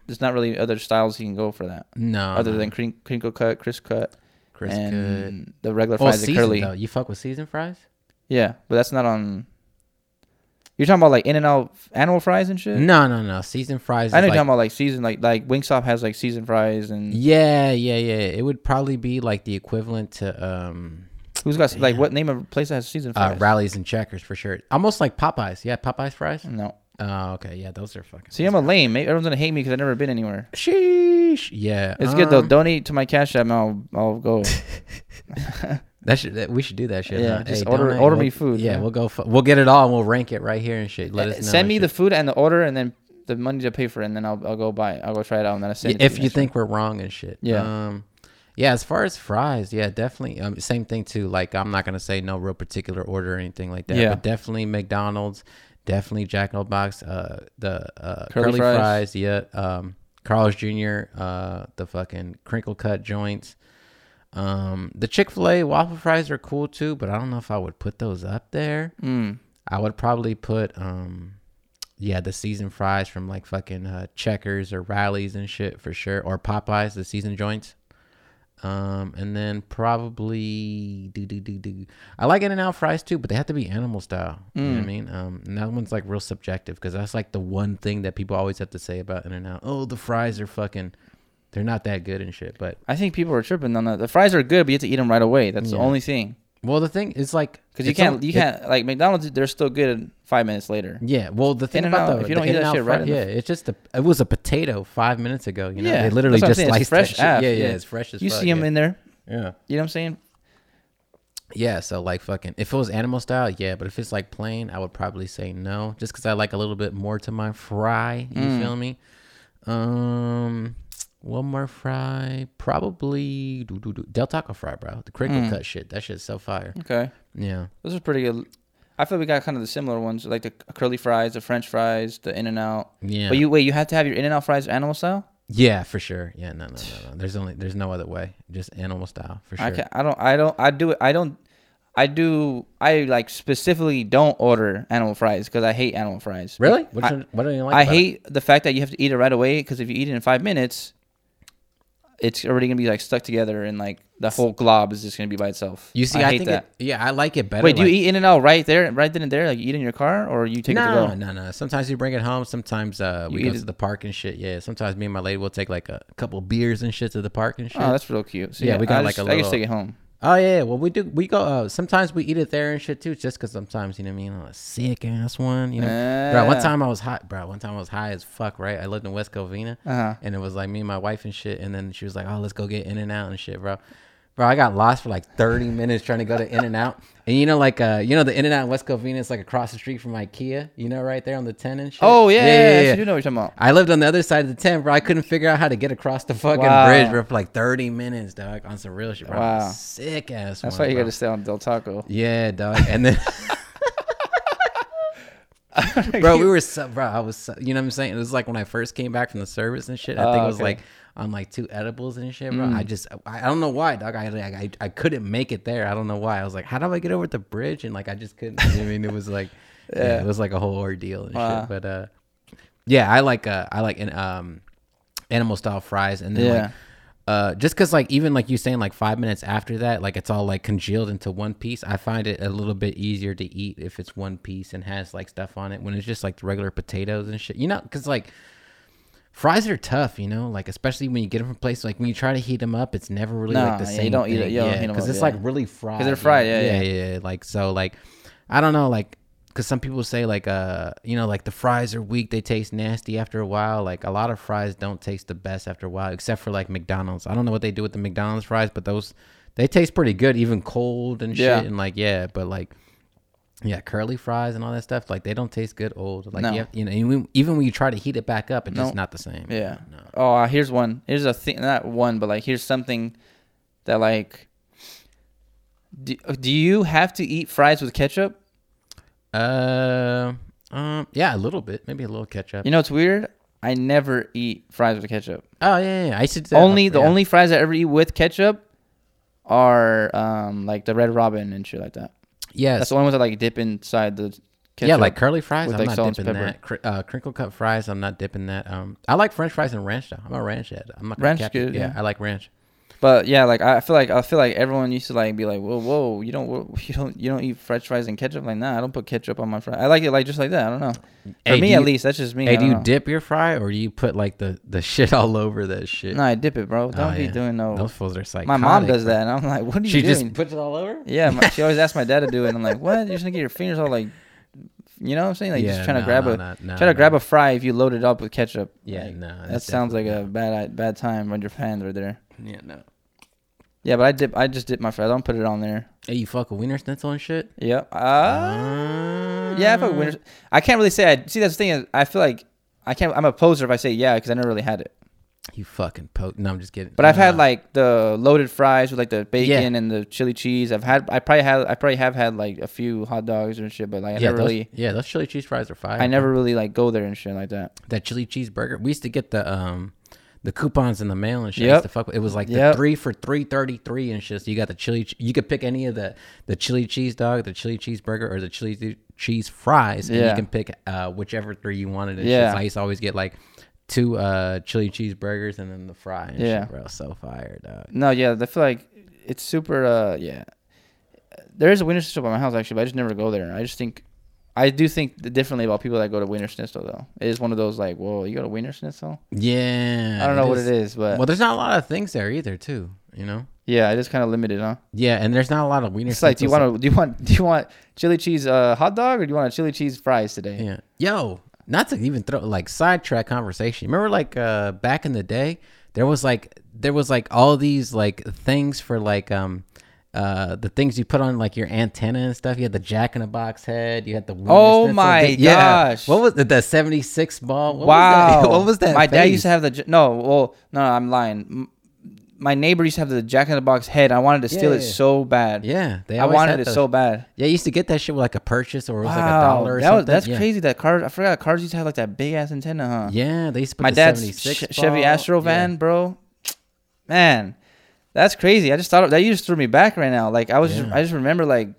Speaker 1: there's not really other styles you can go for that
Speaker 2: no,
Speaker 1: other
Speaker 2: no.
Speaker 1: than crin- crinkle cut, crisp cut,
Speaker 2: Chris Uh-huh. Cut.
Speaker 1: and the regular
Speaker 2: Oh,
Speaker 1: fries, the
Speaker 2: seasoned
Speaker 1: curly.
Speaker 2: though. You fuck with seasoned fries?
Speaker 1: Yeah, but that's not on. You're talking about like In and Out animal fries and shit.
Speaker 2: No, no, no. Seasoned fries.
Speaker 1: I know
Speaker 2: Mm, is
Speaker 1: you're
Speaker 2: like-
Speaker 1: talking about like seasoned, like like Wingstop has like seasoned fries and
Speaker 2: Yeah, yeah, yeah. It would probably be like the equivalent to um
Speaker 1: who's got like
Speaker 2: Damn.
Speaker 1: what name of place that has seasoned
Speaker 2: uh,
Speaker 1: fries?
Speaker 2: rallies and checkers for sure. Almost like Popeyes. Yeah, Popeyes fries.
Speaker 1: no,
Speaker 2: Oh, okay. Yeah, those are fucking.
Speaker 1: See, I'm a lame. mate. Everyone's gonna hate me because I've never been anywhere.
Speaker 2: Sheesh. Yeah.
Speaker 1: It's good though.
Speaker 2: um,
Speaker 1: Donate to my cash app, and I'll I'll go.
Speaker 2: That should that, we should do that shit.
Speaker 1: Yeah,
Speaker 2: huh?
Speaker 1: just order- order me food,
Speaker 2: Yeah,
Speaker 1: man. Eh,
Speaker 2: we'll go. Fu- we'll get it all and we'll rank it right here and shit. [laughs] Let us know.
Speaker 1: send
Speaker 2: and
Speaker 1: me
Speaker 2: shit.
Speaker 1: the food and the order, and then the money to pay for it, and then I'll I'll go buy it. I'll go try it out, and then I send.
Speaker 2: Yeah,
Speaker 1: it to
Speaker 2: if you
Speaker 1: next
Speaker 2: think we're wrong and shit.
Speaker 1: Yeah.
Speaker 2: Um, yeah, as far as fries, yeah, definitely. Um, same thing too. Like, I'm not gonna say no real particular order or anything like that.
Speaker 1: Yeah.
Speaker 2: But definitely McDonald's, definitely Jack in the Box, uh, the uh, curly,
Speaker 1: Curly fries.
Speaker 2: fries. yeah. Um, Carl's Jr., uh, the fucking crinkle cut joints. Um, the Chick Fil A waffle fries are cool too, but I don't know if I would put those up there.
Speaker 1: time.
Speaker 2: I would probably put um yeah, the seasoned fries from like fucking uh, Checkers or Rallies and shit for sure, or Popeyes, the seasoned joints. Um, and then probably do do do do. I like In and Out fries too, but they have to be animal style. You know
Speaker 1: Mm.
Speaker 2: what I mean? Um, and that one's like real subjective because that's like the one thing that people always have to say about In and Out. Oh, the fries are fucking, they're not that good and shit. But
Speaker 1: I think people are tripping on that. The fries are good, but you have to eat them right away. That's the
Speaker 2: Yeah.
Speaker 1: only thing.
Speaker 2: well, the thing is like
Speaker 1: Because you
Speaker 2: it's al-
Speaker 1: can't, you
Speaker 2: it-
Speaker 1: can't like McDonald's. They're still good five minutes later.
Speaker 2: Yeah, well, the thing
Speaker 1: In-N-Out,
Speaker 2: about the
Speaker 1: if you
Speaker 2: the
Speaker 1: don't eat that
Speaker 2: In-N-Out
Speaker 1: shit right
Speaker 2: fry-
Speaker 1: in the-
Speaker 2: yeah, it's just a it was a potato five minutes ago. You know,
Speaker 1: Yeah,
Speaker 2: they literally
Speaker 1: that's what I'm
Speaker 2: just
Speaker 1: saying,
Speaker 2: sliced
Speaker 1: it's
Speaker 2: that
Speaker 1: fresh
Speaker 2: shit.
Speaker 1: app,
Speaker 2: Yeah, yeah,
Speaker 1: yeah.
Speaker 2: it's fresh as
Speaker 1: You
Speaker 2: fuck,
Speaker 1: see them
Speaker 2: yeah.
Speaker 1: in there.
Speaker 2: yeah,
Speaker 1: You know what I'm saying?
Speaker 2: yeah. So like fucking, if it was animal style, yeah, but if it's like plain, I would probably say no, just because I like a little bit more to my fry. You
Speaker 1: Mm.
Speaker 2: feel me? Um, one more fry, probably do, do, do, Del Taco fry, bro. The crinkle
Speaker 1: Mm.
Speaker 2: cut shit, that shit's so fire.
Speaker 1: Okay,
Speaker 2: Yeah,
Speaker 1: those are pretty good. I feel we got kind of the similar ones, like the curly fries, the French fries, the In and Out.
Speaker 2: yeah.
Speaker 1: But you wait, you have to have your In and Out fries animal style.
Speaker 2: yeah, for sure. Yeah, no, no, no, no. There's only there's no other way. Just animal style for sure.
Speaker 1: I can, I don't I don't I do it I don't I do I like specifically don't order animal fries because I hate animal fries.
Speaker 2: Really? What,
Speaker 1: I-
Speaker 2: do you, what do you like?
Speaker 1: I
Speaker 2: about it?
Speaker 1: hate the fact that you have to eat it right away because if you eat it in five minutes, it's already gonna be like stuck together and like the whole glob is just gonna be by itself.
Speaker 2: You see, I, think
Speaker 1: that.
Speaker 2: It, yeah, I like it better.
Speaker 1: Wait, do
Speaker 2: like-
Speaker 1: you eat In and Out right there, right then and there? Like you eat in your car or you take it
Speaker 2: No,
Speaker 1: to go?
Speaker 2: no, no. Sometimes you bring it home. Sometimes uh, we
Speaker 1: You
Speaker 2: go
Speaker 1: eat
Speaker 2: to
Speaker 1: it-
Speaker 2: the park and shit. Yeah. Sometimes me and my lady will take like a couple beers and shit to the park and shit.
Speaker 1: Oh, that's real cute. So,
Speaker 2: Yeah, we got,
Speaker 1: I
Speaker 2: like,
Speaker 1: just-
Speaker 2: a
Speaker 1: I
Speaker 2: little-
Speaker 1: just take it home.
Speaker 2: Oh yeah, well we do. We go. Uh, sometimes we eat it there and shit too, just because sometimes you know what I mean. A sick ass one, you know. Bro, one
Speaker 1: Yeah.
Speaker 2: time I was hot, bro. One time I was high as fuck, right? I lived in West Covina,
Speaker 1: Uh-huh.
Speaker 2: and it was like me and my wife and shit. And then she was like, "Oh, let's go get In and Out and shit, bro." Bro, I got lost for like thirty minutes trying to go to In and Out, [laughs] and you know, like, uh, you know, the In and Out in West Covina is like across the street from IKEA, you know, right there on the ten and shit.
Speaker 1: Oh yeah, yeah, yeah, yeah, I do know what you're talking about.
Speaker 2: I lived on the other side of the tent, bro. I couldn't figure out how to get across the fucking
Speaker 1: Wow.
Speaker 2: bridge, bro, for like 30 minutes, dog, on some real shit, bro.
Speaker 1: Wow.
Speaker 2: Sick ass.
Speaker 1: That's
Speaker 2: one,
Speaker 1: why you
Speaker 2: bro.
Speaker 1: gotta stay on Del Taco.
Speaker 2: Yeah, dog. And
Speaker 1: [laughs]
Speaker 2: then, bro, we were so, bro, I was, so, you know what I'm saying? It was like when I first came back from the service and shit. I
Speaker 1: Oh,
Speaker 2: think it was
Speaker 1: okay. Mm.
Speaker 2: like on like two edibles and shit, bro. I just, I, I don't know why, dog. I, like, I, I couldn't make it there. I don't know why. I was like, how do I get over the bridge? And like, I just couldn't. you know what I mean, it was
Speaker 1: [laughs]
Speaker 2: like, yeah. it was like a whole ordeal and
Speaker 1: Wow.
Speaker 2: shit. But, uh, yeah, I like, uh, I like, an, um, animal style fries and then
Speaker 1: Yeah.
Speaker 2: like uh, just because like even like you saying like five minutes after that like it's all like congealed into one piece i find it a little bit easier to eat if it's one piece and has like stuff on it when it's just like the regular potatoes and shit you know because like fries are tough you know like especially when you get them from places like when you try to heat them up it's never really like
Speaker 1: Nah,
Speaker 2: the
Speaker 1: yeah, you
Speaker 2: same
Speaker 1: don't eat it-
Speaker 2: thing.
Speaker 1: you don't
Speaker 2: yeah
Speaker 1: heat 'em
Speaker 2: because
Speaker 1: up,
Speaker 2: it's
Speaker 1: yeah.
Speaker 2: like really fried
Speaker 1: 'Cause they're fried, yeah,
Speaker 2: yeah yeah, yeah. like so like i don't know like because some people say like uh you know like the fries are weak they taste nasty after a while like a lot of fries don't taste the best after a while except for like mcdonald's i don't know what they do with the mcdonald's fries but those they taste pretty good even cold and
Speaker 1: Yeah.
Speaker 2: shit and like yeah but like yeah curly fries and all that stuff like they don't taste good old like
Speaker 1: No.
Speaker 2: you, have, you know even- even when you try to heat it back up it's just not the same
Speaker 1: Yeah. Oh, uh, here's one. Here's a thing. Not one, but like here's something that like. Do, do you have to eat fries with ketchup?
Speaker 2: uh, um yeah a little bit maybe a little ketchup
Speaker 1: You know it's weird. I never eat fries with ketchup.
Speaker 2: oh yeah, yeah, yeah. i should say
Speaker 1: only the
Speaker 2: yeah.
Speaker 1: only fries I ever eat with ketchup are um like the Red Robin and shit like that.
Speaker 2: yes
Speaker 1: That's the only ones I like dip inside the ketchup.
Speaker 2: Yeah, like curly fries.
Speaker 1: with,
Speaker 2: I'm
Speaker 1: like,
Speaker 2: not
Speaker 1: salt and
Speaker 2: dipping
Speaker 1: pepper.
Speaker 2: that. Cr- uh, crinkle cut fries. I'm not dipping that. Um, I like French fries and ranch though. I'm a ranch head. I'm not gonna
Speaker 1: Ranch
Speaker 2: cap
Speaker 1: is
Speaker 2: you.
Speaker 1: good,
Speaker 2: Yeah,
Speaker 1: yeah.
Speaker 2: I like ranch.
Speaker 1: But yeah, like I feel like I feel like everyone used to like be like, whoa, whoa, you don't, whoa, [laughs] you don't, you don't eat French fries and ketchup. Like, nah, I don't put ketchup on my fries. I like it like just like that. I don't know. For
Speaker 2: Hey,
Speaker 1: me,
Speaker 2: do
Speaker 1: at
Speaker 2: you-
Speaker 1: least, that's just me. I
Speaker 2: hey, do
Speaker 1: don't
Speaker 2: you
Speaker 1: know.
Speaker 2: dip your fry or do you put like the the [laughs] shit all over that shit?
Speaker 1: No, I dip it, bro. Don't
Speaker 2: Oh,
Speaker 1: be
Speaker 2: yeah.
Speaker 1: doing no.
Speaker 2: Those fools are psychotic.
Speaker 1: my mom does
Speaker 2: bro.
Speaker 1: that, and I'm like, what are you
Speaker 2: She
Speaker 1: doing?
Speaker 2: just puts it all over.
Speaker 1: yeah, my, she always asks my dad to do it, and I'm like, what? You're just gonna get your fingers all like, you know what I'm saying? Like,
Speaker 2: Yeah,
Speaker 1: just trying
Speaker 2: no,
Speaker 1: to grab
Speaker 2: no,
Speaker 1: a
Speaker 2: no, no,
Speaker 1: try
Speaker 2: no.
Speaker 1: to grab a fry if you load it up with ketchup.
Speaker 2: Yeah,
Speaker 1: Like,
Speaker 2: no,
Speaker 1: that
Speaker 2: that's
Speaker 1: sounds like a bad bad time on your hand right there.
Speaker 2: Yeah, no.
Speaker 1: Yeah, but I dip. I just dip my fries. I don't put it on there.
Speaker 2: Hey, you fuck a wiener schnitzel and shit.
Speaker 1: Yeah. Uh, yeah, I fuck
Speaker 2: Mm.
Speaker 1: winter. I can't really say. I see. That's the thing. Is I feel like I can't. I'm a poser if I say yeah because I never really had it.
Speaker 2: You fucking poke. No, I'm just kidding.
Speaker 1: But I've had
Speaker 2: Uh,
Speaker 1: like the loaded fries with like the bacon and the chili cheese. I've had. I probably had. I probably have had like a few hot dogs and shit. But like
Speaker 2: yeah,
Speaker 1: I never
Speaker 2: those,
Speaker 1: really.
Speaker 2: yeah, those chili cheese fries are fire.
Speaker 1: I never really like go there and shit like that.
Speaker 2: that chili cheeseburger. We used to get the um the coupons in the mail and shit. I
Speaker 1: Yep.
Speaker 2: used to fuck with. It was like
Speaker 1: Yep.
Speaker 2: the three for three thirty three and shit. So you got the chili. Che- you could pick any of the the chili cheese dog, the chili cheeseburger, or the chili che- cheese fries. And
Speaker 1: Yeah.
Speaker 2: you can pick uh whichever three you wanted. And shit.
Speaker 1: Yeah.
Speaker 2: So I used to always get like two uh chili cheeseburgers and then the fry. And
Speaker 1: Yeah.
Speaker 2: shit, bro, so fire dog.
Speaker 1: No, yeah, I feel like it's super. uh Yeah, there is a winter schnitzel by my house actually, but I just never go there. I just think. I do think differently about people that go to Wiener Schnitzel though. It is one of those like, whoa, you go to Wiener Schnitzel?
Speaker 2: Yeah,
Speaker 1: I don't know what it is, but
Speaker 2: Well, there's not a lot of things there either, too. You know.
Speaker 1: yeah, it is kind of limited, huh?
Speaker 2: Yeah, and there's not a lot of wiener.
Speaker 1: It's like, do you
Speaker 2: schnitzels.
Speaker 1: want to do you want do you want chili cheese uh, hot dog or do you want a chili cheese fries today?
Speaker 2: Yeah. Yo, not to even throw like sidetrack conversation. Remember like uh back in the day, there was like there was like all these like things for like um uh the things you put on like your antenna and stuff. You had the jack in the box head, you had the wiener
Speaker 1: Oh
Speaker 2: schnitzel.
Speaker 1: my
Speaker 2: Th- yeah.
Speaker 1: gosh.
Speaker 2: What was the, the 76 ball? What
Speaker 1: Wow,
Speaker 2: Was that? [laughs] what was that?
Speaker 1: My dad
Speaker 2: face?
Speaker 1: used to have the j- no. Well, no, no, I'm lying. M- My neighbor used to have the Jack in the Box head. I wanted to steal
Speaker 2: Yeah,
Speaker 1: it
Speaker 2: yeah.
Speaker 1: so bad.
Speaker 2: Yeah, they
Speaker 1: I
Speaker 2: always
Speaker 1: wanted
Speaker 2: had
Speaker 1: it
Speaker 2: those.
Speaker 1: so bad.
Speaker 2: Yeah, you used to get that shit with like a purchase or it was like a
Speaker 1: Wow,
Speaker 2: dollar or
Speaker 1: that
Speaker 2: something.
Speaker 1: was that's
Speaker 2: yeah.
Speaker 1: crazy. That cars, I forgot cars used to have like that big ass antenna, huh?
Speaker 2: Yeah, they used to put
Speaker 1: my
Speaker 2: the
Speaker 1: dad's
Speaker 2: 76
Speaker 1: sh- Chevy
Speaker 2: ball.
Speaker 1: Astro
Speaker 2: Yeah.
Speaker 1: van, bro. Man, that's crazy. I just thought of, that you just threw me back right now. Like I was, just,
Speaker 2: Yeah.
Speaker 1: I just remember like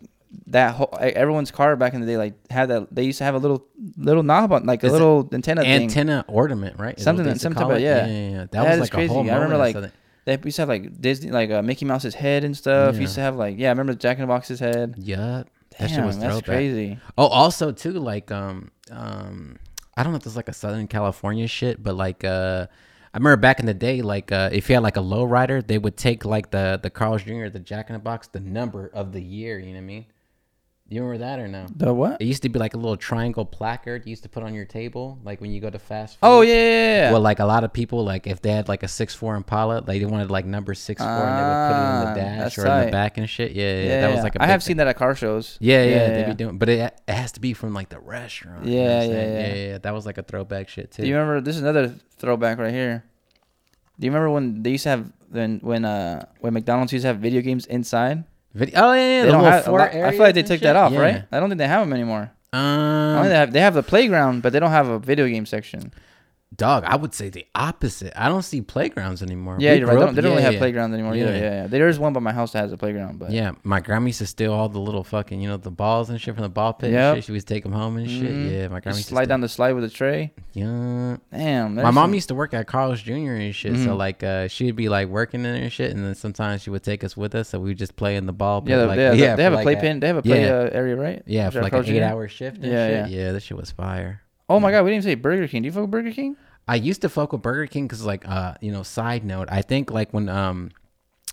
Speaker 1: that whole like, everyone's car back in the day like had that. They used to have a little little knob on like a
Speaker 2: It's a-
Speaker 1: little antenna thing.
Speaker 2: antenna ornament, right? Is what
Speaker 1: Something
Speaker 2: they
Speaker 1: that-
Speaker 2: used to
Speaker 1: something
Speaker 2: call
Speaker 1: about-
Speaker 2: it?
Speaker 1: yeah.
Speaker 2: yeah, yeah. That,
Speaker 1: Yeah,
Speaker 2: was
Speaker 1: it's
Speaker 2: like
Speaker 1: crazy.
Speaker 2: a whole.
Speaker 1: I remember,
Speaker 2: moment or
Speaker 1: like,
Speaker 2: something.
Speaker 1: They used to have like Disney, like uh, Mickey Mouse's head and stuff.
Speaker 2: Yeah.
Speaker 1: Used to have like yeah, I remember Jack in the Box's head.
Speaker 2: Yup.
Speaker 1: Damn,
Speaker 2: That shit was
Speaker 1: that's
Speaker 2: throwback.
Speaker 1: crazy.
Speaker 2: Oh, also too, like um um, I don't know if this is like a Southern California shit, but like uh, I remember back in the day, like uh, if you had like a low rider, they would take like the the Carl's Jr. the Jack in the Box, the number of the year. You know what I mean? You remember that or no?
Speaker 1: The what?
Speaker 2: It used to be like a little triangle placard you used to put on your table, like when you go to fast food.
Speaker 1: Oh yeah, yeah, yeah.
Speaker 2: Well, like a lot of people, like if they had like a six four Impala, like they wanted like number six four, and they would put it in
Speaker 1: Ah,
Speaker 2: the
Speaker 1: that's
Speaker 2: dash or in
Speaker 1: tight.
Speaker 2: the back and shit. Yeah, yeah,
Speaker 1: yeah,
Speaker 2: that
Speaker 1: yeah.
Speaker 2: was like a
Speaker 1: I
Speaker 2: big
Speaker 1: have
Speaker 2: thing.
Speaker 1: seen that at car shows.
Speaker 2: Yeah, yeah, they
Speaker 1: yeah.
Speaker 2: be doing, but it, it has to be from like the restaurant. you know
Speaker 1: Yeah,
Speaker 2: what I'm
Speaker 1: yeah,
Speaker 2: saying?
Speaker 1: yeah.
Speaker 2: yeah, That was like a throwback shit too.
Speaker 1: Do you remember? This is another throwback right here. Do you remember when they used to have when when uh when McDonald's used to have video games inside?
Speaker 2: Video- oh yeah, yeah,
Speaker 1: They
Speaker 2: the
Speaker 1: don't
Speaker 2: little
Speaker 1: have. a
Speaker 2: four
Speaker 1: lot- I
Speaker 2: areas
Speaker 1: feel like they
Speaker 2: and
Speaker 1: took
Speaker 2: shit?
Speaker 1: that off,
Speaker 2: Yeah.
Speaker 1: right? I don't think they have them anymore. I
Speaker 2: Um,
Speaker 1: think they have they have the playground, but they don't have a video game section.
Speaker 2: dog, I would say the opposite. I don't see playgrounds anymore.
Speaker 1: Yeah,
Speaker 2: We
Speaker 1: you're right.
Speaker 2: grew
Speaker 1: They
Speaker 2: up-
Speaker 1: don't, they don't
Speaker 2: yeah,
Speaker 1: really have
Speaker 2: yeah.
Speaker 1: playgrounds anymore either.
Speaker 2: Yeah.
Speaker 1: Yeah, yeah. There is one by my house that has a playground, but
Speaker 2: Yeah, my grandma used to steal all the little fucking, you know, the balls and shit from the ball pit.
Speaker 1: Yep.
Speaker 2: And shit. She would take them home and shit.
Speaker 1: Mhm.
Speaker 2: Yeah, my
Speaker 1: You
Speaker 2: grandma used to
Speaker 1: slide down the slide with a tray.
Speaker 2: steal- Yeah.
Speaker 1: Damn.
Speaker 2: My
Speaker 1: there's
Speaker 2: mom
Speaker 1: some- Mm-hmm.
Speaker 2: used to work at Carl's Jr. and shit, so like uh, she'd be like working there and shit, and then sometimes she would take us with us, so we would just play in the ball. pit,
Speaker 1: Yeah, they-
Speaker 2: like, [laughs]
Speaker 1: they, they have
Speaker 2: for
Speaker 1: a
Speaker 2: like
Speaker 1: play
Speaker 2: a-
Speaker 1: pin. They have a play
Speaker 2: yeah.
Speaker 1: uh, area, right?
Speaker 2: Yeah,
Speaker 1: Is
Speaker 2: for
Speaker 1: that
Speaker 2: like an
Speaker 1: Carl's Jr.?
Speaker 2: eight-hour shift. And
Speaker 1: Yeah,
Speaker 2: shit. yeah, That shit was fire.
Speaker 1: Oh my god, we didn't say Burger King. Do you fuck with Burger King?
Speaker 2: I used to fuck with Burger King because, like, uh, you know, side note, I think like when um,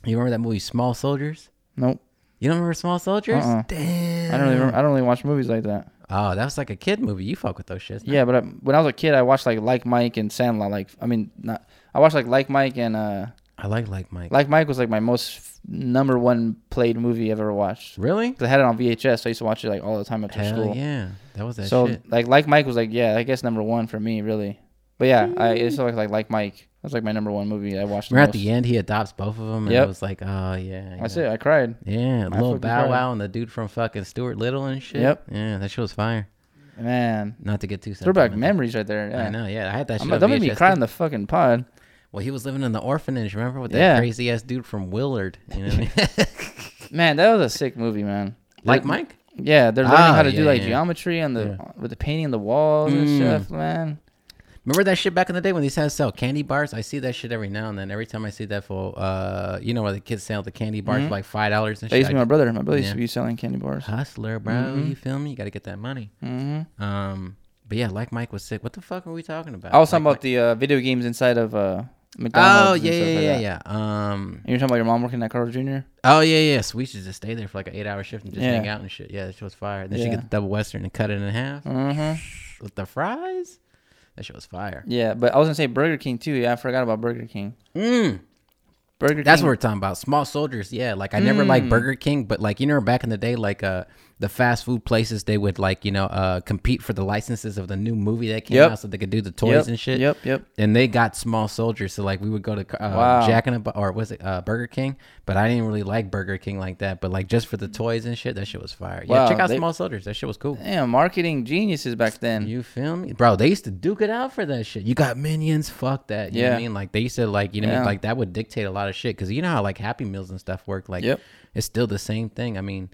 Speaker 2: you remember that movie Small Soldiers?
Speaker 1: Nope.
Speaker 2: You don't remember Small Soldiers?
Speaker 1: Uh-uh. I
Speaker 2: Damn.
Speaker 1: don't really. Remember, I don't really watch movies like that.
Speaker 2: Oh, that was like a kid movie. You fuck with those shits. no?
Speaker 1: Yeah, but I, when I was a kid, I watched like Like Mike and Sandlot. Like, I mean, not. I watched like Like Mike and uh,
Speaker 2: I like like Mike.
Speaker 1: Like Mike was like my most f- number one played movie I've ever watched.
Speaker 2: really?
Speaker 1: 'Cause I had it on VHS, so I used to watch it like all the time after
Speaker 2: Hell
Speaker 1: school.
Speaker 2: yeah, that was that
Speaker 1: so
Speaker 2: shit.
Speaker 1: like Like Mike was like yeah, I guess number one for me really. But yeah, I it's like like Like Mike. That's like my number one movie I watched. The
Speaker 2: Remember at
Speaker 1: most.
Speaker 2: the end, he adopts both of them, and
Speaker 1: Yep.
Speaker 2: it was like, oh yeah,
Speaker 1: That's
Speaker 2: yeah.
Speaker 1: it. I cried.
Speaker 2: Yeah, little
Speaker 1: fucking
Speaker 2: Bow
Speaker 1: cried.
Speaker 2: Wow and the dude from fucking Stuart Little and shit.
Speaker 1: Yep.
Speaker 2: Yeah, that shit was fire.
Speaker 1: Man,
Speaker 2: Not to get too
Speaker 1: throwback
Speaker 2: sentimental.
Speaker 1: memories right there. Yeah.
Speaker 2: I know. Yeah, I had that
Speaker 1: I'm
Speaker 2: shit.
Speaker 1: not,
Speaker 2: on
Speaker 1: don't make me
Speaker 2: VHS
Speaker 1: cry
Speaker 2: too.
Speaker 1: on the fucking pod.
Speaker 2: Well, he was living in the orphanage, remember, with that
Speaker 1: Yeah.
Speaker 2: crazy ass dude from Willard. You know [laughs]
Speaker 1: [laughs]
Speaker 2: what I mean?
Speaker 1: Man, that was a sick movie, man.
Speaker 2: like
Speaker 1: They're-
Speaker 2: Mike?
Speaker 1: Yeah, they're learning
Speaker 2: Ah,
Speaker 1: how to
Speaker 2: yeah,
Speaker 1: do like
Speaker 2: yeah.
Speaker 1: geometry and the with the painting the walls and
Speaker 2: Mm.
Speaker 1: stuff, man.
Speaker 2: Remember that shit back in the day when they used to sell candy bars? I see that shit every now and then. Every time I see that for uh you know where the kids sell the candy bars
Speaker 1: Mhm.
Speaker 2: for like five dollars and
Speaker 1: That used
Speaker 2: shit.
Speaker 1: to be my brother. My brother used
Speaker 2: Yeah.
Speaker 1: to be selling candy bars.
Speaker 2: Hustler, bro.
Speaker 1: Mhm.
Speaker 2: You feel me? You gotta get that money.
Speaker 1: hmm
Speaker 2: Um but yeah, like Mike was sick. What the fuck are we talking about?
Speaker 1: I was
Speaker 2: Like
Speaker 1: talking about
Speaker 2: Mike-
Speaker 1: the uh, video games inside of uh, McDonald's.
Speaker 2: Oh
Speaker 1: and
Speaker 2: yeah,
Speaker 1: stuff
Speaker 2: yeah,
Speaker 1: like
Speaker 2: yeah,
Speaker 1: that.
Speaker 2: yeah. Um
Speaker 1: And you're talking about your mom working at Carl Jr.
Speaker 2: Oh yeah, yeah. So we should just stay there for like an eight hour shift and just
Speaker 1: Yeah.
Speaker 2: hang out and shit. Yeah, that shit was fire. Then she
Speaker 1: Yeah.
Speaker 2: get the double western and cut it in half
Speaker 1: Mm-hmm.
Speaker 2: with the fries. That shit was fire.
Speaker 1: Yeah, but I was gonna say Burger King too. Yeah, I forgot about Burger King.
Speaker 2: Mm.
Speaker 1: Burger King.
Speaker 2: That's what we're talking about. Small soldiers. Yeah. Like I never liked
Speaker 1: Mm.
Speaker 2: Burger King, but like you know back in the day, like uh the fast food places they would like, you know, uh compete for the licenses of the new movie that came
Speaker 1: Yep.
Speaker 2: out so they could do the toys
Speaker 1: yep,
Speaker 2: and shit.
Speaker 1: Yep, yep.
Speaker 2: And they got small soldiers, so like we would go to uh,
Speaker 1: Wow.
Speaker 2: Jack and the Bo- or was it uh, Burger King? But I didn't really like Burger King like that. But like just for the toys and shit, that shit was fire.
Speaker 1: Wow,
Speaker 2: yeah, check out
Speaker 1: they-
Speaker 2: small soldiers. That shit was cool.
Speaker 1: Damn, marketing geniuses back then.
Speaker 2: You feel me, bro? They used to duke it out for that shit. You got minions, fuck that. You know
Speaker 1: Yeah.
Speaker 2: what I mean? Like they used to like, you know, what I mean?
Speaker 1: Yeah.
Speaker 2: like that would dictate a lot of shit because you know how like Happy Meals and stuff work. Like,
Speaker 1: Yep.
Speaker 2: it's still the same thing. I mean,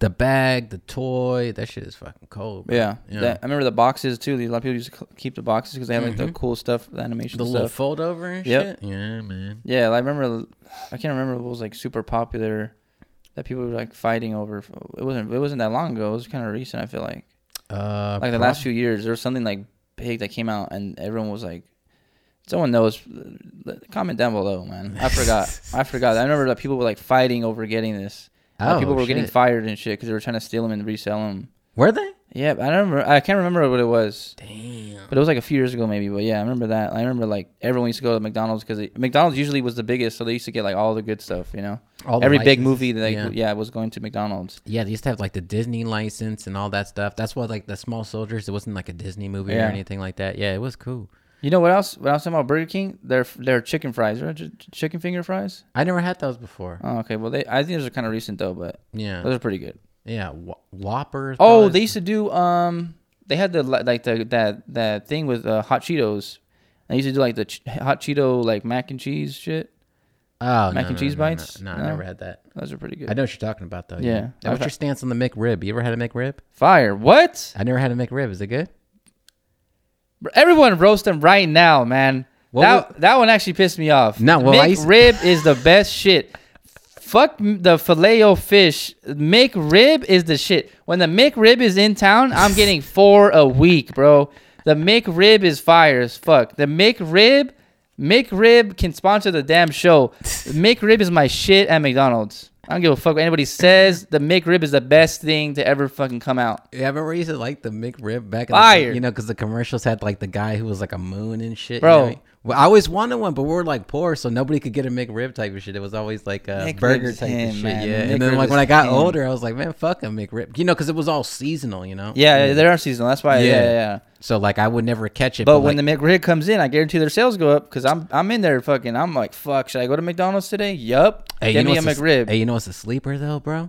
Speaker 2: the bag, the toy, that shit is fucking cold. Bro.
Speaker 1: Yeah,
Speaker 2: Yeah.
Speaker 1: That, I remember the boxes too. A lot of people used to c- keep the boxes because they had like the cool stuff, the animation
Speaker 2: Mm-hmm. the
Speaker 1: stuff.
Speaker 2: little fold over and
Speaker 1: Yep.
Speaker 2: shit. Yeah, man.
Speaker 1: Yeah, I remember. I can't remember what was like super popular that people were like fighting over. It wasn't. It wasn't that long ago. It was kind of recent. I feel like
Speaker 2: Uh,
Speaker 1: like the last few years there was something like big that came out and everyone was like, someone knows. L- Comment down below, man. I forgot. I forgot. I remember that people were like fighting over getting this. Like,
Speaker 2: Oh,
Speaker 1: people were getting
Speaker 2: shit.
Speaker 1: fired and shit because they were trying to steal them and resell them.
Speaker 2: were they?
Speaker 1: Yeah, but I don't remember. I can't remember what it was.
Speaker 2: Damn.
Speaker 1: But it was like a few years ago, maybe. But yeah, I remember that. I remember like everyone used to go to McDonald's because McDonald's usually was the biggest, so they used to get like all the good stuff, you know.
Speaker 2: All the
Speaker 1: Every big
Speaker 2: licenses.
Speaker 1: movie, that yeah.
Speaker 2: Yeah.
Speaker 1: yeah, was going to McDonald's.
Speaker 2: Yeah, they used to have like the Disney license and all that stuff. That's why like the Small Soldiers, it wasn't like a Disney movie
Speaker 1: Yeah.
Speaker 2: or anything like that. Yeah, it was cool.
Speaker 1: You know what else? When I was talking about Burger King, their their chicken fries, right? Ch- ch- Chicken finger fries.
Speaker 2: I never had those before.
Speaker 1: Oh, okay. Well, they I think those are kind of recent though, but
Speaker 2: Yeah.
Speaker 1: those are pretty good.
Speaker 2: Yeah, wh- Whoppers.
Speaker 1: Oh, they
Speaker 2: probably.
Speaker 1: used to do um, they had the li- like the that that thing with uh, hot Cheetos. They used to do like the ch- hot Cheeto like mac and cheese shit.
Speaker 2: oh,
Speaker 1: mac
Speaker 2: no,
Speaker 1: and
Speaker 2: no,
Speaker 1: cheese
Speaker 2: no, no,
Speaker 1: bites?
Speaker 2: No,
Speaker 1: No?
Speaker 2: I never had that.
Speaker 1: Those are pretty good.
Speaker 2: I know what you're talking about though.
Speaker 1: Yeah.
Speaker 2: Now, What's your stance on the McRib? You ever had a McRib?
Speaker 1: Fire! What?
Speaker 2: I never had a McRib. Is it good?
Speaker 1: Everyone roast them right now, man.
Speaker 2: What
Speaker 1: that that one actually pissed me off.
Speaker 2: No, well, I used-
Speaker 1: rib is the best shit. Fuck m- the filet o fish. Mick rib is the shit. When the Mick rib is in town, I'm [laughs] getting four a week, bro. The Mick rib is fire as fuck. The Mick rib Mick Rib can sponsor the damn [laughs] show. Mick Rib is my shit at McDonald's. I don't give a fuck what anybody says. The Mick Rib is the best thing to ever fucking come out.
Speaker 2: Yeah, I remember used to like the McRib back in
Speaker 1: Fire.
Speaker 2: the you know, because the commercials had like the guy who was like a moon and shit. you
Speaker 1: Bro.
Speaker 2: know what I mean? well, I always wanted one, but we were like poor, so nobody could get a McRib type of shit. It was always like a
Speaker 1: McRib's
Speaker 2: burger type
Speaker 1: him,
Speaker 2: of shit.
Speaker 1: man.
Speaker 2: Yeah, and then
Speaker 1: McRib
Speaker 2: like when
Speaker 1: is
Speaker 2: I got
Speaker 1: him.
Speaker 2: older, I was like, man, fuck a McRib, you know, because it was all seasonal, you know.
Speaker 1: Yeah, they are seasonal. That's why. Yeah, Mm. yeah. yeah.
Speaker 2: So like I would never catch it.
Speaker 1: But when
Speaker 2: like,
Speaker 1: the McRib comes in, I guarantee their sales go up because I'm I'm in there fucking. I'm like, fuck. Should I go to McDonald's today? Yup.
Speaker 2: hey,
Speaker 1: Get
Speaker 2: you know
Speaker 1: me a
Speaker 2: what's
Speaker 1: McRib.
Speaker 2: hey, you know what's a sleeper though, bro?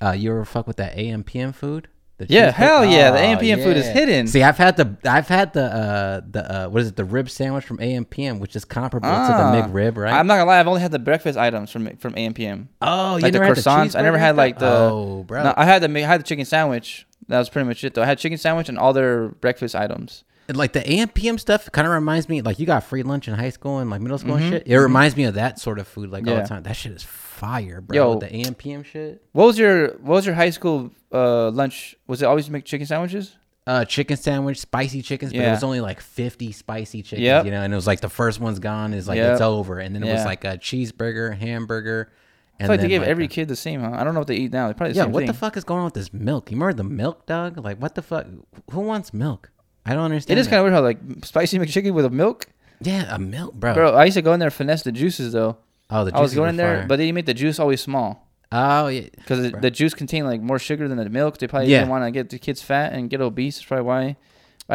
Speaker 2: Uh, you ever fuck with that AM PM food? The
Speaker 1: yeah,
Speaker 2: cheesesteak-
Speaker 1: hell yeah. The
Speaker 2: Oh,
Speaker 1: AMPM food is
Speaker 2: yeah.
Speaker 1: hidden.
Speaker 2: See, I've had the I've had the uh the uh what is it the rib sandwich from AMPM, which is comparable
Speaker 1: Ah.
Speaker 2: to the McRib, right?
Speaker 1: I'm not gonna lie. I've only had the breakfast items from from AMPM.
Speaker 2: oh, you
Speaker 1: like the
Speaker 2: never had
Speaker 1: croissants. I never
Speaker 2: cheeseburger
Speaker 1: had
Speaker 2: though?
Speaker 1: like the.
Speaker 2: oh, bro.
Speaker 1: No, I had the ma- I had the chicken sandwich. That was pretty much it though. I had chicken sandwich and all their breakfast items.
Speaker 2: And, like the AMPM stuff kind of reminds me like you got free lunch in high school and like middle school and shit. It reminds me of that sort of food like all
Speaker 1: Mm-hmm, Yeah.
Speaker 2: the time. That shit is fire, bro.
Speaker 1: Yo.
Speaker 2: the AMPM shit.
Speaker 1: What was your What was your high school uh, lunch? Was it always make chicken sandwiches?
Speaker 2: Uh, chicken sandwich, spicy chickens, but
Speaker 1: Yeah.
Speaker 2: it was only like fifty spicy chickens,
Speaker 1: Yep.
Speaker 2: you know. And it was like the first one's gone, is like
Speaker 1: Yep.
Speaker 2: it's over. And then it
Speaker 1: Yeah.
Speaker 2: was like a cheeseburger, hamburger, and
Speaker 1: I feel like they
Speaker 2: then,
Speaker 1: gave every
Speaker 2: a-
Speaker 1: kid the same. Huh? I don't know what they eat now. They probably the
Speaker 2: Yeah,
Speaker 1: same
Speaker 2: what the
Speaker 1: thing.
Speaker 2: fuck is going on with this milk? You remember the milk, dog? Like, what the fuck? Who wants milk? I don't
Speaker 1: It
Speaker 2: understand.
Speaker 1: is kind of weird how like spicy [laughs] McChicken with a milk.
Speaker 2: of yeah, a milk, bro.
Speaker 1: Bro, I used to go in there and finesse the juices though.
Speaker 2: oh, the
Speaker 1: I was
Speaker 2: juices
Speaker 1: going
Speaker 2: were
Speaker 1: in there,
Speaker 2: fire.
Speaker 1: but they make the juice always small
Speaker 2: oh yeah,
Speaker 1: because
Speaker 2: Bruh.
Speaker 1: the juice contained like more sugar than the milk. They probably
Speaker 2: Yeah.
Speaker 1: didn't want to get the kids fat and get obese. That's probably why. I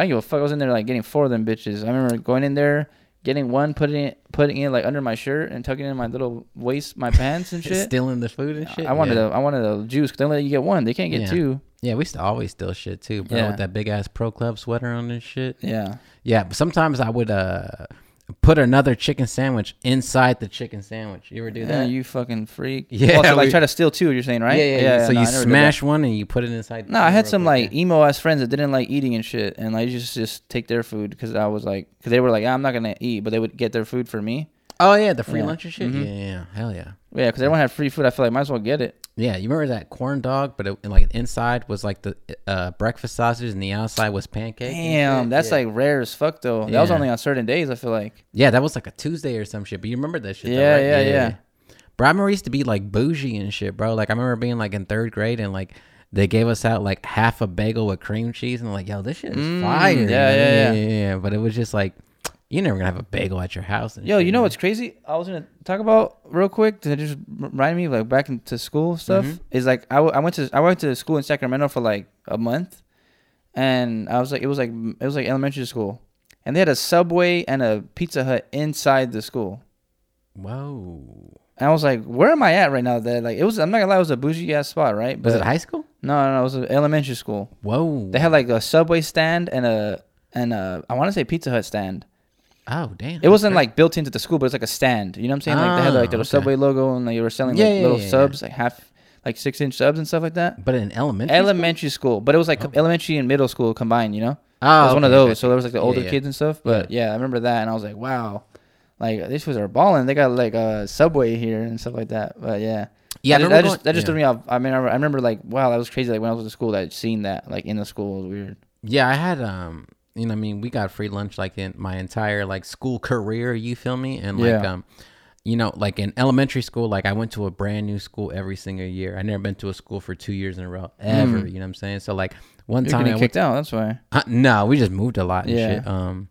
Speaker 1: didn't give a fuck. I was in there like getting four of them bitches. I remember going in there, getting one, putting it, putting it like under my shirt and tucking it in my little waist, my
Speaker 2: [laughs]
Speaker 1: pants and shit.
Speaker 2: stealing the food and shit.
Speaker 1: I wanted
Speaker 2: yeah.
Speaker 1: a, I wanted a juice. 'cause They only let you get one. They can't get
Speaker 2: Yeah.
Speaker 1: two.
Speaker 2: Yeah, we used to always steal shit too, bro.
Speaker 1: Yeah.
Speaker 2: With that big ass pro club sweater on and shit.
Speaker 1: Yeah.
Speaker 2: Yeah, but sometimes I would uh put another chicken sandwich inside the chicken sandwich. You ever do
Speaker 1: Yeah,
Speaker 2: that?
Speaker 1: you fucking freak.
Speaker 2: Yeah,
Speaker 1: Also, like
Speaker 2: we-
Speaker 1: try to steal two. You're saying right?
Speaker 2: Yeah, yeah. yeah, so
Speaker 1: no, I
Speaker 2: you
Speaker 1: never did that.
Speaker 2: smash one and you put it inside.
Speaker 1: No, I had
Speaker 2: real
Speaker 1: some
Speaker 2: quick,
Speaker 1: like emo ass friends that didn't like eating and shit, and like just just take their food because I was like, because they were like, I'm not gonna eat, but they would get their food for me.
Speaker 2: yeah. Oh yeah, the free
Speaker 1: Yeah.
Speaker 2: lunch and shit.
Speaker 1: Mhm.
Speaker 2: Yeah, yeah, yeah, hell yeah.
Speaker 1: Yeah, because everyone had free food. I feel like might as well get it.
Speaker 2: Yeah, you remember that corn dog, but it, and, like inside was like the uh, breakfast sausage, and the outside was pancake. and
Speaker 1: Damn,
Speaker 2: shit.
Speaker 1: that's
Speaker 2: yeah.
Speaker 1: like rare as fuck though. That was
Speaker 2: Yeah.
Speaker 1: only on certain days. I feel like.
Speaker 2: yeah, that was like a Tuesday or some shit. But you remember that shit? though,
Speaker 1: Yeah,
Speaker 2: right?
Speaker 1: yeah, yeah.
Speaker 2: Bro, I remember it used to be like bougie and shit, bro. Like I remember being like in third grade and like they gave us out like half a bagel with cream cheese, and like yo, this shit is
Speaker 1: Mm,
Speaker 2: fire. you
Speaker 1: yeah,
Speaker 2: know?
Speaker 1: yeah, yeah.
Speaker 2: yeah, yeah. But it was just like you're never gonna have a bagel at your house. And
Speaker 1: Yo,
Speaker 2: shit,
Speaker 1: you know what's crazy? I was gonna talk about real quick. That just reminded me like back into school stuff.
Speaker 2: Mm-hmm.
Speaker 1: Is like I, w- I went to I went to school in Sacramento for like a month, and I was like it was like it was like elementary school, and they had a subway and a Pizza Hut inside the school.
Speaker 2: Whoa.
Speaker 1: And I was like, where am I at right now? That like it was I'm not gonna lie, it was a bougie ass spot, right?
Speaker 2: Was
Speaker 1: But
Speaker 2: it high school?
Speaker 1: no, no, no, it was a elementary school.
Speaker 2: Whoa.
Speaker 1: They had like a subway stand and a and a I want to say Pizza Hut stand.
Speaker 2: oh damn.
Speaker 1: It wasn't like built into the school, but it's like a stand. You know what I'm saying? Like they had
Speaker 2: Ah,
Speaker 1: like the
Speaker 2: okay.
Speaker 1: subway logo and they were selling like
Speaker 2: Yeah, yeah,
Speaker 1: little
Speaker 2: yeah, yeah.
Speaker 1: subs, like half like six inch subs and stuff like that.
Speaker 2: but in elementary.
Speaker 1: Elementary school, but it was like elementary and middle school combined. You know,
Speaker 2: Oh,
Speaker 1: it was one of
Speaker 2: okay,
Speaker 1: those.
Speaker 2: gotcha.
Speaker 1: So there was like the
Speaker 2: Yeah,
Speaker 1: older
Speaker 2: yeah.
Speaker 1: kids and stuff. But yeah. I remember that, and I was like, wow, like these was are balling. They got like a subway here and stuff like that. But yeah,
Speaker 2: Yeah, I
Speaker 1: that, just,
Speaker 2: remember
Speaker 1: that, just,
Speaker 2: going-
Speaker 1: that just
Speaker 2: yeah.
Speaker 1: threw me off. I mean, I re- I remember like wow, that was crazy. Like when I was in school, that I'd seen that like in the school it was weird.
Speaker 2: Yeah, I had um you know, I mean, we got free lunch like in my entire like school career, you feel me? And like
Speaker 1: Yeah.
Speaker 2: um you know, like in elementary school, like I went to a brand new school every single year. I never been to a school for two years in a row ever. You know what I'm saying? So like one
Speaker 1: Mm. You're
Speaker 2: time I
Speaker 1: getting
Speaker 2: went-
Speaker 1: kicked out. That's why.
Speaker 2: uh, no, we just moved a lot and
Speaker 1: Yeah.
Speaker 2: shit. Um,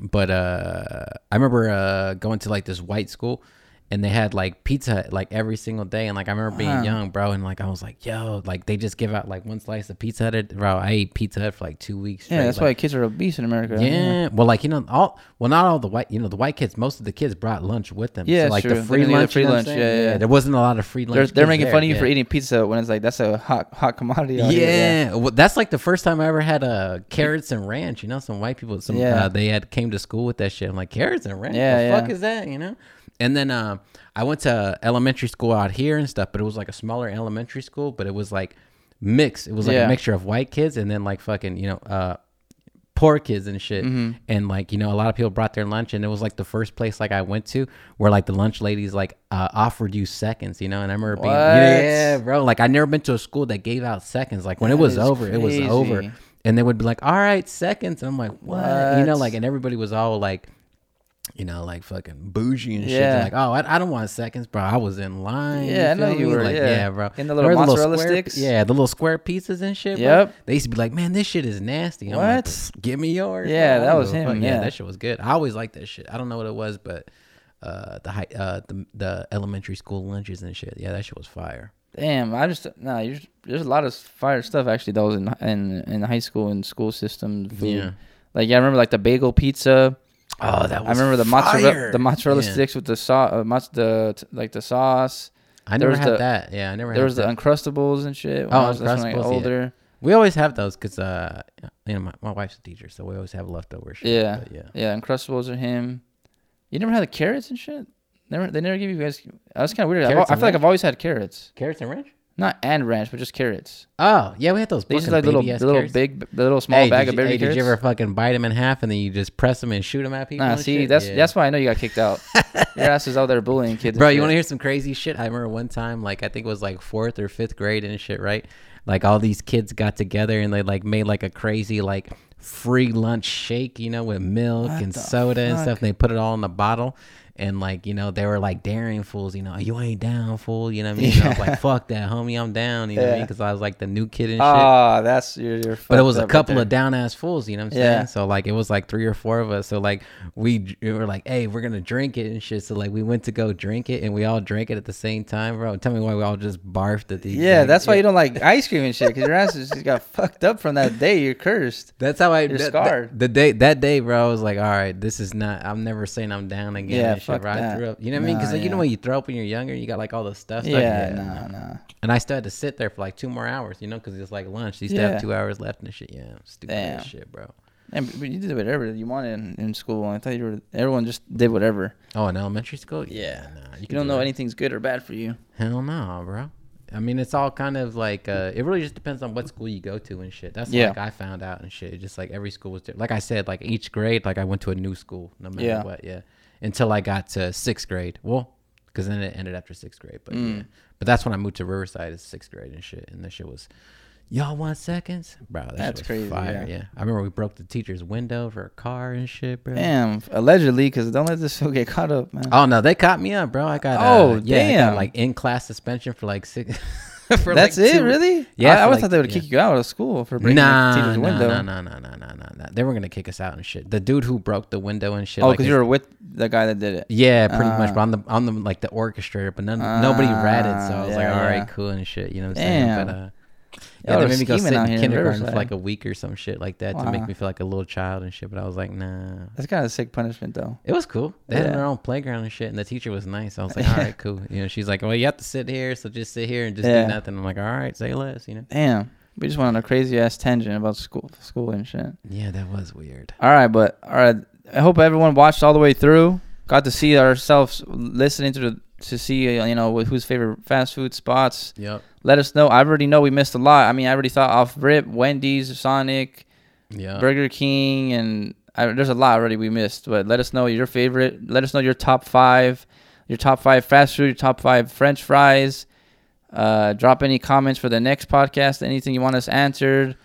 Speaker 2: but uh, I remember uh going to like this white school, and they had like pizza Hut, like every single day. And like I remember being
Speaker 1: Wow.
Speaker 2: young, bro, and like I was like, yo, like they just give out like one slice of pizza hut. Bro, I ate pizza hut for like two weeks.
Speaker 1: Yeah,
Speaker 2: straight,
Speaker 1: that's
Speaker 2: like,
Speaker 1: why kids are obese in America.
Speaker 2: yeah. Well, like you know, all well, not all the white. You know, the white kids. Most of the kids brought lunch with them.
Speaker 1: Yeah,
Speaker 2: so, like
Speaker 1: true.
Speaker 2: the
Speaker 1: They're
Speaker 2: free
Speaker 1: gonna get the
Speaker 2: lunch.
Speaker 1: free
Speaker 2: you know what
Speaker 1: lunch,
Speaker 2: I'm saying?
Speaker 1: yeah, yeah.
Speaker 2: There wasn't a lot of free lunch.
Speaker 1: They're, they're
Speaker 2: kids
Speaker 1: making
Speaker 2: there,
Speaker 1: fun of you
Speaker 2: yeah.
Speaker 1: for eating pizza when it's like that's a hot hot commodity. out
Speaker 2: Yeah.
Speaker 1: here,
Speaker 2: well, that's like the first time I ever had uh, carrots and ranch. You know, some white people, some
Speaker 1: Yeah.
Speaker 2: uh, they had came to school with that shit. I'm like, carrots and ranch.
Speaker 1: Yeah,
Speaker 2: the
Speaker 1: yeah.
Speaker 2: fuck is that? You know. And then um, I went to elementary school out here and stuff, but it was like a smaller elementary school, but it was like mixed. It was like
Speaker 1: Yeah.
Speaker 2: a mixture of white kids and then like fucking you know. Uh, poor kids and shit
Speaker 1: Mm-hmm.
Speaker 2: and like you know a lot of people brought their lunch and it was like the first place like i went to where like the lunch ladies like uh, offered you seconds you know and i remember being
Speaker 1: What?
Speaker 2: yeah bro like i never been to a school that gave out seconds like when it
Speaker 1: That
Speaker 2: was
Speaker 1: is
Speaker 2: over it was
Speaker 1: crazy.
Speaker 2: over and they would be like all right seconds and i'm like what you know
Speaker 1: What?
Speaker 2: like and everybody was all like you know, like fucking bougie and shit.
Speaker 1: Yeah.
Speaker 2: Like, oh, I, I don't want seconds, bro. I was in line.
Speaker 1: Yeah, I know
Speaker 2: feel
Speaker 1: you
Speaker 2: me?
Speaker 1: were,
Speaker 2: Like,
Speaker 1: yeah.
Speaker 2: bro.
Speaker 1: In the little
Speaker 2: Or
Speaker 1: mozzarella
Speaker 2: square-
Speaker 1: sticks?
Speaker 2: Yeah, the little square pizzas and shit. bro.
Speaker 1: Yep.
Speaker 2: They used to be like, man, this shit is nasty. I'm
Speaker 1: What?
Speaker 2: Like, "Pfft, Give me yours.
Speaker 1: Yeah,
Speaker 2: bro. I
Speaker 1: that
Speaker 2: don't
Speaker 1: was
Speaker 2: give a
Speaker 1: him,
Speaker 2: fuck."
Speaker 1: yeah.
Speaker 2: that shit was good. I always liked that shit. I don't know what it was, but uh, the high, uh, the the elementary school lunches and shit. Yeah, that shit was fire.
Speaker 1: Damn, I just nah. You're, there's a lot of fire stuff actually that was in in in high school and school system food.
Speaker 2: Yeah.
Speaker 1: Like yeah, I remember like the bagel pizza.
Speaker 2: Oh, that
Speaker 1: I remember the mozzarella
Speaker 2: fire.
Speaker 1: the mozzarella
Speaker 2: Yeah.
Speaker 1: sticks with the sauce, uh, mozz- the t- like the sauce.
Speaker 2: I
Speaker 1: There
Speaker 2: never
Speaker 1: was
Speaker 2: had
Speaker 1: the-
Speaker 2: that. Yeah, I never
Speaker 1: There
Speaker 2: had
Speaker 1: was the
Speaker 2: that.
Speaker 1: uncrustables and shit. When
Speaker 2: Oh,
Speaker 1: I was, that's when I
Speaker 2: Uncrustables,
Speaker 1: got
Speaker 2: yeah.
Speaker 1: older.
Speaker 2: we always have those because uh, you know, my, my wife's a teacher, so we always have leftover shit.
Speaker 1: Yeah.
Speaker 2: but yeah.
Speaker 1: Yeah, Uncrustables are him. You never had the carrots and shit. Never, they never give you guys. That's kind of weird. I've al-
Speaker 2: Carrots
Speaker 1: I
Speaker 2: and
Speaker 1: feel like
Speaker 2: ranch?
Speaker 1: I've always had carrots,
Speaker 2: Carrots and ranch.
Speaker 1: not and ranch, but just carrots.
Speaker 2: Oh yeah, we had those.
Speaker 1: They used to
Speaker 2: fucking
Speaker 1: like little,
Speaker 2: baby-ass
Speaker 1: the little
Speaker 2: carrots.
Speaker 1: big, the little small
Speaker 2: Hey,
Speaker 1: bag
Speaker 2: did
Speaker 1: of
Speaker 2: you-
Speaker 1: baby
Speaker 2: hey,
Speaker 1: carrots.
Speaker 2: Did you ever fucking bite them in half and then you just press them and shoot them at people?
Speaker 1: Nah,
Speaker 2: and
Speaker 1: see,
Speaker 2: shit?
Speaker 1: that's
Speaker 2: Yeah.
Speaker 1: that's why I know you got kicked
Speaker 2: [laughs]
Speaker 1: out. Your ass is out there bullying kids. and
Speaker 2: Bro, you
Speaker 1: shit.
Speaker 2: want to hear some crazy shit? I remember one time, like I think it was like fourth or fifth grade and shit, right? Like all these kids got together and they like made like a crazy like free lunch shake, you know, with milk and soda and stuff. And they put it all in the bottle. And like you know, they were like daring fools. You know, you ain't down, fool. You know what I mean? And I was like, fuck that, homie, I'm down. You know what I mean?
Speaker 1: Yeah.
Speaker 2: Because I was like the new kid and shit.
Speaker 1: Ah, that's your. your
Speaker 2: But it was a couple of down ass fools, you know what I'm saying?
Speaker 1: Yeah.
Speaker 2: So like it was like three or four of us. So like we, d- we were like, hey, we're gonna drink it and shit. So like we went to go drink it and we all drank it at the same time, bro. Tell me why we all just barfed at the
Speaker 1: Yeah, that's why you don't like ice cream and shit because your ass is just got fucked up from that day. You're cursed.
Speaker 2: That's how I
Speaker 1: You're
Speaker 2: that- that-
Speaker 1: scarred.
Speaker 2: the day that day, bro, I was like, all right, this is not. I'm never saying I'm down again.
Speaker 1: Yeah,
Speaker 2: and shit,
Speaker 1: fuck
Speaker 2: bro.
Speaker 1: that.
Speaker 2: I threw up. You know what I mean? Because
Speaker 1: Nah,
Speaker 2: like, you know
Speaker 1: yeah.
Speaker 2: when you throw up when you're younger, you got like all the stuff. stuck-
Speaker 1: Yeah, nah, nah.
Speaker 2: And I still had to sit there for like two more hours, you know, because it's like lunch. You still
Speaker 1: Yeah.
Speaker 2: have two hours left and shit. Yeah, stupid
Speaker 1: Damn.
Speaker 2: ass shit, bro.
Speaker 1: Man, but but you did whatever you wanted in, in school. I thought you were. Everyone just did whatever.
Speaker 2: Oh, in elementary school?
Speaker 1: Yeah.
Speaker 2: nah,
Speaker 1: You
Speaker 2: could
Speaker 1: don't
Speaker 2: do
Speaker 1: know
Speaker 2: that.
Speaker 1: anything's good or bad for you.
Speaker 2: Hell no, bro. I mean, it's all kind of like uh, it really just depends on what school you go to and shit. That's
Speaker 1: Yeah.
Speaker 2: like I found out and shit. Just like every school was different. Like I said, like each grade, like I went to a new school, no matter
Speaker 1: Yeah.
Speaker 2: what. Yeah, until I got to sixth grade. Well, because then it ended after sixth grade. But
Speaker 1: Mm.
Speaker 2: yeah. but that's when I moved to Riverside as sixth grade and shit. And that shit was, y'all want seconds, bro? That
Speaker 1: That's
Speaker 2: shit was
Speaker 1: crazy,
Speaker 2: Fire.
Speaker 1: yeah.
Speaker 2: Yeah. I remember we broke the teacher's window for a car and shit, bro.
Speaker 1: Damn, allegedly, because don't let this [laughs] fool get caught up, man.
Speaker 2: Oh no, they caught me up, bro. I got
Speaker 1: Oh,
Speaker 2: uh, yeah, I got,
Speaker 1: damn.
Speaker 2: like in class suspension for like six. [laughs] for
Speaker 1: That's
Speaker 2: like,
Speaker 1: it,
Speaker 2: two-
Speaker 1: really?
Speaker 2: Yeah,
Speaker 1: I, I
Speaker 2: for
Speaker 1: always
Speaker 2: like-
Speaker 1: thought they would
Speaker 2: yeah.
Speaker 1: kick you out of school for breaking
Speaker 2: Nah,
Speaker 1: the teacher's
Speaker 2: nah,
Speaker 1: window.
Speaker 2: nah, nah, nah, nah, nah, nah, nah. They were gonna kick us out and shit. The dude who broke the window and shit.
Speaker 1: Oh,
Speaker 2: like,
Speaker 1: because
Speaker 2: his-
Speaker 1: you were with the guy that did it.
Speaker 2: Yeah, pretty much.
Speaker 1: Ah.
Speaker 2: But I'm the I'm the like the orchestrator, but none, nobody ratted, so I was
Speaker 1: Ah,
Speaker 2: like,
Speaker 1: yeah,
Speaker 2: all right,
Speaker 1: yeah.
Speaker 2: cool and shit. You know what I'm
Speaker 1: Damn.
Speaker 2: saying? But uh, yeah,
Speaker 1: Y'all
Speaker 2: they
Speaker 1: are
Speaker 2: made me go
Speaker 1: scheming
Speaker 2: sit
Speaker 1: out
Speaker 2: in
Speaker 1: here in
Speaker 2: kindergarten for
Speaker 1: Riverside.
Speaker 2: like a week or some shit like that to
Speaker 1: Wow.
Speaker 2: make me feel like a little child and shit. But I was like, nah.
Speaker 1: That's kind of sick punishment, though.
Speaker 2: It was cool. They
Speaker 1: Yeah.
Speaker 2: had their own playground and shit, and the teacher was nice. I was like,
Speaker 1: [laughs]
Speaker 2: all right, cool. You know, she's like, well, you have to sit here, so just sit here and just
Speaker 1: Yeah.
Speaker 2: do nothing. I'm like, all right, say less. You know.
Speaker 1: Damn, we just went on a crazy ass tangent about school, school and shit.
Speaker 2: Yeah, that was weird.
Speaker 1: All right, but all right. I hope everyone watched all the way through. Got to see ourselves listening to the, to see uh, you know whose favorite fast food spots.
Speaker 2: Yep.
Speaker 1: Let us know. I already know we missed a lot. I mean, I already thought off rip Wendy's, Sonic,
Speaker 2: Yeah.
Speaker 1: Burger King, and I, there's a lot already we missed. But let us know your favorite. Let us know your top five, your top five fast food, your top five French fries. Uh, drop any comments for the next podcast. Anything you want us answered.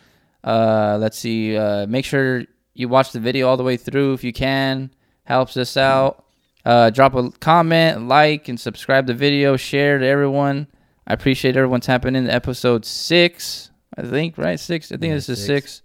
Speaker 1: Uh, let's see. Uh, make sure you watch the video all the way through if you can. Helps us out. Uh, drop a comment, like, and subscribe the video. Share to everyone. I appreciate everyone tapping in to episode six. I think right six. I think
Speaker 2: Yeah,
Speaker 1: this is
Speaker 2: six.
Speaker 1: six.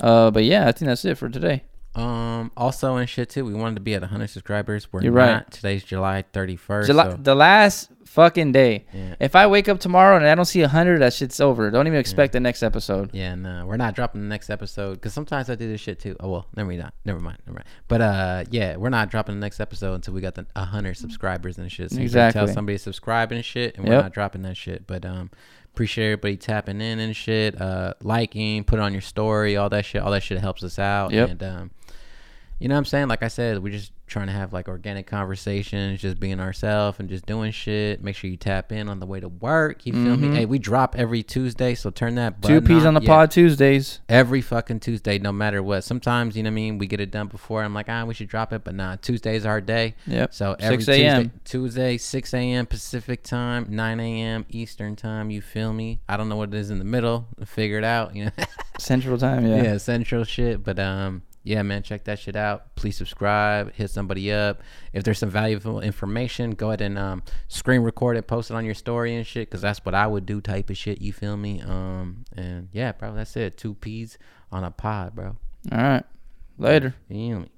Speaker 1: Uh, but yeah, I think that's it for today.
Speaker 2: Um. Also, and shit too. We wanted to be at 100 subscribers. We're
Speaker 1: You're
Speaker 2: not.
Speaker 1: right.
Speaker 2: Today's July 31st.
Speaker 1: July,
Speaker 2: so-
Speaker 1: the last fucking day.
Speaker 2: yeah.
Speaker 1: If I wake up tomorrow and I don't see a hundred, that shit's over. Don't even expect the next episode.
Speaker 2: Yeah, no, we're not dropping the next episode because sometimes I do this shit too. Oh well, never mind, never mind, never mind. But uh, yeah, we're not dropping the next episode until we got the hundred subscribers and shit. So exactly.
Speaker 1: Exactly.
Speaker 2: tell somebody to subscribe and shit, and
Speaker 1: Yep.
Speaker 2: we're not dropping that shit. But um, appreciate everybody tapping in and shit, uh, liking, put it on your story, all that shit. All that shit helps us out.
Speaker 1: Yep.
Speaker 2: And um, you know what I'm saying? Like I said, we're just trying to have like organic conversations, just being ourselves and just doing shit. Make sure you tap in on the way to work. You feel me? Hey, we drop every Tuesday, so turn that
Speaker 1: Mm-hmm. Two
Speaker 2: button
Speaker 1: peas on the
Speaker 2: Yeah
Speaker 1: pod Tuesdays.
Speaker 2: every fucking Tuesday, no matter what. Sometimes, you know what I mean, we get it done before. I'm like, ah, we should drop it, but nah, Tuesday's our day.
Speaker 1: Yep.
Speaker 2: So every
Speaker 1: 6 a.m..
Speaker 2: Tuesday, Tuesday, 6 a.m. Pacific time, 9 a.m. Eastern time. You feel me? I don't know what it is in the middle. Figure it out. [laughs] You know?
Speaker 1: Central time.
Speaker 2: yeah.
Speaker 1: Yeah.
Speaker 2: central shit. But um, yeah, man, check that shit out. Please subscribe, hit somebody up. If there's some valuable information, go ahead and um, screen record it, post it on your story and shit, because that's what I would do type of shit. You feel me? Um, and yeah, bro, that's it. Two peas on a pod, bro.
Speaker 1: All right. Later.
Speaker 2: You feel me?